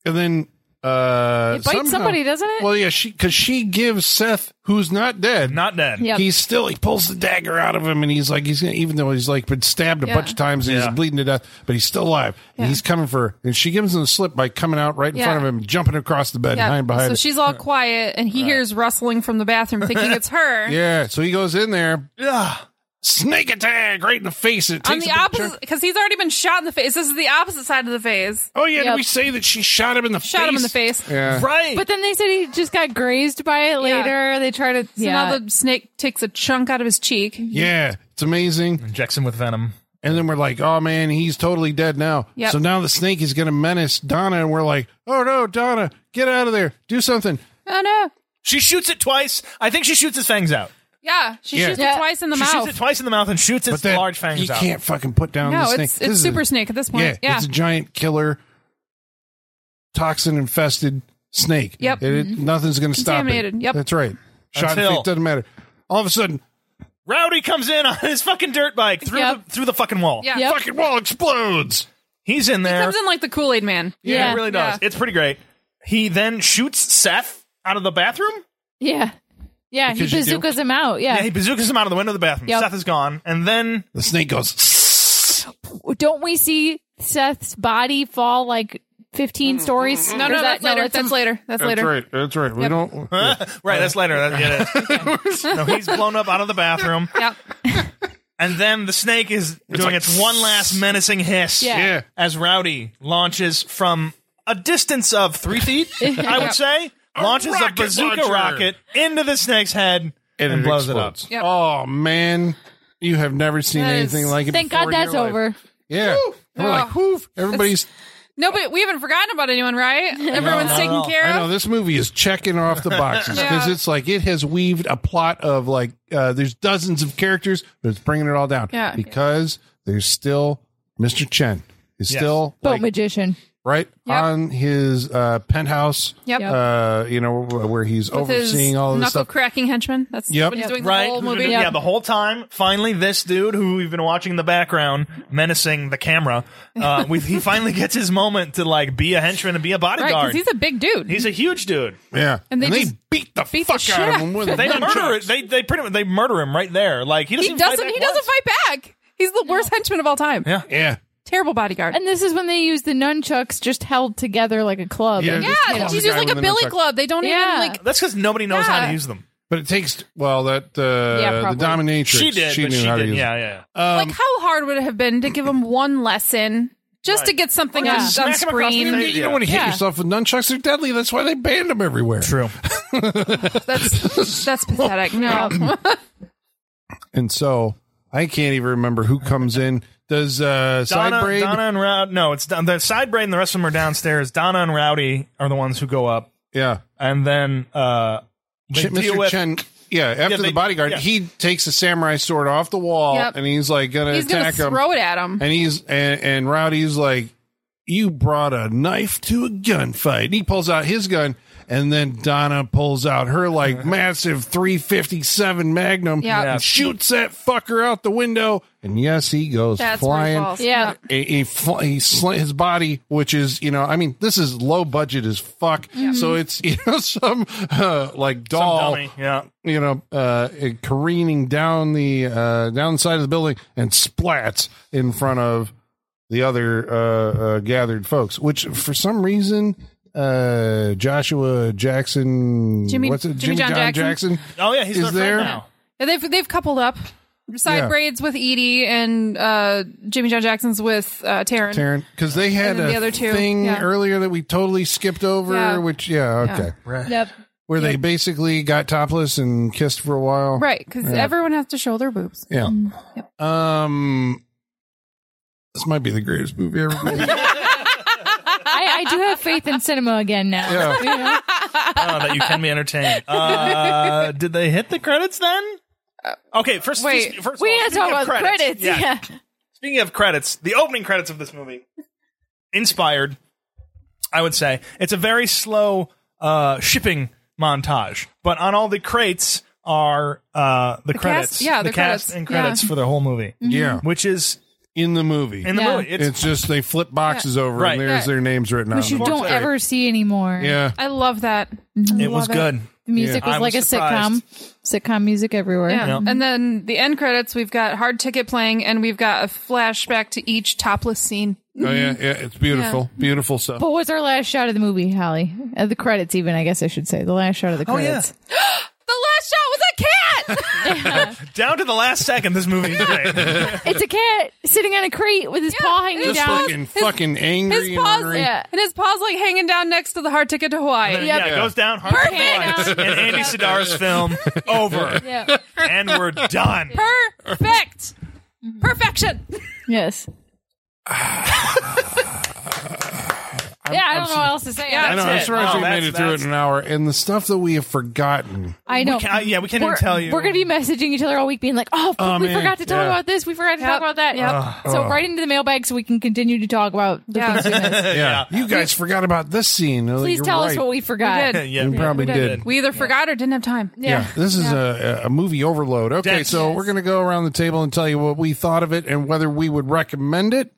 Speaker 2: and then uh
Speaker 5: It bites
Speaker 2: somehow-
Speaker 5: somebody, doesn't it?
Speaker 2: Well yeah, she cause she gives Seth, who's not dead.
Speaker 4: Not dead.
Speaker 5: Yep.
Speaker 2: He's still he pulls the dagger out of him and he's like he's gonna even though he's like been stabbed a
Speaker 3: Yeah.
Speaker 2: bunch of times and
Speaker 4: Yeah.
Speaker 2: he's bleeding to death, but he's still alive. And
Speaker 3: Yeah.
Speaker 2: he's coming for her. And she gives him a slip by coming out right in
Speaker 3: Yeah.
Speaker 2: front of him, jumping across the bed and hiding behind
Speaker 3: So
Speaker 2: it.
Speaker 3: she's all quiet and he hears rustling from the bathroom thinking it's her.
Speaker 2: Yeah, so he goes in there,
Speaker 4: Ugh.
Speaker 2: snake attack right in the face. and It
Speaker 3: On
Speaker 2: takes
Speaker 3: the
Speaker 2: a picture.
Speaker 3: opposite, because he's already been shot in the face. This is the opposite side of the face.
Speaker 2: Oh yeah, did
Speaker 5: Yep.
Speaker 2: we say that she shot him in the
Speaker 3: Shot
Speaker 2: face?
Speaker 3: him in the face.
Speaker 2: Yeah.
Speaker 4: Right.
Speaker 5: But then they said he just got grazed by it later. They try to
Speaker 3: So
Speaker 5: yeah.
Speaker 3: now the snake takes a chunk out of his cheek.
Speaker 2: Yeah, it's amazing.
Speaker 4: Injects him with venom.
Speaker 2: And then we're like, oh man, he's totally dead now.
Speaker 3: Yep.
Speaker 2: So now the snake is going to menace Donna, and we're like, oh no, Donna, get out of there, do something.
Speaker 3: Oh no.
Speaker 4: She shoots it twice. I think she shoots his fangs out.
Speaker 3: Yeah. She
Speaker 2: Yeah.
Speaker 3: shoots
Speaker 5: Yeah.
Speaker 3: it twice in the
Speaker 4: She shoots
Speaker 3: mouth.
Speaker 4: it twice in the mouth and shoots its
Speaker 2: But then
Speaker 4: large fangs
Speaker 2: you
Speaker 4: out.
Speaker 2: can't fucking put down the
Speaker 3: no,
Speaker 2: snake.
Speaker 3: it's
Speaker 2: This
Speaker 3: it's
Speaker 2: is
Speaker 3: super
Speaker 2: a,
Speaker 3: snake at this
Speaker 2: Yeah,
Speaker 3: point. Yeah.
Speaker 2: it's a giant killer, toxin infested snake.
Speaker 3: Yep.
Speaker 2: It- it- nothing's going to stop it.
Speaker 3: Contaminated. Yep.
Speaker 2: that's right. Shot in the
Speaker 4: Until-
Speaker 2: face, doesn't matter. All of a sudden,
Speaker 4: Rowdy comes in on his fucking dirt bike through
Speaker 5: Yep.
Speaker 4: the through the fucking wall.
Speaker 3: Yeah.
Speaker 5: Yep.
Speaker 2: fucking wall explodes.
Speaker 4: He's in there.
Speaker 3: Comes in like the Kool Aid man.
Speaker 4: yeah,
Speaker 5: Yeah.
Speaker 4: it really does.
Speaker 3: Yeah.
Speaker 4: It's pretty great. He then shoots Seth out of the bathroom.
Speaker 5: yeah. Yeah, he
Speaker 2: Because you do.
Speaker 5: bazookas him out. Yeah.
Speaker 4: Yeah, he bazookas him out of the window of the bathroom.
Speaker 5: Yep.
Speaker 4: Seth is gone, and then
Speaker 2: The snake goes.
Speaker 5: Don't we see Seth's body fall like 15 stories?
Speaker 3: Mm-hmm. No,
Speaker 5: Or
Speaker 3: no,
Speaker 5: is
Speaker 3: that's
Speaker 5: that-
Speaker 3: later.
Speaker 5: that's
Speaker 3: That's
Speaker 5: a-
Speaker 3: later. That's
Speaker 2: That's
Speaker 3: later.
Speaker 2: right. That's right. We don't.
Speaker 4: right, that's later. That, yeah, it is. no, he's blown up out of the bathroom,
Speaker 3: Yeah.
Speaker 4: and then the snake is doing
Speaker 2: like-
Speaker 4: its one last menacing hiss.
Speaker 5: Yeah.
Speaker 2: Yeah.
Speaker 4: as Rowdy launches from a distance of three feet, I would say, launches a,
Speaker 2: rocket
Speaker 4: bazooka
Speaker 2: launcher.
Speaker 4: rocket into the snake's head and,
Speaker 2: it
Speaker 4: blows
Speaker 2: explodes.
Speaker 4: it up.
Speaker 3: Yep.
Speaker 2: Oh man, you have never seen
Speaker 3: That is-
Speaker 2: anything like it.
Speaker 5: Thank
Speaker 2: before
Speaker 5: God
Speaker 2: in
Speaker 5: that's
Speaker 2: your life.
Speaker 5: over.
Speaker 2: Yeah. And we're like,
Speaker 3: Oh.
Speaker 2: whoof. Everybody's.
Speaker 3: No, but we haven't forgotten about anyone, right? Everyone's
Speaker 4: not at
Speaker 3: taken
Speaker 4: all.
Speaker 3: care
Speaker 2: I know
Speaker 3: of.
Speaker 2: this movie is checking off the boxes
Speaker 3: Yeah.
Speaker 2: because it's like it has weaved a plot of like uh, there's dozens of characters, but it's bringing it all down.
Speaker 3: Yeah.
Speaker 2: Because there's still Mr. Chen is
Speaker 4: Yes.
Speaker 2: still
Speaker 5: Boat
Speaker 2: like,
Speaker 5: magician.
Speaker 2: right
Speaker 3: Yep.
Speaker 2: on his uh, penthouse.
Speaker 3: Yep.
Speaker 2: Uh, you know wh- where he's
Speaker 3: With his
Speaker 2: overseeing all of this
Speaker 3: knuckle
Speaker 2: stuff.
Speaker 3: cracking henchman. That's
Speaker 2: Yep.
Speaker 3: what he's doing
Speaker 4: Right?
Speaker 3: the whole
Speaker 4: Who's been-
Speaker 3: movie.
Speaker 4: Yeah, the whole time. Finally, this dude who we've been watching in the background, menacing the camera, uh, we, he finally gets his moment to like be a henchman and be a
Speaker 3: Right,
Speaker 4: bodyguard.
Speaker 3: because he's a big dude.
Speaker 4: He's a huge dude.
Speaker 2: yeah.
Speaker 3: And they
Speaker 2: they
Speaker 3: just
Speaker 2: beat the
Speaker 3: beat the
Speaker 2: fuck
Speaker 3: shit
Speaker 2: out of
Speaker 3: out
Speaker 2: him
Speaker 3: of
Speaker 2: with
Speaker 3: him.
Speaker 4: They
Speaker 2: nunchucks.
Speaker 4: murder it. They they pretty much they murder him right there. Like he doesn't.
Speaker 3: he
Speaker 4: even fight
Speaker 3: doesn't.
Speaker 4: back
Speaker 3: He doesn't
Speaker 4: once.
Speaker 3: fight back. He's the worst henchman of all time.
Speaker 4: Yeah.
Speaker 2: Yeah.
Speaker 3: Terrible bodyguard.
Speaker 5: And this is when they use the nunchucks just held together like a club.
Speaker 2: Yeah.
Speaker 5: And-
Speaker 3: yeah,
Speaker 2: Just
Speaker 3: he's
Speaker 2: calls the
Speaker 3: just
Speaker 2: guy
Speaker 3: like
Speaker 2: with
Speaker 3: a
Speaker 2: the
Speaker 3: billy
Speaker 2: nunchuck.
Speaker 3: club. They don't
Speaker 5: Yeah.
Speaker 3: even like.
Speaker 4: That's because nobody knows how
Speaker 3: Yeah.
Speaker 4: to use them.
Speaker 2: But it takes well that uh,
Speaker 5: Yeah, probably.
Speaker 2: the dominatrix.
Speaker 4: She did.
Speaker 2: She
Speaker 4: but
Speaker 2: knew
Speaker 4: she
Speaker 2: how
Speaker 4: did.
Speaker 2: to use. it.
Speaker 4: yeah, yeah. yeah.
Speaker 3: like how hard would it have been to give him one lesson just to get something
Speaker 5: Or
Speaker 3: on,
Speaker 5: just
Speaker 3: on
Speaker 4: Oh, smack him across the
Speaker 3: screen?
Speaker 4: face.
Speaker 2: You don't want to hit
Speaker 5: Yeah.
Speaker 2: yourself with nunchucks. They're deadly. That's why they banned them everywhere.
Speaker 4: True.
Speaker 3: That's that's pathetic. No,
Speaker 2: And so I can't even remember who comes in. Does uh,
Speaker 4: Donna,
Speaker 2: Sidebraid?
Speaker 4: Donna and Rowdy. No, it's Don- the side braid and the rest of them are downstairs. Donna and Rowdy are the ones who go up,
Speaker 2: Yeah,
Speaker 4: and then uh, they
Speaker 2: Ch-
Speaker 4: deal
Speaker 2: Mr.
Speaker 4: with.
Speaker 2: Chen. Yeah, after
Speaker 4: they-
Speaker 2: the bodyguard,
Speaker 4: yeah.
Speaker 2: he takes a samurai sword off the wall,
Speaker 3: Yep.
Speaker 2: and he's like gonna
Speaker 3: he's gonna
Speaker 2: attack him.
Speaker 3: throw it at him.
Speaker 2: And he's and, and Rowdy's like, "You brought a knife to a gunfight." And he pulls out his gun, and then Donna pulls out her like massive three fifty seven Magnum,
Speaker 3: Yeah.
Speaker 4: Yeah.
Speaker 2: and shoots that fucker out the window. And yes, he goes
Speaker 3: That's
Speaker 2: flying.
Speaker 3: where he falls.
Speaker 5: Yeah.
Speaker 2: a, a fl- he sl- his body, which is you know, I mean, this is low budget as fuck. So it's you know some uh, like doll,
Speaker 4: Dummy, yeah.
Speaker 2: you know, uh, it careening down the uh, down the side of the building and splats in front of the other uh, uh, gathered folks. Which for some reason, uh, Joshua Jackson,
Speaker 3: Jimmy-
Speaker 2: what's it,
Speaker 3: Jimmy John Jackson.
Speaker 4: Oh yeah, he's
Speaker 2: Is
Speaker 4: their friend
Speaker 2: there-
Speaker 4: now.
Speaker 3: Yeah, They've they've coupled up. Side
Speaker 2: Yeah.
Speaker 3: braids with Edie and uh, Jimmy John Jackson's with uh, Taryn.
Speaker 2: Taryn, because they had
Speaker 3: then
Speaker 2: a
Speaker 3: the other two,
Speaker 2: thing
Speaker 3: yeah.
Speaker 2: earlier that we totally skipped over.
Speaker 3: Yeah.
Speaker 2: Which yeah, okay.
Speaker 5: Yep.
Speaker 2: where they basically got topless and kissed for a while.
Speaker 3: Right, Mm-hmm. because everyone has to show their boobs.
Speaker 2: Yeah. Um, this might be the greatest movie ever. made.
Speaker 5: I, I do have faith in cinema again now.
Speaker 2: Yeah.
Speaker 5: You know?
Speaker 4: oh, that you can be entertained. Uh, did they hit the credits then? Okay, first,
Speaker 3: Wait,
Speaker 4: first of
Speaker 5: Uh, We
Speaker 4: all,
Speaker 5: need to talk
Speaker 4: speaking of
Speaker 5: about credits. Yeah.
Speaker 4: Speaking of credits, the opening credits of this movie, inspired, I would say, it's a very slow uh, shipping montage. But on all the crates are uh, the, credits,
Speaker 3: cast- yeah,
Speaker 4: the,
Speaker 3: the
Speaker 4: cast
Speaker 3: credits,
Speaker 4: and credits
Speaker 3: yeah.
Speaker 4: for the whole movie,
Speaker 2: yeah.
Speaker 4: which is
Speaker 2: In the movie.
Speaker 4: in the
Speaker 5: Yeah.
Speaker 4: movie. It's,
Speaker 2: it's, just they flip boxes over
Speaker 4: Right.
Speaker 2: and there's
Speaker 3: Yeah.
Speaker 2: their names written on
Speaker 5: Which you
Speaker 2: them.
Speaker 5: don't ever see anymore.
Speaker 2: Yeah. Oh,
Speaker 3: I love that.
Speaker 4: it was good.
Speaker 5: The music
Speaker 4: Yeah. I
Speaker 5: was like
Speaker 4: was
Speaker 5: a sitcom.
Speaker 4: surprised.
Speaker 5: Sitcom music everywhere.
Speaker 3: Yeah.
Speaker 4: Yeah.
Speaker 3: And then the end credits, we've got hard ticket playing and we've got a flashback to each topless scene.
Speaker 2: Oh yeah, yeah, it's beautiful, beautiful stuff.
Speaker 5: But what's our last shot of the movie, Holly? Uh, the credits, even I guess I should say the last shot of the
Speaker 4: Oh, yeah.
Speaker 5: credits.
Speaker 3: The last shot was a cat!
Speaker 4: Down to the last second, this movie is great.
Speaker 5: It's a cat sitting on a crate with his paw hanging
Speaker 3: Just
Speaker 5: down.
Speaker 2: Fucking, fucking angry.
Speaker 3: his
Speaker 2: and
Speaker 3: paws,
Speaker 2: ornery.
Speaker 5: yeah.
Speaker 3: and his paws like hanging down next to the hard ticket to Hawaii.
Speaker 4: Yeah, it goes down hard to
Speaker 5: Perfect.
Speaker 4: the line. And Andy Sidar's film over.
Speaker 5: Yeah.
Speaker 4: And we're done.
Speaker 3: Perfect.
Speaker 5: Mm-hmm.
Speaker 3: Perfection.
Speaker 5: Yes. yeah, I don't know what else to say.
Speaker 2: I know. I'm
Speaker 4: it.
Speaker 2: surprised
Speaker 4: No,
Speaker 2: we made
Speaker 4: that's-
Speaker 2: it through it
Speaker 4: that's-
Speaker 2: in an hour. And the stuff that we have forgotten.
Speaker 5: I know.
Speaker 4: Can I- yeah, we can't
Speaker 5: we're,
Speaker 4: even tell you.
Speaker 5: We're gonna be messaging each other all week, being like, "Oh, fuck,
Speaker 2: Oh,
Speaker 5: we
Speaker 2: man.
Speaker 5: forgot to talk
Speaker 2: Yeah.
Speaker 5: about this. We forgot to talk
Speaker 3: Yep.
Speaker 5: about that."
Speaker 3: Yep.
Speaker 5: so right into the mailbag, so we can continue to talk about the
Speaker 3: Yeah.
Speaker 5: things we missed.
Speaker 2: Yeah, you guys forgot about this scene.
Speaker 5: Please tell us what we forgot.
Speaker 3: We did.
Speaker 4: yeah,
Speaker 2: You probably
Speaker 4: we
Speaker 2: did.
Speaker 3: We either forgot or didn't have time.
Speaker 2: Yeah, this is a, a movie overload. Okay,
Speaker 4: Dense.
Speaker 2: so we're going to go around the table and tell you what we thought of it and whether we would recommend it.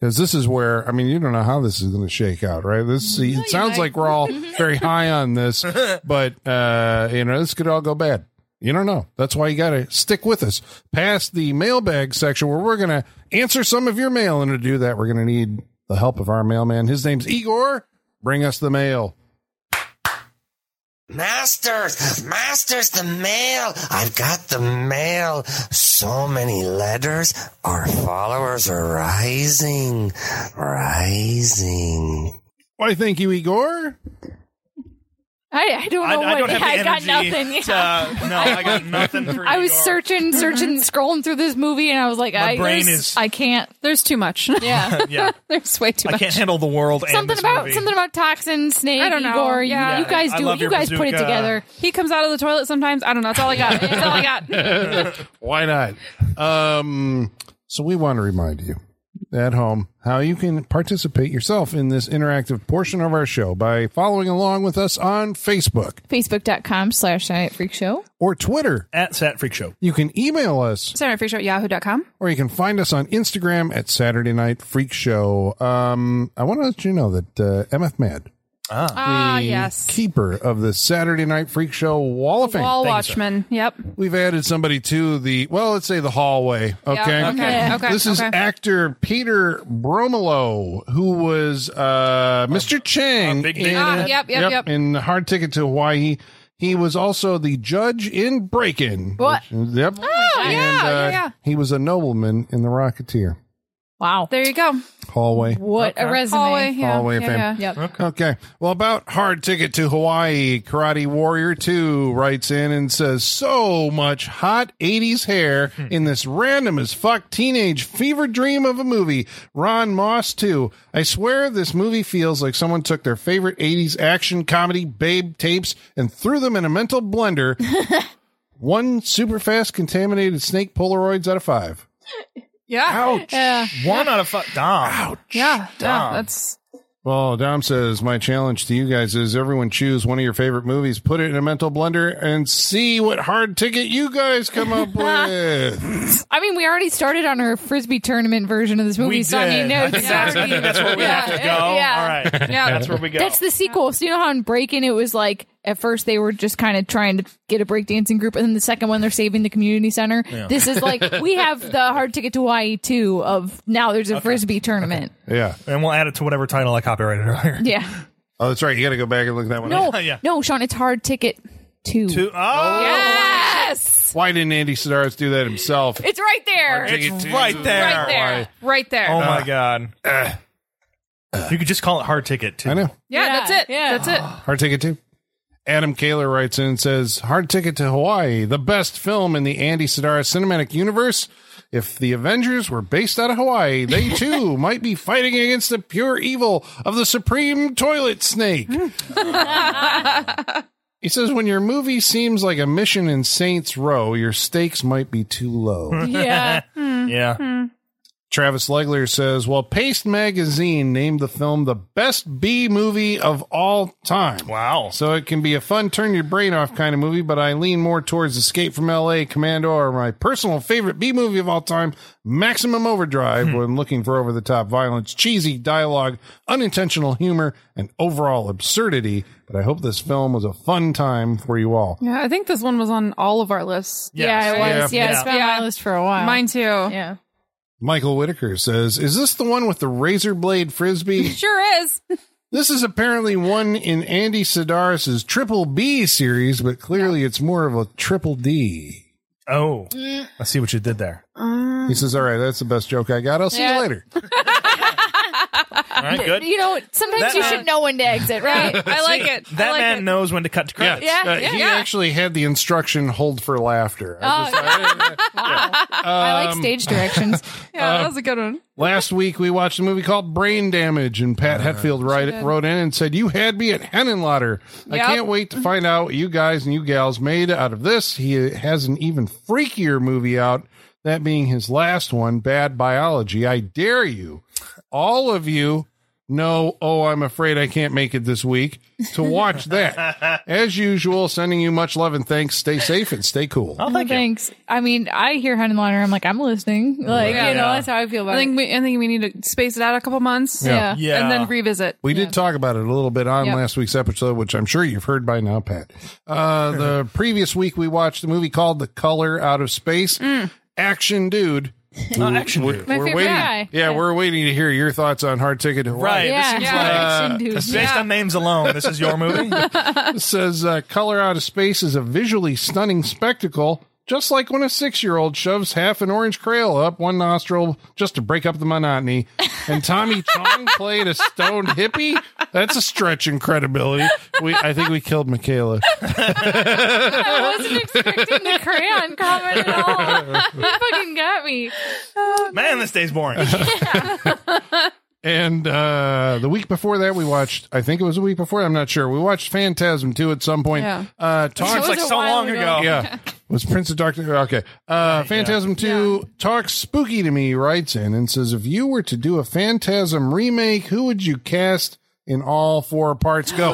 Speaker 2: Because this is where I mean, you don't know how this is going to shake out, right? This it sounds like we're all very high on this, but uh, you know, this could all go bad. You don't know. That's why you got to stick with us past the mailbag section where we're going to answer some of your mail. And to do that, we're going to need the help of our mailman. His name's Igor. Bring us the mail.
Speaker 6: Masters, masters, the mail. I've got the mail. So many letters. Our followers are rising, rising.
Speaker 2: Why, thank you, Igor.
Speaker 5: I, I don't
Speaker 4: I,
Speaker 5: know
Speaker 4: I don't
Speaker 5: what.
Speaker 4: have
Speaker 5: Oh, I
Speaker 4: the
Speaker 5: got
Speaker 4: energy
Speaker 5: nothing.
Speaker 4: to-
Speaker 5: Yeah.
Speaker 4: no, I got nothing for
Speaker 5: I was
Speaker 4: Igor.
Speaker 5: searching, searching, scrolling through this movie, and I was like, I,
Speaker 4: brain
Speaker 5: there's-
Speaker 4: is-
Speaker 5: I can't.
Speaker 3: There's too much.
Speaker 5: Yeah.
Speaker 4: Yeah,
Speaker 3: There's way too
Speaker 4: I
Speaker 3: much.
Speaker 4: can't handle the world. and
Speaker 5: something
Speaker 4: this
Speaker 5: about
Speaker 4: movie.
Speaker 5: something about toxin, snake,
Speaker 3: I don't know.
Speaker 5: Igor. you-
Speaker 3: Yeah.
Speaker 5: You guys
Speaker 4: I
Speaker 5: do
Speaker 4: love
Speaker 5: it.
Speaker 4: your
Speaker 5: You guys put it
Speaker 4: bazooka.
Speaker 5: together.
Speaker 3: He comes out of the toilet sometimes. I don't know. That's all I got. That's all I got.
Speaker 2: Why not? Um, so we want to remind you at home how you can participate yourself in this interactive portion of our show by following along with us on Facebook
Speaker 5: Facebook.com slash Night Freak Show.
Speaker 2: or Twitter.
Speaker 4: at Sat Freak Show.
Speaker 2: You can email us
Speaker 3: Saturday Free Show at yahoo.com.
Speaker 2: or you can find us on Instagram at Saturday Night Freak Show. Um, I want to let you know that uh, MF Mad,
Speaker 3: Ah, yes.
Speaker 2: keeper of the Saturday Night Freak Show Wall of Fame,
Speaker 3: Wall Watchman. Yep.
Speaker 2: we've added somebody to the, well, let's say the hallway. Okay.
Speaker 3: Yeah, okay.
Speaker 5: Yeah.
Speaker 3: Okay.
Speaker 2: this is
Speaker 3: okay.
Speaker 2: actor Peter Bromelo, who was uh, Mr. Chang.
Speaker 4: Big
Speaker 2: in,
Speaker 4: Day.
Speaker 3: Ah, yep, yep, yep.
Speaker 2: In Hard Ticket to Hawaii. He was also the judge in Break In.
Speaker 5: What?
Speaker 2: Yep.
Speaker 3: Oh, yeah,
Speaker 2: And, uh,
Speaker 3: yeah, yeah.
Speaker 2: He was a nobleman in The Rocketeer.
Speaker 5: Wow.
Speaker 3: There you go.
Speaker 2: Hallway.
Speaker 5: What a resume.
Speaker 3: Hallway. Yeah,
Speaker 2: Hallway of
Speaker 3: yeah,
Speaker 2: Fame.
Speaker 3: yeah.
Speaker 5: Yep.
Speaker 2: Okay. Well, about Hard Ticket to Hawaii, Karate Warrior 2 writes in and says, So much hot 80s hair in this random as fuck teenage fever dream of a movie, Ron Moss 2. I swear this movie feels like someone took their favorite 80s action comedy babe tapes and threw them in a mental blender. One super fast contaminated snake Polaroids out of five.
Speaker 3: Yeah.
Speaker 2: Ouch.
Speaker 4: One out of five. Dom.
Speaker 3: Yeah. yeah. That's
Speaker 2: Well, Dom says, My challenge to you guys is everyone choose one of your favorite movies, put it in a mental blender, and see what hard ticket you guys come up with.
Speaker 5: I mean, we already started on our frisbee tournament version of this movie,
Speaker 4: We
Speaker 5: so I
Speaker 4: did.
Speaker 5: mean, no,
Speaker 4: I
Speaker 5: it's
Speaker 4: think that's,
Speaker 5: already-
Speaker 4: that's where we have to go.
Speaker 5: Yeah.
Speaker 4: All right.
Speaker 3: Yeah.
Speaker 4: That's where we go.
Speaker 5: That's the sequel. So you know how in Breaking it was like at first they were just kind of trying to get a breakdancing group, and then the second one they're saving the community center. This is like we have the hard ticket to Hawaii two of now there's a frisbee tournament.
Speaker 2: yeah.
Speaker 4: and we'll add it to whatever title I copyrighted earlier.
Speaker 5: Yeah.
Speaker 2: Oh, that's right. You got to go back and look at that one.
Speaker 5: No,
Speaker 4: Yeah.
Speaker 5: no, Sean, it's hard ticket two.
Speaker 4: To- oh,
Speaker 3: yes.
Speaker 2: Why didn't Andy Sidaris do that himself?
Speaker 5: It's right there.
Speaker 4: it's right there.
Speaker 3: Right there. Right there.
Speaker 4: Oh
Speaker 2: Uh,
Speaker 4: my god. you could just call it hard ticket too.
Speaker 2: I know.
Speaker 3: yeah,
Speaker 5: Yeah,
Speaker 3: That's it.
Speaker 5: yeah.
Speaker 3: That's it.
Speaker 2: Hard ticket, too. Adam Kaler writes in and says, Hard Ticket to Hawaii, the best film in the Andy Sidara cinematic universe. If the Avengers were based out of Hawaii, they too might be fighting against the pure evil of the supreme toilet snake. he says, When your movie seems like a mission in Saints Row, your stakes might be too low.
Speaker 3: Hmm.
Speaker 5: Yeah.
Speaker 4: Yeah.
Speaker 5: Mm-hmm.
Speaker 2: Travis Legler says, "Well, Paste Magazine named the film the best B movie of all time.
Speaker 4: Wow.
Speaker 2: So it can be a fun turn your brain off kind of movie, but I lean more towards Escape from LA, Commando, or my personal favorite B movie of all time, Maximum Overdrive, when looking for over the top violence, cheesy dialogue, unintentional humor, and overall absurdity. But I hope this film was a fun time for you all.
Speaker 3: Yeah, I think this one was on all of our lists.
Speaker 5: Yeah,
Speaker 4: Yes.
Speaker 5: it was. Yeah,
Speaker 4: Yeah.
Speaker 5: it's been on
Speaker 3: Yeah.
Speaker 5: my list for a while.
Speaker 3: Mine too.
Speaker 5: Yeah.
Speaker 2: Michael Whitaker says, Is this the one with the razor blade frisbee?
Speaker 3: Sure is.
Speaker 2: This is apparently one in Andy Sidaris's Triple B series, but clearly it's more of a Triple D.
Speaker 4: Oh, I see what you did there.
Speaker 2: He says, "All right, that's the best joke I got. I'll see you
Speaker 5: Yeah.
Speaker 2: later."
Speaker 4: All right, good.
Speaker 5: You know, sometimes
Speaker 4: That uh,
Speaker 5: you
Speaker 4: man-
Speaker 5: should know when to exit, right?
Speaker 3: I like it.
Speaker 4: That
Speaker 3: I like
Speaker 4: man
Speaker 3: it.
Speaker 4: knows when to cut to credits.
Speaker 5: Yeah,
Speaker 2: Uh, he
Speaker 5: yeah. Oh.
Speaker 2: actually had the instruction "hold for laughter." I just-
Speaker 5: I
Speaker 4: Um,
Speaker 5: like stage directions.
Speaker 3: Yeah, that was a good one.
Speaker 2: last week we watched a movie called Brain Damage, and Pat Hetfield write, wrote in and said, "You had me at Henenlotter. I
Speaker 3: Yep.
Speaker 2: can't wait to find out what you guys and you gals made out of this." He has an even freakier movie out, that being his last one, Bad Biology. I dare you. all of you know, oh, I'm afraid I can't make it this week to watch that. As usual, sending you much love and thanks. Stay safe and stay cool.
Speaker 4: Oh, thank you.
Speaker 5: Thanks. I mean, I hear Hundenliner. I'm like, I'm listening. Like,
Speaker 4: Yeah.
Speaker 5: you know, that's how I feel about
Speaker 3: I think we I think we need to space it out a couple months.
Speaker 5: it. Yeah.
Speaker 4: Yeah.
Speaker 3: And then revisit.
Speaker 2: We did talk about it a little bit on
Speaker 3: Yep.
Speaker 2: last week's episode, which I'm sure you've heard by now, Pat. Uh, the previous week, we watched a movie called The Color Out of Space. Action Dude.
Speaker 4: action
Speaker 2: We're-
Speaker 4: dude.
Speaker 5: My
Speaker 2: we're
Speaker 5: favorite
Speaker 2: waiting.
Speaker 5: guy.
Speaker 2: Yeah, we're waiting to hear your thoughts on Hard Ticket to Hawaii.
Speaker 4: Right. This uh,
Speaker 5: Yeah.
Speaker 4: seems
Speaker 5: Yeah.
Speaker 4: like-
Speaker 5: Action dude.
Speaker 4: Based on names alone, this is your movie.
Speaker 2: says uh, color out of space is a visually stunning spectacle just like when a six-year-old shoves half an orange crayon up one nostril just to break up the monotony and tommy chong played a stoned hippie that's a stretch in credibility we, i think we killed michaela
Speaker 5: I wasn't expecting the crayon comment at all. That fucking got me.
Speaker 4: Man, this day's boring.
Speaker 2: and uh, the week before that we watched i think it was the week before i'm not sure we watched phantasm 2 at some point
Speaker 3: Yeah.
Speaker 2: uh,
Speaker 4: It
Speaker 2: talks
Speaker 4: was
Speaker 5: was
Speaker 4: like
Speaker 5: a
Speaker 4: so
Speaker 5: while
Speaker 4: long
Speaker 5: ago.
Speaker 4: ago.
Speaker 2: yeah. Was Prince of Darkness. Okay. Uh, Phantasm 2 talks spooky to me, writes in and says, if you were to do a Phantasm remake, who would you cast in all four parts? Go.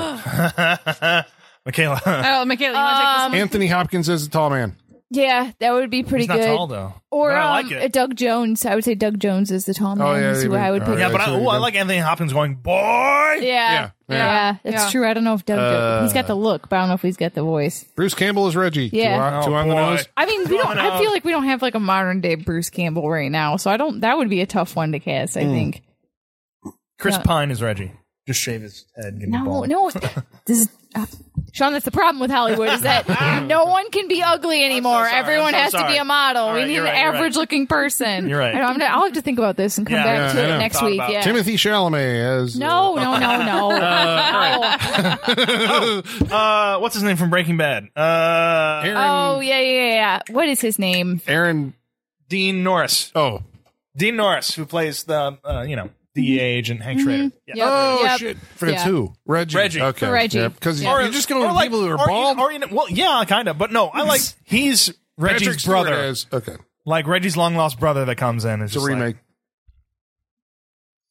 Speaker 4: Michaela,
Speaker 3: Oh, Michaela, you want to
Speaker 2: Anthony Hopkins as the tall man.
Speaker 5: Um, Yeah, that would be pretty
Speaker 4: he's not
Speaker 5: good.
Speaker 4: tall though.
Speaker 5: Or
Speaker 4: But I
Speaker 5: um,
Speaker 4: like it. Oh,
Speaker 5: Doug Jones. I would say Doug Jones is the tall man.
Speaker 2: yeah,
Speaker 5: is
Speaker 2: they
Speaker 5: who I
Speaker 2: would-
Speaker 5: would
Speaker 2: alright.
Speaker 5: pick.
Speaker 4: Yeah,
Speaker 5: Yeah.
Speaker 4: but I,
Speaker 2: that's
Speaker 4: oh,
Speaker 2: really
Speaker 4: I
Speaker 2: good.
Speaker 4: like Anthony Hopkins going boy.
Speaker 5: Yeah.
Speaker 2: Yeah.
Speaker 5: that's
Speaker 3: Yeah.
Speaker 5: true. I don't know if Doug
Speaker 4: Uh,
Speaker 5: Jones. He's got the look, but I don't know if he's got the voice.
Speaker 2: Bruce Campbell as Reggie. uh,
Speaker 5: Yeah.
Speaker 2: Two, on-
Speaker 4: Oh,
Speaker 2: two on the
Speaker 4: boy.
Speaker 2: nose.
Speaker 5: I mean, we don't. I
Speaker 4: Domino.
Speaker 5: feel like we don't have like a modern day Bruce Campbell right now, so I don't. That would be a tough one to cast.
Speaker 4: Hmm.
Speaker 5: I think.
Speaker 4: Chris
Speaker 5: No.
Speaker 4: Pine is Reggie. Just shave his head. And get
Speaker 5: No,
Speaker 4: bald.
Speaker 5: no. This is, uh, Sean, that's the problem with Hollywood is that no one can be ugly anymore.
Speaker 4: sorry,
Speaker 5: Everyone
Speaker 4: I'm so
Speaker 5: has to
Speaker 4: sorry.
Speaker 5: be a model.
Speaker 4: All
Speaker 5: we
Speaker 4: right,
Speaker 5: need
Speaker 4: you're
Speaker 5: an
Speaker 4: right, you're right.
Speaker 5: average-looking person.
Speaker 4: You're right.
Speaker 5: I don't, I'm gonna, I'll have to think about this and come
Speaker 4: Yeah,
Speaker 5: back
Speaker 2: yeah, I
Speaker 5: to
Speaker 2: know.
Speaker 5: it next
Speaker 4: Thought
Speaker 5: week.
Speaker 4: about
Speaker 5: Yeah.
Speaker 4: it.
Speaker 2: Timothy Chalamet as.
Speaker 5: No, no, no, no.
Speaker 4: Uh, what's his name from Breaking Bad? Uh,
Speaker 2: Aaron,
Speaker 5: Oh, yeah, yeah, yeah. yeah. What is his name?
Speaker 2: Aaron.
Speaker 4: Dean Norris.
Speaker 2: Oh.
Speaker 4: Dean Norris, who plays the uh, you know
Speaker 5: Mm-hmm.
Speaker 4: DEA agent Hank Schrader. Yeah.
Speaker 2: Oh,
Speaker 5: Yep.
Speaker 2: shit. That's
Speaker 5: Yeah.
Speaker 2: who? Reggie.
Speaker 4: Reggie.
Speaker 2: Okay.
Speaker 5: Reggie.
Speaker 2: Because
Speaker 5: Yeah.
Speaker 2: you're just going
Speaker 4: or
Speaker 2: to
Speaker 4: like-
Speaker 2: people who are
Speaker 4: or
Speaker 2: bald.
Speaker 4: You, or you know, well, yeah, kind of, but no, I like he's Reggie's
Speaker 2: Patrick Stewart
Speaker 4: brother,
Speaker 2: as- okay.
Speaker 4: like Reggie's long lost brother that comes in. It's
Speaker 2: It's a remake.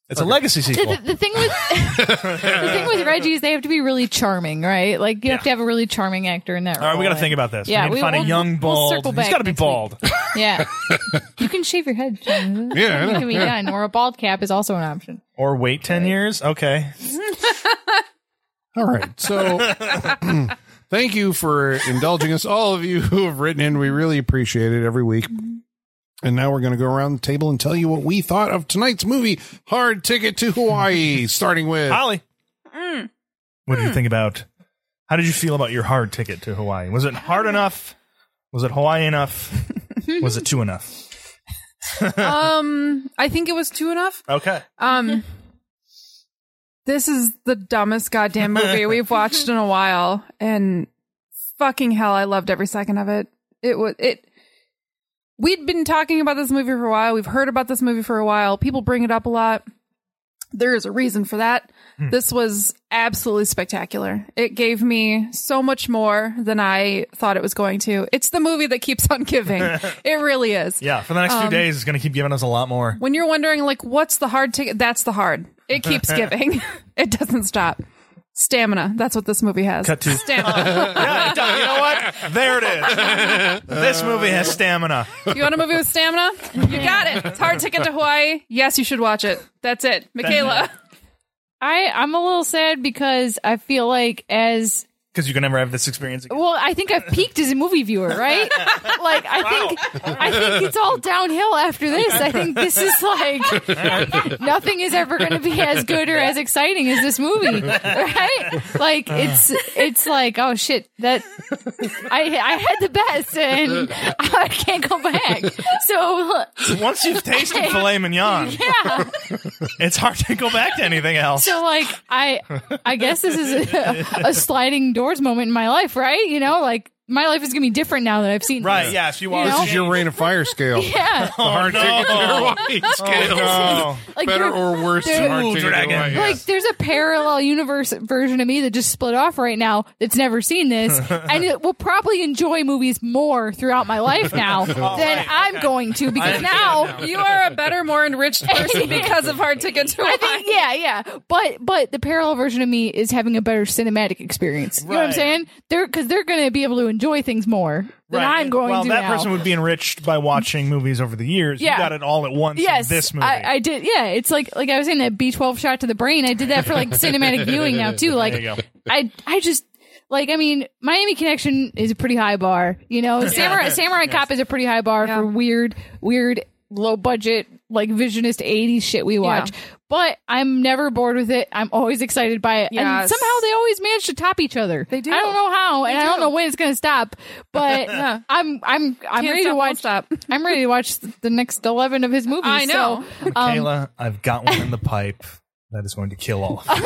Speaker 4: it's a legacy
Speaker 5: The,
Speaker 4: sequel.
Speaker 5: the, the thing with the thing with Reggie is they have to be really charming, right? Like you have
Speaker 4: Yeah.
Speaker 5: to have a really charming actor in that.
Speaker 4: All right, we got to think about this.
Speaker 5: Oh.
Speaker 4: we
Speaker 5: Yeah,
Speaker 4: need
Speaker 5: we-
Speaker 4: to find
Speaker 5: we'll-
Speaker 4: a young
Speaker 5: we'll
Speaker 4: bald.
Speaker 5: circle
Speaker 4: he's
Speaker 5: back
Speaker 4: got to be
Speaker 5: next week.
Speaker 4: bald.
Speaker 5: Yeah, you can shave your head. Sean.
Speaker 2: Yeah, I know,
Speaker 5: It can be
Speaker 2: yeah.
Speaker 5: done, or a bald cap is also an option.
Speaker 4: or wait ten years. Okay,
Speaker 2: All right. So thank you for indulging us, all of you who have written in. We really appreciate it every week. And now we're going to go around the table and tell you what we thought of tonight's movie, Hard Ticket to Hawaii, starting with.
Speaker 4: Holly,
Speaker 5: Mm.
Speaker 4: what do you think about? How did you feel about your hard ticket to Hawaii? Was it hard
Speaker 5: Mm.
Speaker 4: enough? Was it Hawaii enough? was it two enough?
Speaker 3: um, take? Um, I think it was two enough.
Speaker 4: Okay,
Speaker 3: Um, this is the dumbest goddamn movie we've watched in a while, and fucking hell, I loved every second of it. It was it. We'd been talking about this movie for a while. We've heard about this movie for a while. People bring it up a lot. There is a reason for that. This was absolutely spectacular. It gave me so much more than I thought it was going to. It's the movie that keeps on giving. it really is
Speaker 4: Yeah, for the next
Speaker 5: Um,
Speaker 4: few days, it's going to keep giving us a lot more.
Speaker 3: when you're wondering like what's the hard ticket that's the hard it keeps giving it doesn't stop stamina that's what this movie has
Speaker 4: Cut to-
Speaker 3: stamina
Speaker 4: Yeah, it does. you know what? There it is. this movie has stamina.
Speaker 3: you want a movie with stamina you got it it's hard ticket to hawaii yes you should watch it that's it michaela
Speaker 5: I I'm a little sad because I feel like as
Speaker 4: Because you can never have this experience again.
Speaker 5: well, I think I've peaked as a movie viewer, right? like I think I think it's all downhill after this. I think this is like nothing is ever going to be as good or as exciting as this movie, right? Like it's it's like oh shit that I I had the best and I can't go back. So
Speaker 4: Once you've tasted filet mignon,
Speaker 5: yeah.
Speaker 4: it's hard to go back to anything else.
Speaker 5: So like I I guess this is a, a sliding doors moment in my life, right? You know, like my life is gonna be different now that I've seen
Speaker 4: right,
Speaker 5: This.
Speaker 4: yeah, if you
Speaker 5: You
Speaker 4: are.
Speaker 5: know?
Speaker 2: This is your rain of fire scale.
Speaker 5: Yeah.
Speaker 2: The hard
Speaker 4: Oh, no. Oh,
Speaker 2: ticket to Hawaii scale.
Speaker 4: no.
Speaker 5: Like
Speaker 2: Better
Speaker 5: there-
Speaker 2: or worse
Speaker 5: there-
Speaker 2: than hard
Speaker 4: Ooh,
Speaker 2: ticket to
Speaker 4: dragon.
Speaker 2: Hawaii.
Speaker 5: Like there's a parallel universe version of me that just split off right now that's never seen this and it will probably enjoy movies more throughout my life now than I'm going to because now
Speaker 3: you are a better more enriched person because of hard ticket to hawaii
Speaker 5: I think yeah, yeah. But but the parallel version of me is having a better cinematic experience. You know what I'm
Speaker 4: Right.
Speaker 5: saying? They're because they're gonna be able to enjoy things more than
Speaker 4: Right.
Speaker 5: I'm going
Speaker 4: well,
Speaker 5: to
Speaker 4: that
Speaker 5: now.
Speaker 4: person would be enriched by watching movies over the years. You
Speaker 5: Yeah.
Speaker 4: got it all at once
Speaker 5: yes,
Speaker 4: in this movie.
Speaker 5: I, I did. Yeah, it's like like I was in that B12 shot to the brain. I did that for like cinematic viewing now too. Like
Speaker 4: you go.
Speaker 5: I I just like I mean Miami Connection is a pretty high bar. You know, Samurai Samurai Cop is a pretty high bar for weird weird low budget like visionist 80s shit we watch. But I'm never bored with it. I'm always excited by it. And
Speaker 3: Yes.
Speaker 5: somehow they always manage to top each other.
Speaker 3: They do.
Speaker 5: I don't know how, and I don't
Speaker 3: do.
Speaker 5: know when it's going to stop. But I'm I'm I'm ready
Speaker 3: stop,
Speaker 5: to
Speaker 3: won't
Speaker 5: watch.
Speaker 3: stop.
Speaker 5: I'm ready to watch the next 11 of his movies.
Speaker 3: I
Speaker 5: so-
Speaker 3: know.
Speaker 5: um,
Speaker 4: Kayla, I've got one in the pipe that is going to kill all of you.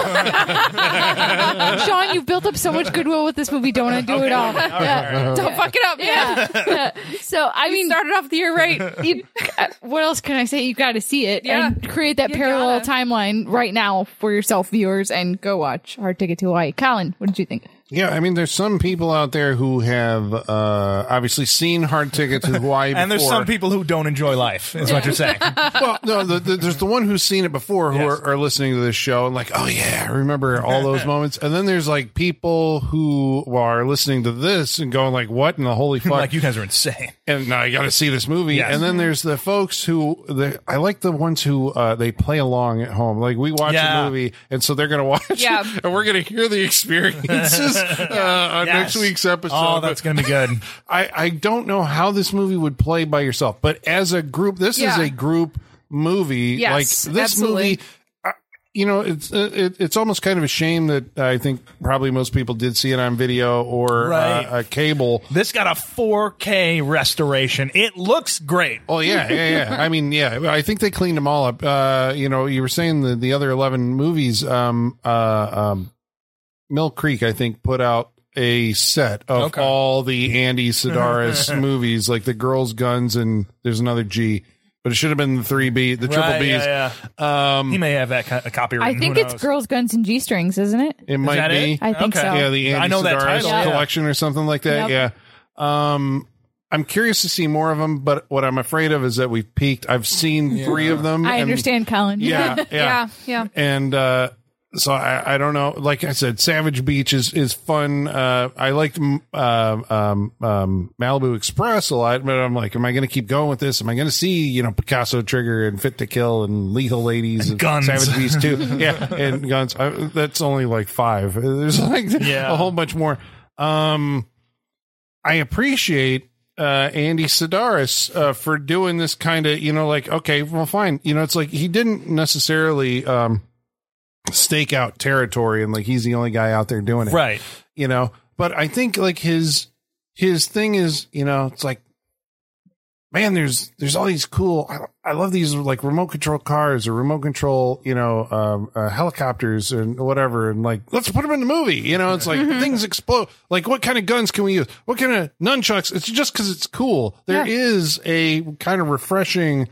Speaker 5: uh, Sean, you've built up so much goodwill with this movie. Don't undo it all. Yeah.
Speaker 3: don't fuck it up man.
Speaker 5: Yeah. So I mean,
Speaker 3: started off the year right
Speaker 5: you, uh, what else can I say? You got to see it
Speaker 3: Yeah.
Speaker 5: and create that
Speaker 3: You
Speaker 5: parallel
Speaker 3: gotta.
Speaker 5: timeline right now for yourself, viewers, and go watch Hard Ticket to Hawaii. Colin, what did you think?
Speaker 2: Yeah, I mean, there's some people out there who have uh, obviously seen Hard Ticket to Hawaii before.
Speaker 4: And there's some people who don't enjoy life, is what you're saying.
Speaker 2: well, no, the, the, there's the one who's seen it before who
Speaker 4: Yes.
Speaker 2: are, are listening to this show and like, oh yeah, I remember all those moments. And then there's like people who are listening to this and going like, what in the holy fuck?
Speaker 4: like, you guys are insane.
Speaker 2: and now I got to see this movie.
Speaker 4: Yes.
Speaker 2: And then there's the folks who the, I like the ones who uh, they play along at home. Like we watch
Speaker 4: Yeah.
Speaker 2: a movie, and so they're gonna watch, it,
Speaker 3: Yeah.
Speaker 2: and we're gonna hear the experiences uh, on next
Speaker 4: Yes.
Speaker 2: week's episode. But
Speaker 4: Oh, that's going to be good.
Speaker 2: I I don't know how this movie would play by yourself, but as a group, this
Speaker 3: Yeah.
Speaker 2: is a group movie.
Speaker 3: Yes,
Speaker 2: like this
Speaker 3: absolutely.
Speaker 2: movie. I- You know, it's uh, it, it's almost kind of a shame that I think probably most people did see it on video or
Speaker 4: Right.
Speaker 2: uh, a cable.
Speaker 4: This got a 4K restoration. It looks great.
Speaker 2: Oh yeah, yeah, yeah. I mean, yeah. I think they cleaned them all up. Uh, you know, you were saying the the other eleven movies. Um, uh, um, Mill Creek, I think, put out a set of
Speaker 4: Okay.
Speaker 2: all the Andy Sidaris movies, like the Girls, Guns, and there's another G, but it should have been the three B, the triple
Speaker 4: Right,
Speaker 2: Bs.
Speaker 4: yeah,
Speaker 2: Um,
Speaker 4: He may have that co- copyright.
Speaker 5: I think it's Girls, Guns, and G Strings, isn't it?
Speaker 2: it might
Speaker 4: that
Speaker 2: be.
Speaker 4: it?
Speaker 5: I think
Speaker 4: Okay.
Speaker 5: so.
Speaker 2: Yeah, the Andy
Speaker 4: I know that
Speaker 2: Sidaris
Speaker 4: title, yeah.
Speaker 2: collection or something like that. Yeah. Um, I'm curious to see more of them, but what I'm afraid of is that we've peaked. I've seen three of them.
Speaker 5: I
Speaker 2: and-
Speaker 5: understand, Colin.
Speaker 2: Yeah, yeah.
Speaker 3: yeah yeah
Speaker 2: And uh, so I, I don't know. Like I said, Savage Beach is is fun. Uh, I liked mm, uh, um, um, Malibu Express a lot, but I'm like, am I going to keep going with this? Am I going to see you know Picasso Trigger and Fit to Kill and Lethal Ladies and,
Speaker 4: Guns.
Speaker 2: Savage Beach too? yeah, and Guns. I, that's only like five. There's like
Speaker 4: Yeah.
Speaker 2: a whole bunch more. Um, I appreciate uh, Andy Sidaris uh, for doing this kind of, you know, like, okay, well, fine. You know, it's like he didn't necessarily um, stake out territory and like he's the only guy out there doing it.
Speaker 4: Right.
Speaker 2: You know, but I think like his his thing is, you know, it's like man, there's there's all these cool. I, I love these like remote control cars or remote control, you know, um, uh, helicopters and whatever. And like, let's put them in the movie. You know, it's like things explode. Like, what kind of guns can we use? What kind of nunchucks? It's just because it's cool. There is a kind of refreshing.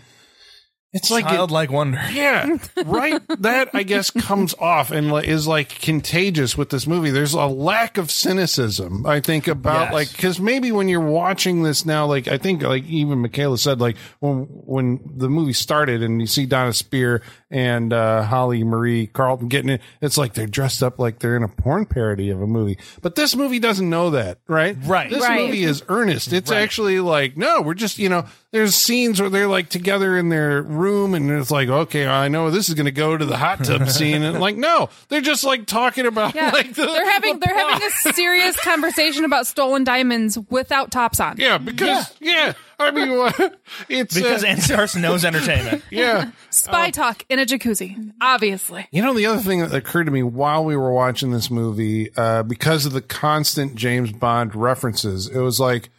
Speaker 2: It's like it-
Speaker 4: Childlike wonder.
Speaker 2: yeah, right. That I guess comes off and li- is like contagious with this movie. There's a lack of cynicism, I think, about
Speaker 4: Yes.
Speaker 2: like because maybe when you're watching this now, like I think, like even Michaela said, like when when the movie started and you see Donna Spear and uh, Holly Marie Carlton getting it, it's like they're dressed up like they're in a porn parody of a movie. But this movie doesn't know that, right?
Speaker 4: Right.
Speaker 2: This
Speaker 5: Right.
Speaker 2: movie is earnest. It's actually like, no, we're just, you know, there's scenes where they're like together in their room and it's like, okay, I know this is going to go to the hot tub scene. And like, no, they're just like talking about
Speaker 3: Yeah,
Speaker 2: like the,
Speaker 3: they're having they're having a serious conversation about stolen diamonds without tops on.
Speaker 2: yeah, because yeah, I mean, what- it's
Speaker 4: Because
Speaker 2: uh,
Speaker 4: NCRS knows entertainment.
Speaker 2: yeah.
Speaker 3: Spy talk in a jacuzzi, obviously.
Speaker 2: You know, the other thing that occurred to me while we were watching this movie, uh, because of the constant James Bond references, it was like,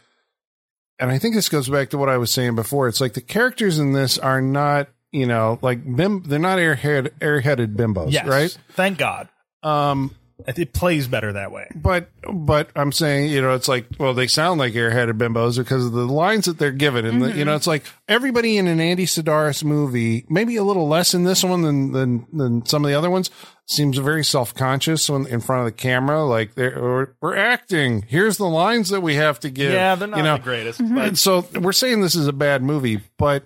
Speaker 2: and I think this goes back to what I was saying before. It's like the characters in this are not, you know, like bim- they're not airhead airheaded bimbos,
Speaker 4: Yes.
Speaker 2: right?
Speaker 4: Thank God.
Speaker 2: Um,
Speaker 4: It plays better that way.
Speaker 2: but but I'm saying, you know, it's like, well, they sound like airheaded bimbos because of the lines that they're given, and the, you know, it's like everybody in an Andy Sidaris movie, maybe a little less in this one than than than some of the other ones, seems very self conscious when in front of the camera, like they're we're, we're acting. Here's the lines that we have to give.
Speaker 4: Yeah, they're not
Speaker 2: you know?
Speaker 4: the greatest.
Speaker 2: And so we're saying this is a bad movie, but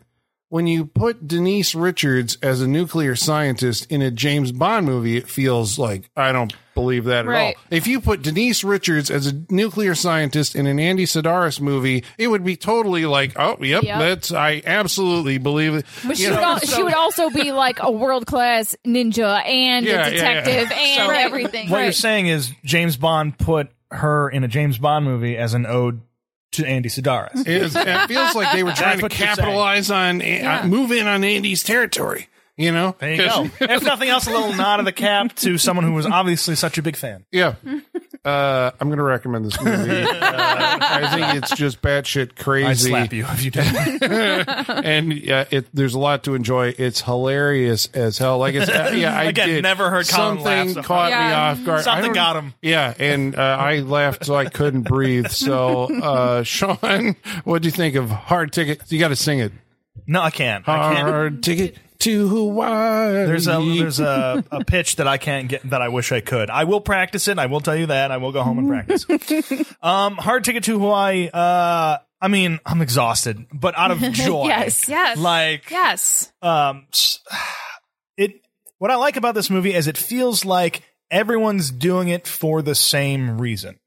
Speaker 2: when you put Denise Richards as a nuclear scientist in a James Bond movie, it feels like I don't believe that
Speaker 3: Right.
Speaker 2: at all. If you put Denise Richards as a nuclear scientist in an Andy Sidaris movie, it would be totally like, oh, yep,
Speaker 5: Yep.
Speaker 2: that's I absolutely believe it.
Speaker 5: But she
Speaker 2: You
Speaker 5: would,
Speaker 2: know?
Speaker 5: al- she would also be like a world class ninja and
Speaker 2: Yeah, yeah,
Speaker 5: a detective
Speaker 2: yeah.
Speaker 5: and everything.
Speaker 4: What you're saying is James Bond put her in a James Bond movie as an ode to Andy Sidaris.
Speaker 2: It, is- it feels like they were trying to
Speaker 4: what you're saying.
Speaker 2: capitalize on, on move in on Andy's territory. You know,
Speaker 4: There you go. if nothing else, a little nod of the cap to someone who was obviously such a big fan.
Speaker 2: Yeah. Uh, I'm going to recommend this movie. Uh, I think it's just batshit crazy.
Speaker 4: I'd slap you if you did.
Speaker 2: And uh, it, there's a lot to enjoy. It's hilarious as hell. Like it's uh, yeah, I
Speaker 4: Again,
Speaker 2: did.
Speaker 4: never heard Colin laugh
Speaker 2: something
Speaker 4: so
Speaker 2: caught me
Speaker 3: Yeah.
Speaker 2: off guard. I
Speaker 4: Something
Speaker 2: don't-
Speaker 4: got him.
Speaker 2: Yeah, and uh, I laughed so I couldn't breathe. So, uh, Sean, what do you think of Hard Ticket? You got to sing it.
Speaker 4: No, I can't. I can't.
Speaker 2: Hard Ticket to Hawaii.
Speaker 4: There's a there's a, a pitch that I can't get that I wish I could. I will practice it. I will tell you that. I will go home and practice. um, hard ticket to Hawaii. Uh, I mean, I'm exhausted, but out of joy.
Speaker 5: Yes.
Speaker 3: Yes.
Speaker 4: Like
Speaker 3: yes.
Speaker 4: um, s- it. What I like about this movie is it feels like everyone's doing it for the same reason.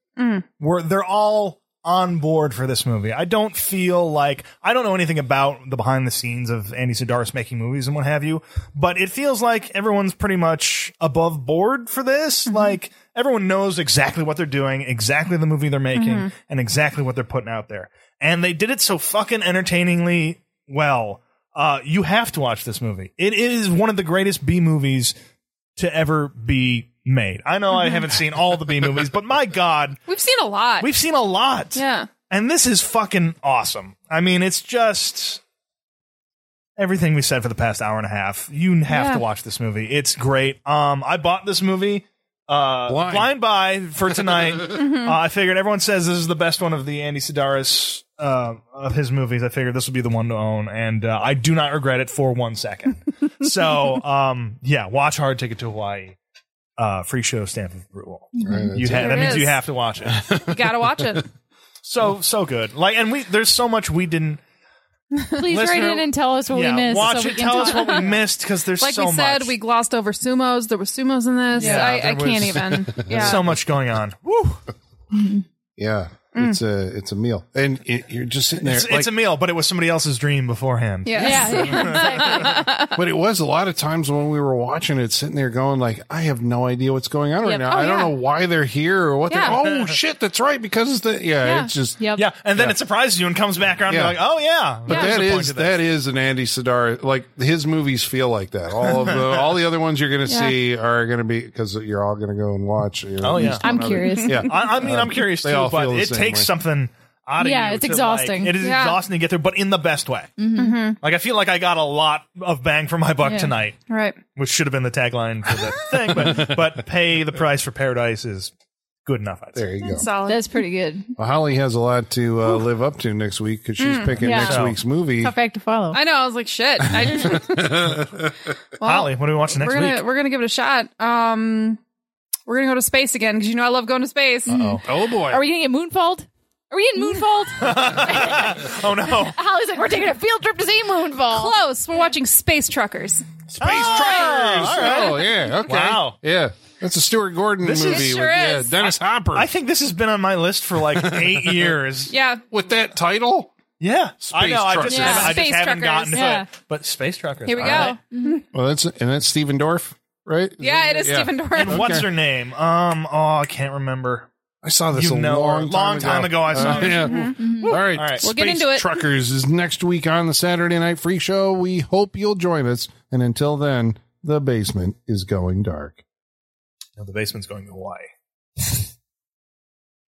Speaker 4: Where they're all on board for this movie. I don't feel like I don't know anything about the behind the scenes of Andy Sidaris making movies and what have you, but it feels like everyone's pretty much above board for this. Like everyone knows exactly what they're doing, exactly the movie they're making, and exactly what they're putting out there. And they did it so fucking entertainingly well. Uh, you have to watch this movie. It is one of the greatest B movies to ever be made. I know I haven't seen all the B movies, but my God,
Speaker 3: We've seen a lot.
Speaker 4: we've seen a lot.
Speaker 3: yeah.
Speaker 4: And this is fucking awesome. I mean, it's just everything we said for the past hour and a half. You have
Speaker 3: Yeah.
Speaker 4: to watch this movie. It's great. Um, I bought this movie uh,
Speaker 2: Blind.
Speaker 4: blind. buy for tonight.
Speaker 3: Mm-hmm.
Speaker 4: uh, I figured everyone says this is the best one of the Andy Sidaris uh, of his movies. I figured this would be the one to own, and uh, I do not regret it for one second. so, um, yeah, watch Hard Ticket to Hawaii. Uh, free show Stanford Brutal. You ha-
Speaker 3: There
Speaker 4: that
Speaker 3: it
Speaker 4: means you
Speaker 3: is.
Speaker 4: have to watch it
Speaker 3: You gotta watch it.
Speaker 4: so so good. Like, and we there's so much we didn't.
Speaker 5: Please
Speaker 4: Listener-
Speaker 5: write in and tell us what we missed.
Speaker 4: watch
Speaker 5: so
Speaker 4: it.
Speaker 5: We can
Speaker 4: Tell
Speaker 5: talk
Speaker 4: us what we
Speaker 5: about it.
Speaker 4: missed because there's
Speaker 3: Like
Speaker 4: so
Speaker 3: we said,
Speaker 4: much.
Speaker 3: we glossed over sumos. There were sumos in this.
Speaker 4: Yeah,
Speaker 3: I, I
Speaker 4: there
Speaker 3: can't
Speaker 4: was-
Speaker 3: even. Yeah.
Speaker 4: so much going on. Woo!
Speaker 2: yeah. It's a it's a meal, and it, you're just sitting there.
Speaker 4: It's,
Speaker 2: like-
Speaker 4: it's a meal, but it was somebody else's dream beforehand.
Speaker 3: yes.
Speaker 5: Yeah,
Speaker 2: But it was a lot of times when we were watching it, sitting there going like, I have no idea what's going on right now.
Speaker 5: Oh,
Speaker 2: I don't
Speaker 5: yeah.
Speaker 2: know why they're here or what.
Speaker 3: Yeah.
Speaker 2: they're Oh shit, that's right because it's the yeah.
Speaker 3: Yeah.
Speaker 2: It's just
Speaker 5: Yep.
Speaker 4: Yeah, and then it surprises you and comes back around.
Speaker 2: Yeah.
Speaker 4: And you're like, oh yeah,
Speaker 2: But that
Speaker 4: There's a point
Speaker 2: is
Speaker 4: to this.
Speaker 2: that is an Andy Sidaris like his movies feel like that. All of the all the other ones you're gonna see are gonna be because you're all gonna go and watch. you know,
Speaker 4: Oh,
Speaker 2: at
Speaker 4: yeah.
Speaker 2: least
Speaker 5: I'm
Speaker 2: one other-
Speaker 5: curious.
Speaker 2: Yeah,
Speaker 4: I, I mean, I'm curious
Speaker 2: they
Speaker 4: too,
Speaker 2: all
Speaker 4: but
Speaker 2: feel the
Speaker 4: it
Speaker 2: same
Speaker 4: takes
Speaker 2: way.
Speaker 4: something. out of
Speaker 5: Yeah,
Speaker 4: you
Speaker 5: it's
Speaker 4: to, like-
Speaker 5: exhausting. Mm-hmm.
Speaker 4: it is
Speaker 3: Yeah.
Speaker 4: exhausting to get there, but in the best way.
Speaker 2: Mm-hmm.
Speaker 4: Like I feel like I got a lot of bang for my buck tonight,
Speaker 3: Right.
Speaker 4: which should have been the tagline for the thing. But but pay the price for paradise is good enough. I'd say.
Speaker 2: There you go.
Speaker 3: Solid.
Speaker 5: That's pretty good.
Speaker 2: Well, Holly has a lot to uh, live up to next week because she's picking
Speaker 5: Mm. yeah.
Speaker 2: next
Speaker 4: So-
Speaker 2: week's movie.
Speaker 5: Tough act to follow.
Speaker 3: I know. I was like, shit. I just, Well,
Speaker 4: Holly, what are we watching next
Speaker 3: we're gonna
Speaker 4: week?
Speaker 3: we're gonna give it a shot. Um, we're gonna go to space again because you know I love going to space.
Speaker 2: Oh boy!
Speaker 5: Are we gonna get moonfalled? Are we getting moonfalled?
Speaker 4: Oh no,
Speaker 5: Holly's like, we're taking a field trip to see moonfall.
Speaker 3: Close. We're watching Space Truckers.
Speaker 4: space truckers. All right.
Speaker 2: oh yeah. Okay.
Speaker 4: Wow.
Speaker 2: Yeah. That's a Stuart Gordon
Speaker 4: This is-
Speaker 2: movie
Speaker 3: It sure
Speaker 2: with
Speaker 3: is.
Speaker 2: Yeah, Dennis Hopper.
Speaker 4: I think this has been on my list for like eight years.
Speaker 3: Yeah.
Speaker 2: with that title.
Speaker 4: Yeah, I know. I
Speaker 2: truckers.
Speaker 4: just haven't, I just
Speaker 3: Space
Speaker 4: haven't
Speaker 3: truckers.
Speaker 4: gotten to
Speaker 5: Yeah.
Speaker 4: it. But space truckers.
Speaker 3: Here we
Speaker 4: all
Speaker 3: go.
Speaker 4: right.
Speaker 2: Well, that's and that's Steven Dorff, right?
Speaker 3: Yeah, it is Stephen Dorff.
Speaker 4: And what's
Speaker 2: Okay.
Speaker 4: her name? Um, oh, I can't remember.
Speaker 2: I saw this
Speaker 4: You
Speaker 2: a
Speaker 4: know her.
Speaker 2: long, time
Speaker 4: Long
Speaker 2: ago.
Speaker 4: time ago I saw
Speaker 2: Uh,
Speaker 4: it.
Speaker 2: yeah. All right.
Speaker 4: All right.
Speaker 3: Mm-hmm. We'll get into it.
Speaker 2: Truckers is next week on the Saturday Night Freak Show. We hope you'll join us. And until then, the basement is going dark.
Speaker 4: No, the basement's going to Hawaii.